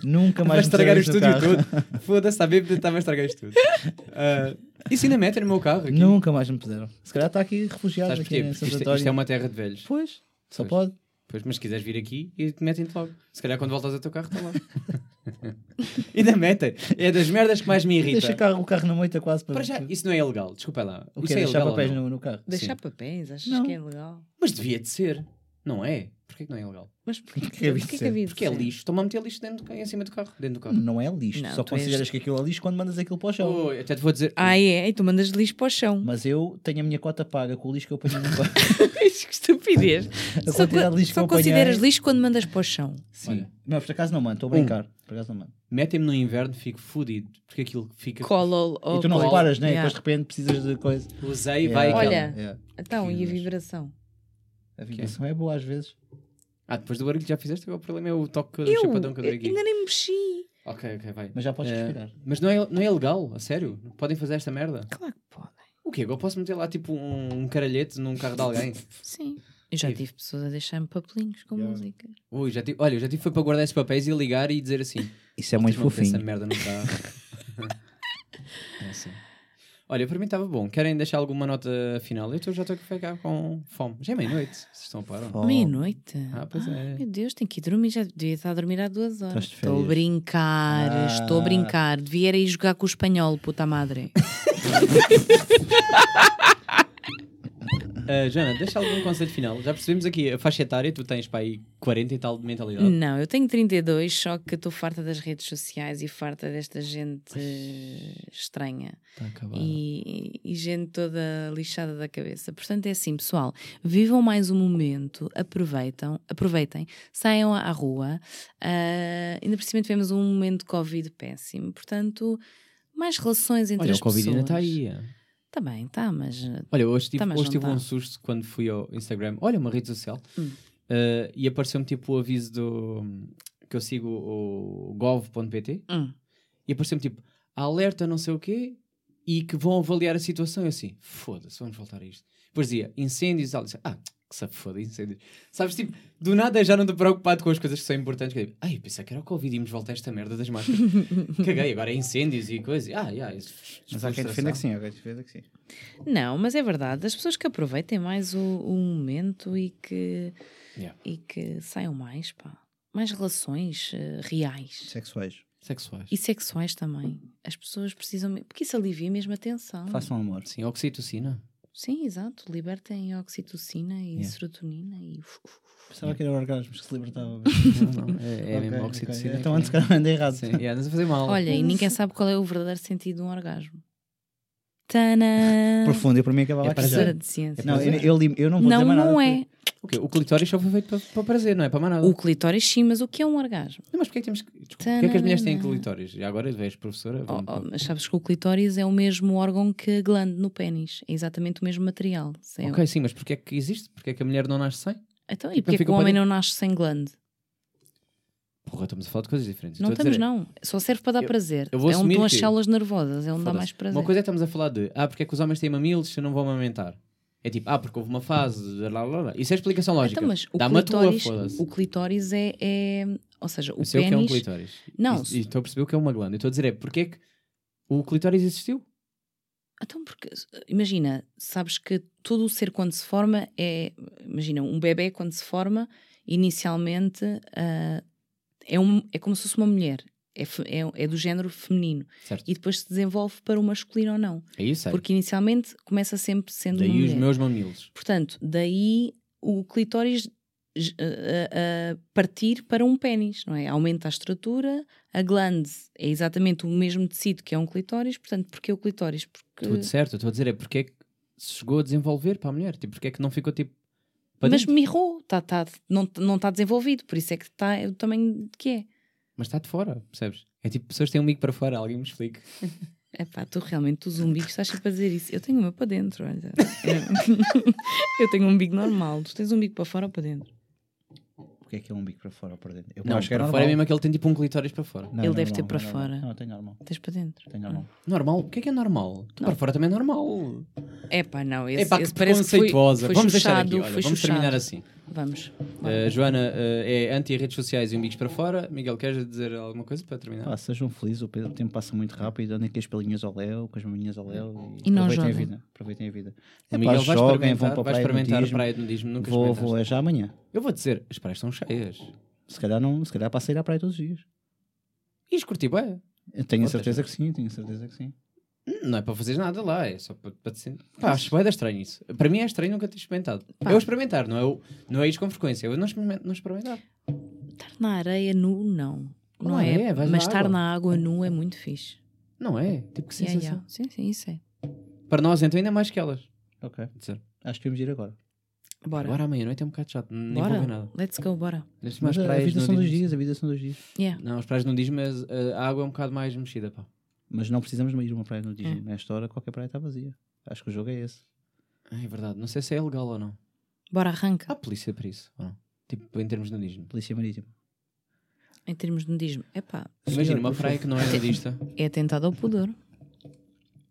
Speaker 2: nunca
Speaker 1: Vai
Speaker 2: mais.
Speaker 1: estragar o
Speaker 2: metemos no
Speaker 1: estúdio
Speaker 2: carro.
Speaker 1: todo. Foda-se, a bêbada estava a estragar isto tudo. Ah, isso ainda mete no meu carro. Aqui.
Speaker 2: Nunca mais me puderam. Se calhar está aqui refugiado
Speaker 1: Sabes
Speaker 2: aqui
Speaker 1: porquê?
Speaker 2: em
Speaker 1: Porque
Speaker 2: Santo
Speaker 1: isto,
Speaker 2: António.
Speaker 1: isto é uma terra de velhos.
Speaker 2: Pois, só
Speaker 1: Pois.
Speaker 2: pode.
Speaker 1: Pois, mas se quiseres vir aqui e te metem-te logo. Se calhar quando voltas ao teu carro, está lá. ainda metem. É das merdas que mais me irrita.
Speaker 2: Deixa o carro, o carro na moita quase para.
Speaker 1: Para já, isso não é ilegal. Desculpa lá.
Speaker 2: O
Speaker 1: isso
Speaker 2: que
Speaker 1: é
Speaker 2: é deixar
Speaker 1: ilegal ou
Speaker 2: papéis
Speaker 1: não?
Speaker 2: no, no carro?
Speaker 3: Deixar
Speaker 1: Sim.
Speaker 3: papéis, achas
Speaker 2: Não.
Speaker 3: que é legal?
Speaker 1: Mas devia de ser. Não é? Porquê que não é ilegal?
Speaker 3: Mas porquê
Speaker 2: que é
Speaker 3: porquê
Speaker 2: isso?
Speaker 3: que havia de
Speaker 1: Porque é
Speaker 3: ser?
Speaker 1: lixo. Estão-me a meter lixo dentro do ca- em cima do carro. Dentro do carro.
Speaker 2: Não é lixo.
Speaker 3: Não,
Speaker 2: só
Speaker 3: tu és-
Speaker 2: consideras que aquilo é lixo quando mandas aquilo para o chão.
Speaker 1: Oi, até te vou dizer.
Speaker 3: Ah, é? E tu mandas lixo para o chão.
Speaker 2: Mas eu tenho a minha cota paga com o lixo que eu apanhei no carro.
Speaker 3: Isso que estupidez.
Speaker 2: A
Speaker 3: só
Speaker 2: quantidade
Speaker 3: co-
Speaker 2: de lixo que
Speaker 3: só
Speaker 2: eu apanhei-
Speaker 3: consideras lixo quando mandas para o chão.
Speaker 2: Sim.
Speaker 1: Olha.
Speaker 2: Não, por acaso não mando, estou a brincar.
Speaker 1: Um.
Speaker 2: Por acaso não mando.
Speaker 1: Metem-me no inverno, fico fodido. Porque aquilo fica.
Speaker 3: Cola ou
Speaker 2: e tu não
Speaker 3: cola.
Speaker 2: reparas, né?
Speaker 3: Yeah.
Speaker 2: Depois de repente precisas de coisa.
Speaker 1: Usei Oh, e vai aquela.
Speaker 2: Yeah.
Speaker 3: Olha.
Speaker 2: Yeah.
Speaker 3: Então, e a vibração?
Speaker 2: A vibração é boa às vezes.
Speaker 1: Ah, depois do barulho que já fizeste, agora o problema é o toque do
Speaker 3: Eu,
Speaker 1: chapadão que eu dei aqui.
Speaker 3: ainda nem mexi.
Speaker 1: Ok, ok, vai.
Speaker 2: Mas já podes
Speaker 1: Eh,
Speaker 2: respirar.
Speaker 1: mas não é, não é legal, a sério? Podem fazer esta merda?
Speaker 3: Claro que podem.
Speaker 1: O quê? Agora posso meter lá tipo um, um caralhete num carro de alguém?
Speaker 3: Sim. Eu já
Speaker 1: Tive.
Speaker 3: tive pessoas a deixar-me papelinhos com
Speaker 2: Yeah.
Speaker 3: música.
Speaker 1: Ui, já tive, olha, eu já tive foi para guardar esses papéis e ligar e dizer assim.
Speaker 2: Isso é
Speaker 1: "Vocês
Speaker 2: muito
Speaker 1: vão meter Essa
Speaker 2: fofinho.
Speaker 1: merda no carro. é assim. Olha, para mim estava bom. Querem deixar alguma nota final? Eu estou- já estou a ficar com fome. Já é meia-noite. Vocês estão a parar?
Speaker 2: Oh,
Speaker 3: Meia-noite.
Speaker 1: Ah, pois é.
Speaker 3: Meu Deus, tenho que ir dormir. Já devia estar a dormir há duas horas.
Speaker 2: Estás de
Speaker 3: Estou a
Speaker 2: férias.
Speaker 3: brincar,
Speaker 2: Ah.
Speaker 3: estou a brincar. Devia era ir jogar com o espanhol, puta madre.
Speaker 1: Ah, Joana, deixa algum conselho final. Já percebemos aqui a faixa etária, tu tens para aí 40 e tal de mentalidade.
Speaker 3: Não, eu tenho 32, só que estou farta das redes sociais e farta desta gente eh, estranha.
Speaker 1: Está Tá acabado.
Speaker 3: e, e gente toda lixada da cabeça. Portanto, é assim, pessoal, vivam mais um momento, aproveitam, aproveitem, saiam à rua. ah, ainda por cima tivemos um momento de Covid péssimo. Portanto, mais relações entre
Speaker 1: Olha,
Speaker 3: as
Speaker 1: o Covid ainda
Speaker 3: pessoas.
Speaker 1: está aí. é.
Speaker 3: Tá bem, está, mas ah,
Speaker 1: Olha, hoje tive,
Speaker 3: Tá, mas
Speaker 1: hoje
Speaker 3: não
Speaker 1: tive
Speaker 3: tá.
Speaker 1: um susto quando fui ao Instagram. Olha, uma rede social.
Speaker 3: Hum.
Speaker 1: eh, e apareceu-me tipo o aviso do. que eu sigo o gov.pt.
Speaker 3: hum,
Speaker 1: E apareceu-me tipo alerta não sei o quê e que vão avaliar a situação. Eu assim, foda-se, vamos voltar a isto. Depois dizia incêndios e tal. Eu disse, ah, que se foda, incêndios. Sabes, tipo, do nada já não estou preocupado com as coisas que são importantes. Que eu digo, ai, pensei que era o Covid e íamos voltar a esta merda das máscaras. Caguei, agora é incêndios e coisas. Ah, yeah, isso,
Speaker 2: Mas há quem defenda que sim, há quem defenda que sim.
Speaker 3: Não, mas é verdade, as pessoas que aproveitem mais o, o momento e que,
Speaker 1: Yeah.
Speaker 3: e que saiam mais, pá. Mais relações ah, reais.
Speaker 2: Sexuais.
Speaker 1: Sexuais.
Speaker 3: E sexuais também. As pessoas precisam. me- Porque isso alivia mesmo a tensão.
Speaker 2: Façam amor.
Speaker 1: Ah. Sim, oxitocina.
Speaker 3: Sim, exato. Libertem a oxitocina e
Speaker 1: Yeah.
Speaker 3: serotonina e.
Speaker 2: Pensava que era orgasmos que se libertavam.
Speaker 1: Não, não, é, é
Speaker 2: Ok,
Speaker 1: mesmo
Speaker 2: ok.
Speaker 1: oxitocina. é.
Speaker 2: Então antes que eu andei errado.
Speaker 1: Sim, yeah, andas a fazer mal.
Speaker 3: Olha, e ninguém sabe qual é o verdadeiro sentido de um orgasmo. Tanã!
Speaker 2: Profundo, eu para mim acabava
Speaker 1: É
Speaker 2: a
Speaker 1: para
Speaker 2: casar.
Speaker 3: Professora de ciência.
Speaker 2: Não, eu, eu, li- eu não vou
Speaker 3: não,
Speaker 2: dizer mais nada.
Speaker 3: não é.
Speaker 1: O, quê? o clitóris só foi feito para, para prazer, não é para mais nada.
Speaker 3: O clitóris sim, mas o que é um orgasmo?
Speaker 1: Não, mas porquê que temos que. Desculpa, porquê é que as mulheres têm clitóris? E agora vês, professora.
Speaker 3: Oh,
Speaker 1: vou-
Speaker 3: oh, mas sabes que o clitóris é o mesmo órgão que a glande no pênis. É exatamente o mesmo material. Sei eu.
Speaker 1: Ok, sim, mas porquê é que existe? Porquê é que a mulher não nasce sem?
Speaker 3: Então,
Speaker 1: Então
Speaker 3: e porquê é que
Speaker 1: fica
Speaker 3: o
Speaker 1: para
Speaker 3: homem
Speaker 1: dentro.
Speaker 3: não nasce sem glande?
Speaker 1: Porra, estamos a falar de coisas diferentes. Eu
Speaker 3: Não
Speaker 1: estou a
Speaker 3: estamos,
Speaker 1: dizer é,
Speaker 3: não. Só serve para dar
Speaker 1: Eu-
Speaker 3: prazer.
Speaker 1: eu vou
Speaker 3: é onde
Speaker 1: assumir
Speaker 3: estão as
Speaker 1: que-
Speaker 3: células nervosas, é onde dá
Speaker 1: foda-se.
Speaker 3: mais prazer.
Speaker 1: Uma coisa é que estamos a falar de. Ah, porque é que os homens têm mamilos se não vão amamentar? É tipo, ah, porque houve uma fase. Lá, lá, lá. Isso é explicação lógica.
Speaker 3: Então, mas o
Speaker 1: Dá-me a tua,
Speaker 3: clitóris,
Speaker 1: foda-se.
Speaker 3: o clitóris é, é- Ou seja, o
Speaker 1: Eu sei o que é um
Speaker 3: pênis.
Speaker 1: clitóris.
Speaker 3: Não,
Speaker 1: E-
Speaker 3: se-
Speaker 1: E estou a perceber o que é uma glândula. Eu Estou a dizer é porque é que o clitóris existiu?
Speaker 3: então, porque, imagina, sabes que todo o ser quando se forma é. Imagina, um bebê quando se forma, inicialmente ah, é, um, é como se fosse uma mulher. É, fe- é, é do género feminino.
Speaker 1: Certo.
Speaker 3: E depois se desenvolve para o masculino ou não.
Speaker 1: É isso, certo.
Speaker 3: Porque inicialmente começa sempre sendo É uma
Speaker 1: Daí os
Speaker 3: mulher.
Speaker 1: meus mamilos.
Speaker 3: Portanto, daí o clitóris j- a- a- a partir para um pênis, não é? Aumenta a estrutura, a glande é exatamente o mesmo tecido que é um clitóris, portanto, porquê o clitóris? Porque...
Speaker 1: Tudo certo, eu estou a dizer é porque é que se chegou a desenvolver para a mulher, tipo, porque é que não ficou tipo. para
Speaker 3: Mas
Speaker 1: dentro?
Speaker 3: mirrou, tá, tá, não está desenvolvido, por isso é que está o tá, tamanho que é.
Speaker 1: Mas está de fora, percebes? É tipo, pessoas têm um mico para fora, alguém me explica.
Speaker 3: É pá, tu realmente, tu zumbi, que estás sempre a dizer isso. Eu tenho o meu para dentro, olha. Eu, eu tenho um umbigo normal. Tu tens um umbigo para fora ou para dentro?
Speaker 2: O que é que é um bico para fora ou para dentro? Eu
Speaker 1: Não,
Speaker 2: acho que é
Speaker 1: para fora é
Speaker 2: normal.
Speaker 1: mesmo aquele que tem tipo um clitóris para fora.
Speaker 2: Não,
Speaker 3: Ele
Speaker 2: não,
Speaker 3: deve ter
Speaker 2: não,
Speaker 3: para
Speaker 2: não, não.
Speaker 3: fora. Ah.
Speaker 2: Não, tem normal.
Speaker 3: Tens para dentro?
Speaker 2: Tem normal.
Speaker 1: Normal? O que é que é normal? Tu Para fora também é normal.
Speaker 3: É pá, não. Esse,
Speaker 1: É pá, que
Speaker 3: esse parece que foi,
Speaker 1: preconceituosa.
Speaker 3: foi
Speaker 1: vamos deixar
Speaker 3: chuchado.
Speaker 1: aqui, olha,
Speaker 3: foi
Speaker 1: vamos
Speaker 3: chuchado.
Speaker 1: terminar assim.
Speaker 3: Vamos.
Speaker 1: Uh, Joana uh, é anti-redes sociais e umbigos para fora. Miguel, queres dizer alguma coisa para terminar?
Speaker 2: Pá, sejam felizes, o pe- o tempo passa muito rápido, andem com as pelinhas ao léu, com as maminhas ao léu
Speaker 3: E não
Speaker 2: aproveitem a
Speaker 3: joguem.
Speaker 2: vida. Aproveitem a vida. É
Speaker 1: o
Speaker 2: pá,
Speaker 1: Miguel vai
Speaker 2: joguem,
Speaker 1: experimentar,
Speaker 2: vão
Speaker 1: vai
Speaker 2: para a praia de
Speaker 1: experimentar a
Speaker 2: nudismo.
Speaker 1: praia de nudismo. Nunca
Speaker 2: Vou,
Speaker 1: experimentaste.
Speaker 2: vou, é já amanhã.
Speaker 1: Eu vou dizer, as praias estão cheias.
Speaker 2: Se calhar não, se calhar passa a ir à praia todos os dias.
Speaker 1: E as curti bué.
Speaker 2: Eu tenho a
Speaker 1: Outras
Speaker 2: certeza que sim, tenho a certeza que sim.
Speaker 1: Não é para fazer nada lá, é só para, para te sentir. Pá, acho bem estranho isso. Para mim é estranho nunca ter experimentado.
Speaker 3: Pá.
Speaker 1: Eu experimentar, não é, eu, não é isso com frequência. Eu não, experimento, não experimentar.
Speaker 3: Estar na areia nu, não.
Speaker 1: Não
Speaker 3: Não,
Speaker 1: é,
Speaker 3: é,
Speaker 1: vais
Speaker 3: mas
Speaker 1: na
Speaker 3: estar
Speaker 1: água.
Speaker 3: na água nu é muito fixe.
Speaker 1: Não é? Tipo que sensação.
Speaker 3: Yeah, yeah. Sim, sim, isso é.
Speaker 1: Para nós, então, ainda mais que elas.
Speaker 2: Ok.
Speaker 1: Quer dizer,
Speaker 2: Acho que temos de ir agora.
Speaker 3: Bora.
Speaker 1: Agora amanhã à noite é um bocado chato. Nem vou
Speaker 3: Bora.
Speaker 1: ver nada.
Speaker 3: Let's go, bora.
Speaker 1: Deixa-me
Speaker 2: Mas
Speaker 1: às
Speaker 2: a, a
Speaker 1: praias
Speaker 2: vida são dois
Speaker 1: nudismo.
Speaker 2: dias, a vida são dois dias.
Speaker 3: Yeah.
Speaker 1: Não, as praias não diz, mas uh, a água é um bocado mais mexida, pá.
Speaker 2: Mas não precisamos de ir a uma praia
Speaker 3: É.
Speaker 2: nudismo. Nesta hora, qualquer praia está vazia. Acho que o jogo é esse.
Speaker 1: Ah, É verdade. Não sei se é legal ou não.
Speaker 3: Bora,
Speaker 1: Há
Speaker 3: arranca.
Speaker 1: polícia para isso, ou não? Tipo, em termos de nudismo.
Speaker 2: Polícia Marítima.
Speaker 3: Em termos de nudismo. É pá,
Speaker 1: Imagina,
Speaker 2: Senhor,
Speaker 1: uma
Speaker 2: por
Speaker 1: praia que não é nudista.
Speaker 3: é atentado ao pudor.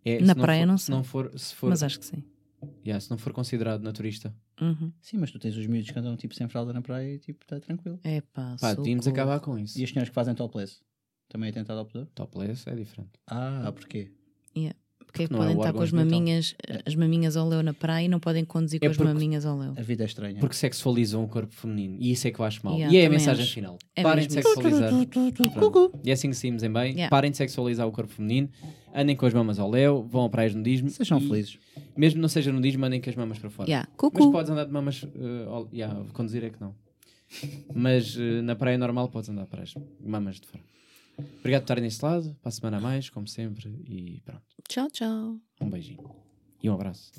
Speaker 1: É,
Speaker 3: Na
Speaker 1: se
Speaker 3: praia
Speaker 1: for,
Speaker 3: não
Speaker 1: Se
Speaker 3: sei.
Speaker 1: não for, se for,
Speaker 3: Mas é. acho que sim.
Speaker 1: yeah, se não for considerado naturista.
Speaker 3: Uhum.
Speaker 2: Sim, mas tu tens os miúdos que andam tipo sem fralda na praia e tipo está tranquilo.
Speaker 3: É pá,
Speaker 1: Pá, devíamos
Speaker 3: socorro.
Speaker 1: acabar com isso.
Speaker 2: E as senhoras que fazem topless? Também é tentado ao poder?
Speaker 1: Topless é diferente.
Speaker 2: Ah, porquê?
Speaker 3: Porque é que
Speaker 1: não é
Speaker 3: podem
Speaker 1: o
Speaker 3: estar com
Speaker 1: órgão
Speaker 3: as
Speaker 1: genital.
Speaker 3: maminhas, as maminhas ao leu na praia e não podem conduzir
Speaker 1: É
Speaker 3: com as
Speaker 1: porque-
Speaker 3: maminhas ao leu.
Speaker 2: A vida é estranha.
Speaker 1: Porque sexualizam o corpo feminino. E isso é que eu acho mal.
Speaker 3: Yeah,
Speaker 1: e é a
Speaker 3: também
Speaker 1: mensagem
Speaker 3: acho.
Speaker 1: final.
Speaker 3: É
Speaker 1: Parem de
Speaker 3: mesmo.
Speaker 1: sexualizar. Pronto. E é assim que saímos em bem.
Speaker 3: Yeah.
Speaker 1: Parem de sexualizar o corpo feminino. Andem com as mamas ao léu. Vão a praias de nudismo.
Speaker 2: Sejam
Speaker 1: e
Speaker 2: felizes.
Speaker 1: Mesmo não seja nudismo, andem com as mamas para fora.
Speaker 3: Yeah.
Speaker 1: Mas
Speaker 3: Cucu.
Speaker 1: podes andar de mamas. eh, ao- yeah, conduzir é que não. Mas eh, na praia normal podes andar para as mamas de fora. Obrigado por estarem neste lado. Para a semana a mais, como sempre. E pronto.
Speaker 3: Tchau, tchau.
Speaker 1: Um beijinho. E um abraço.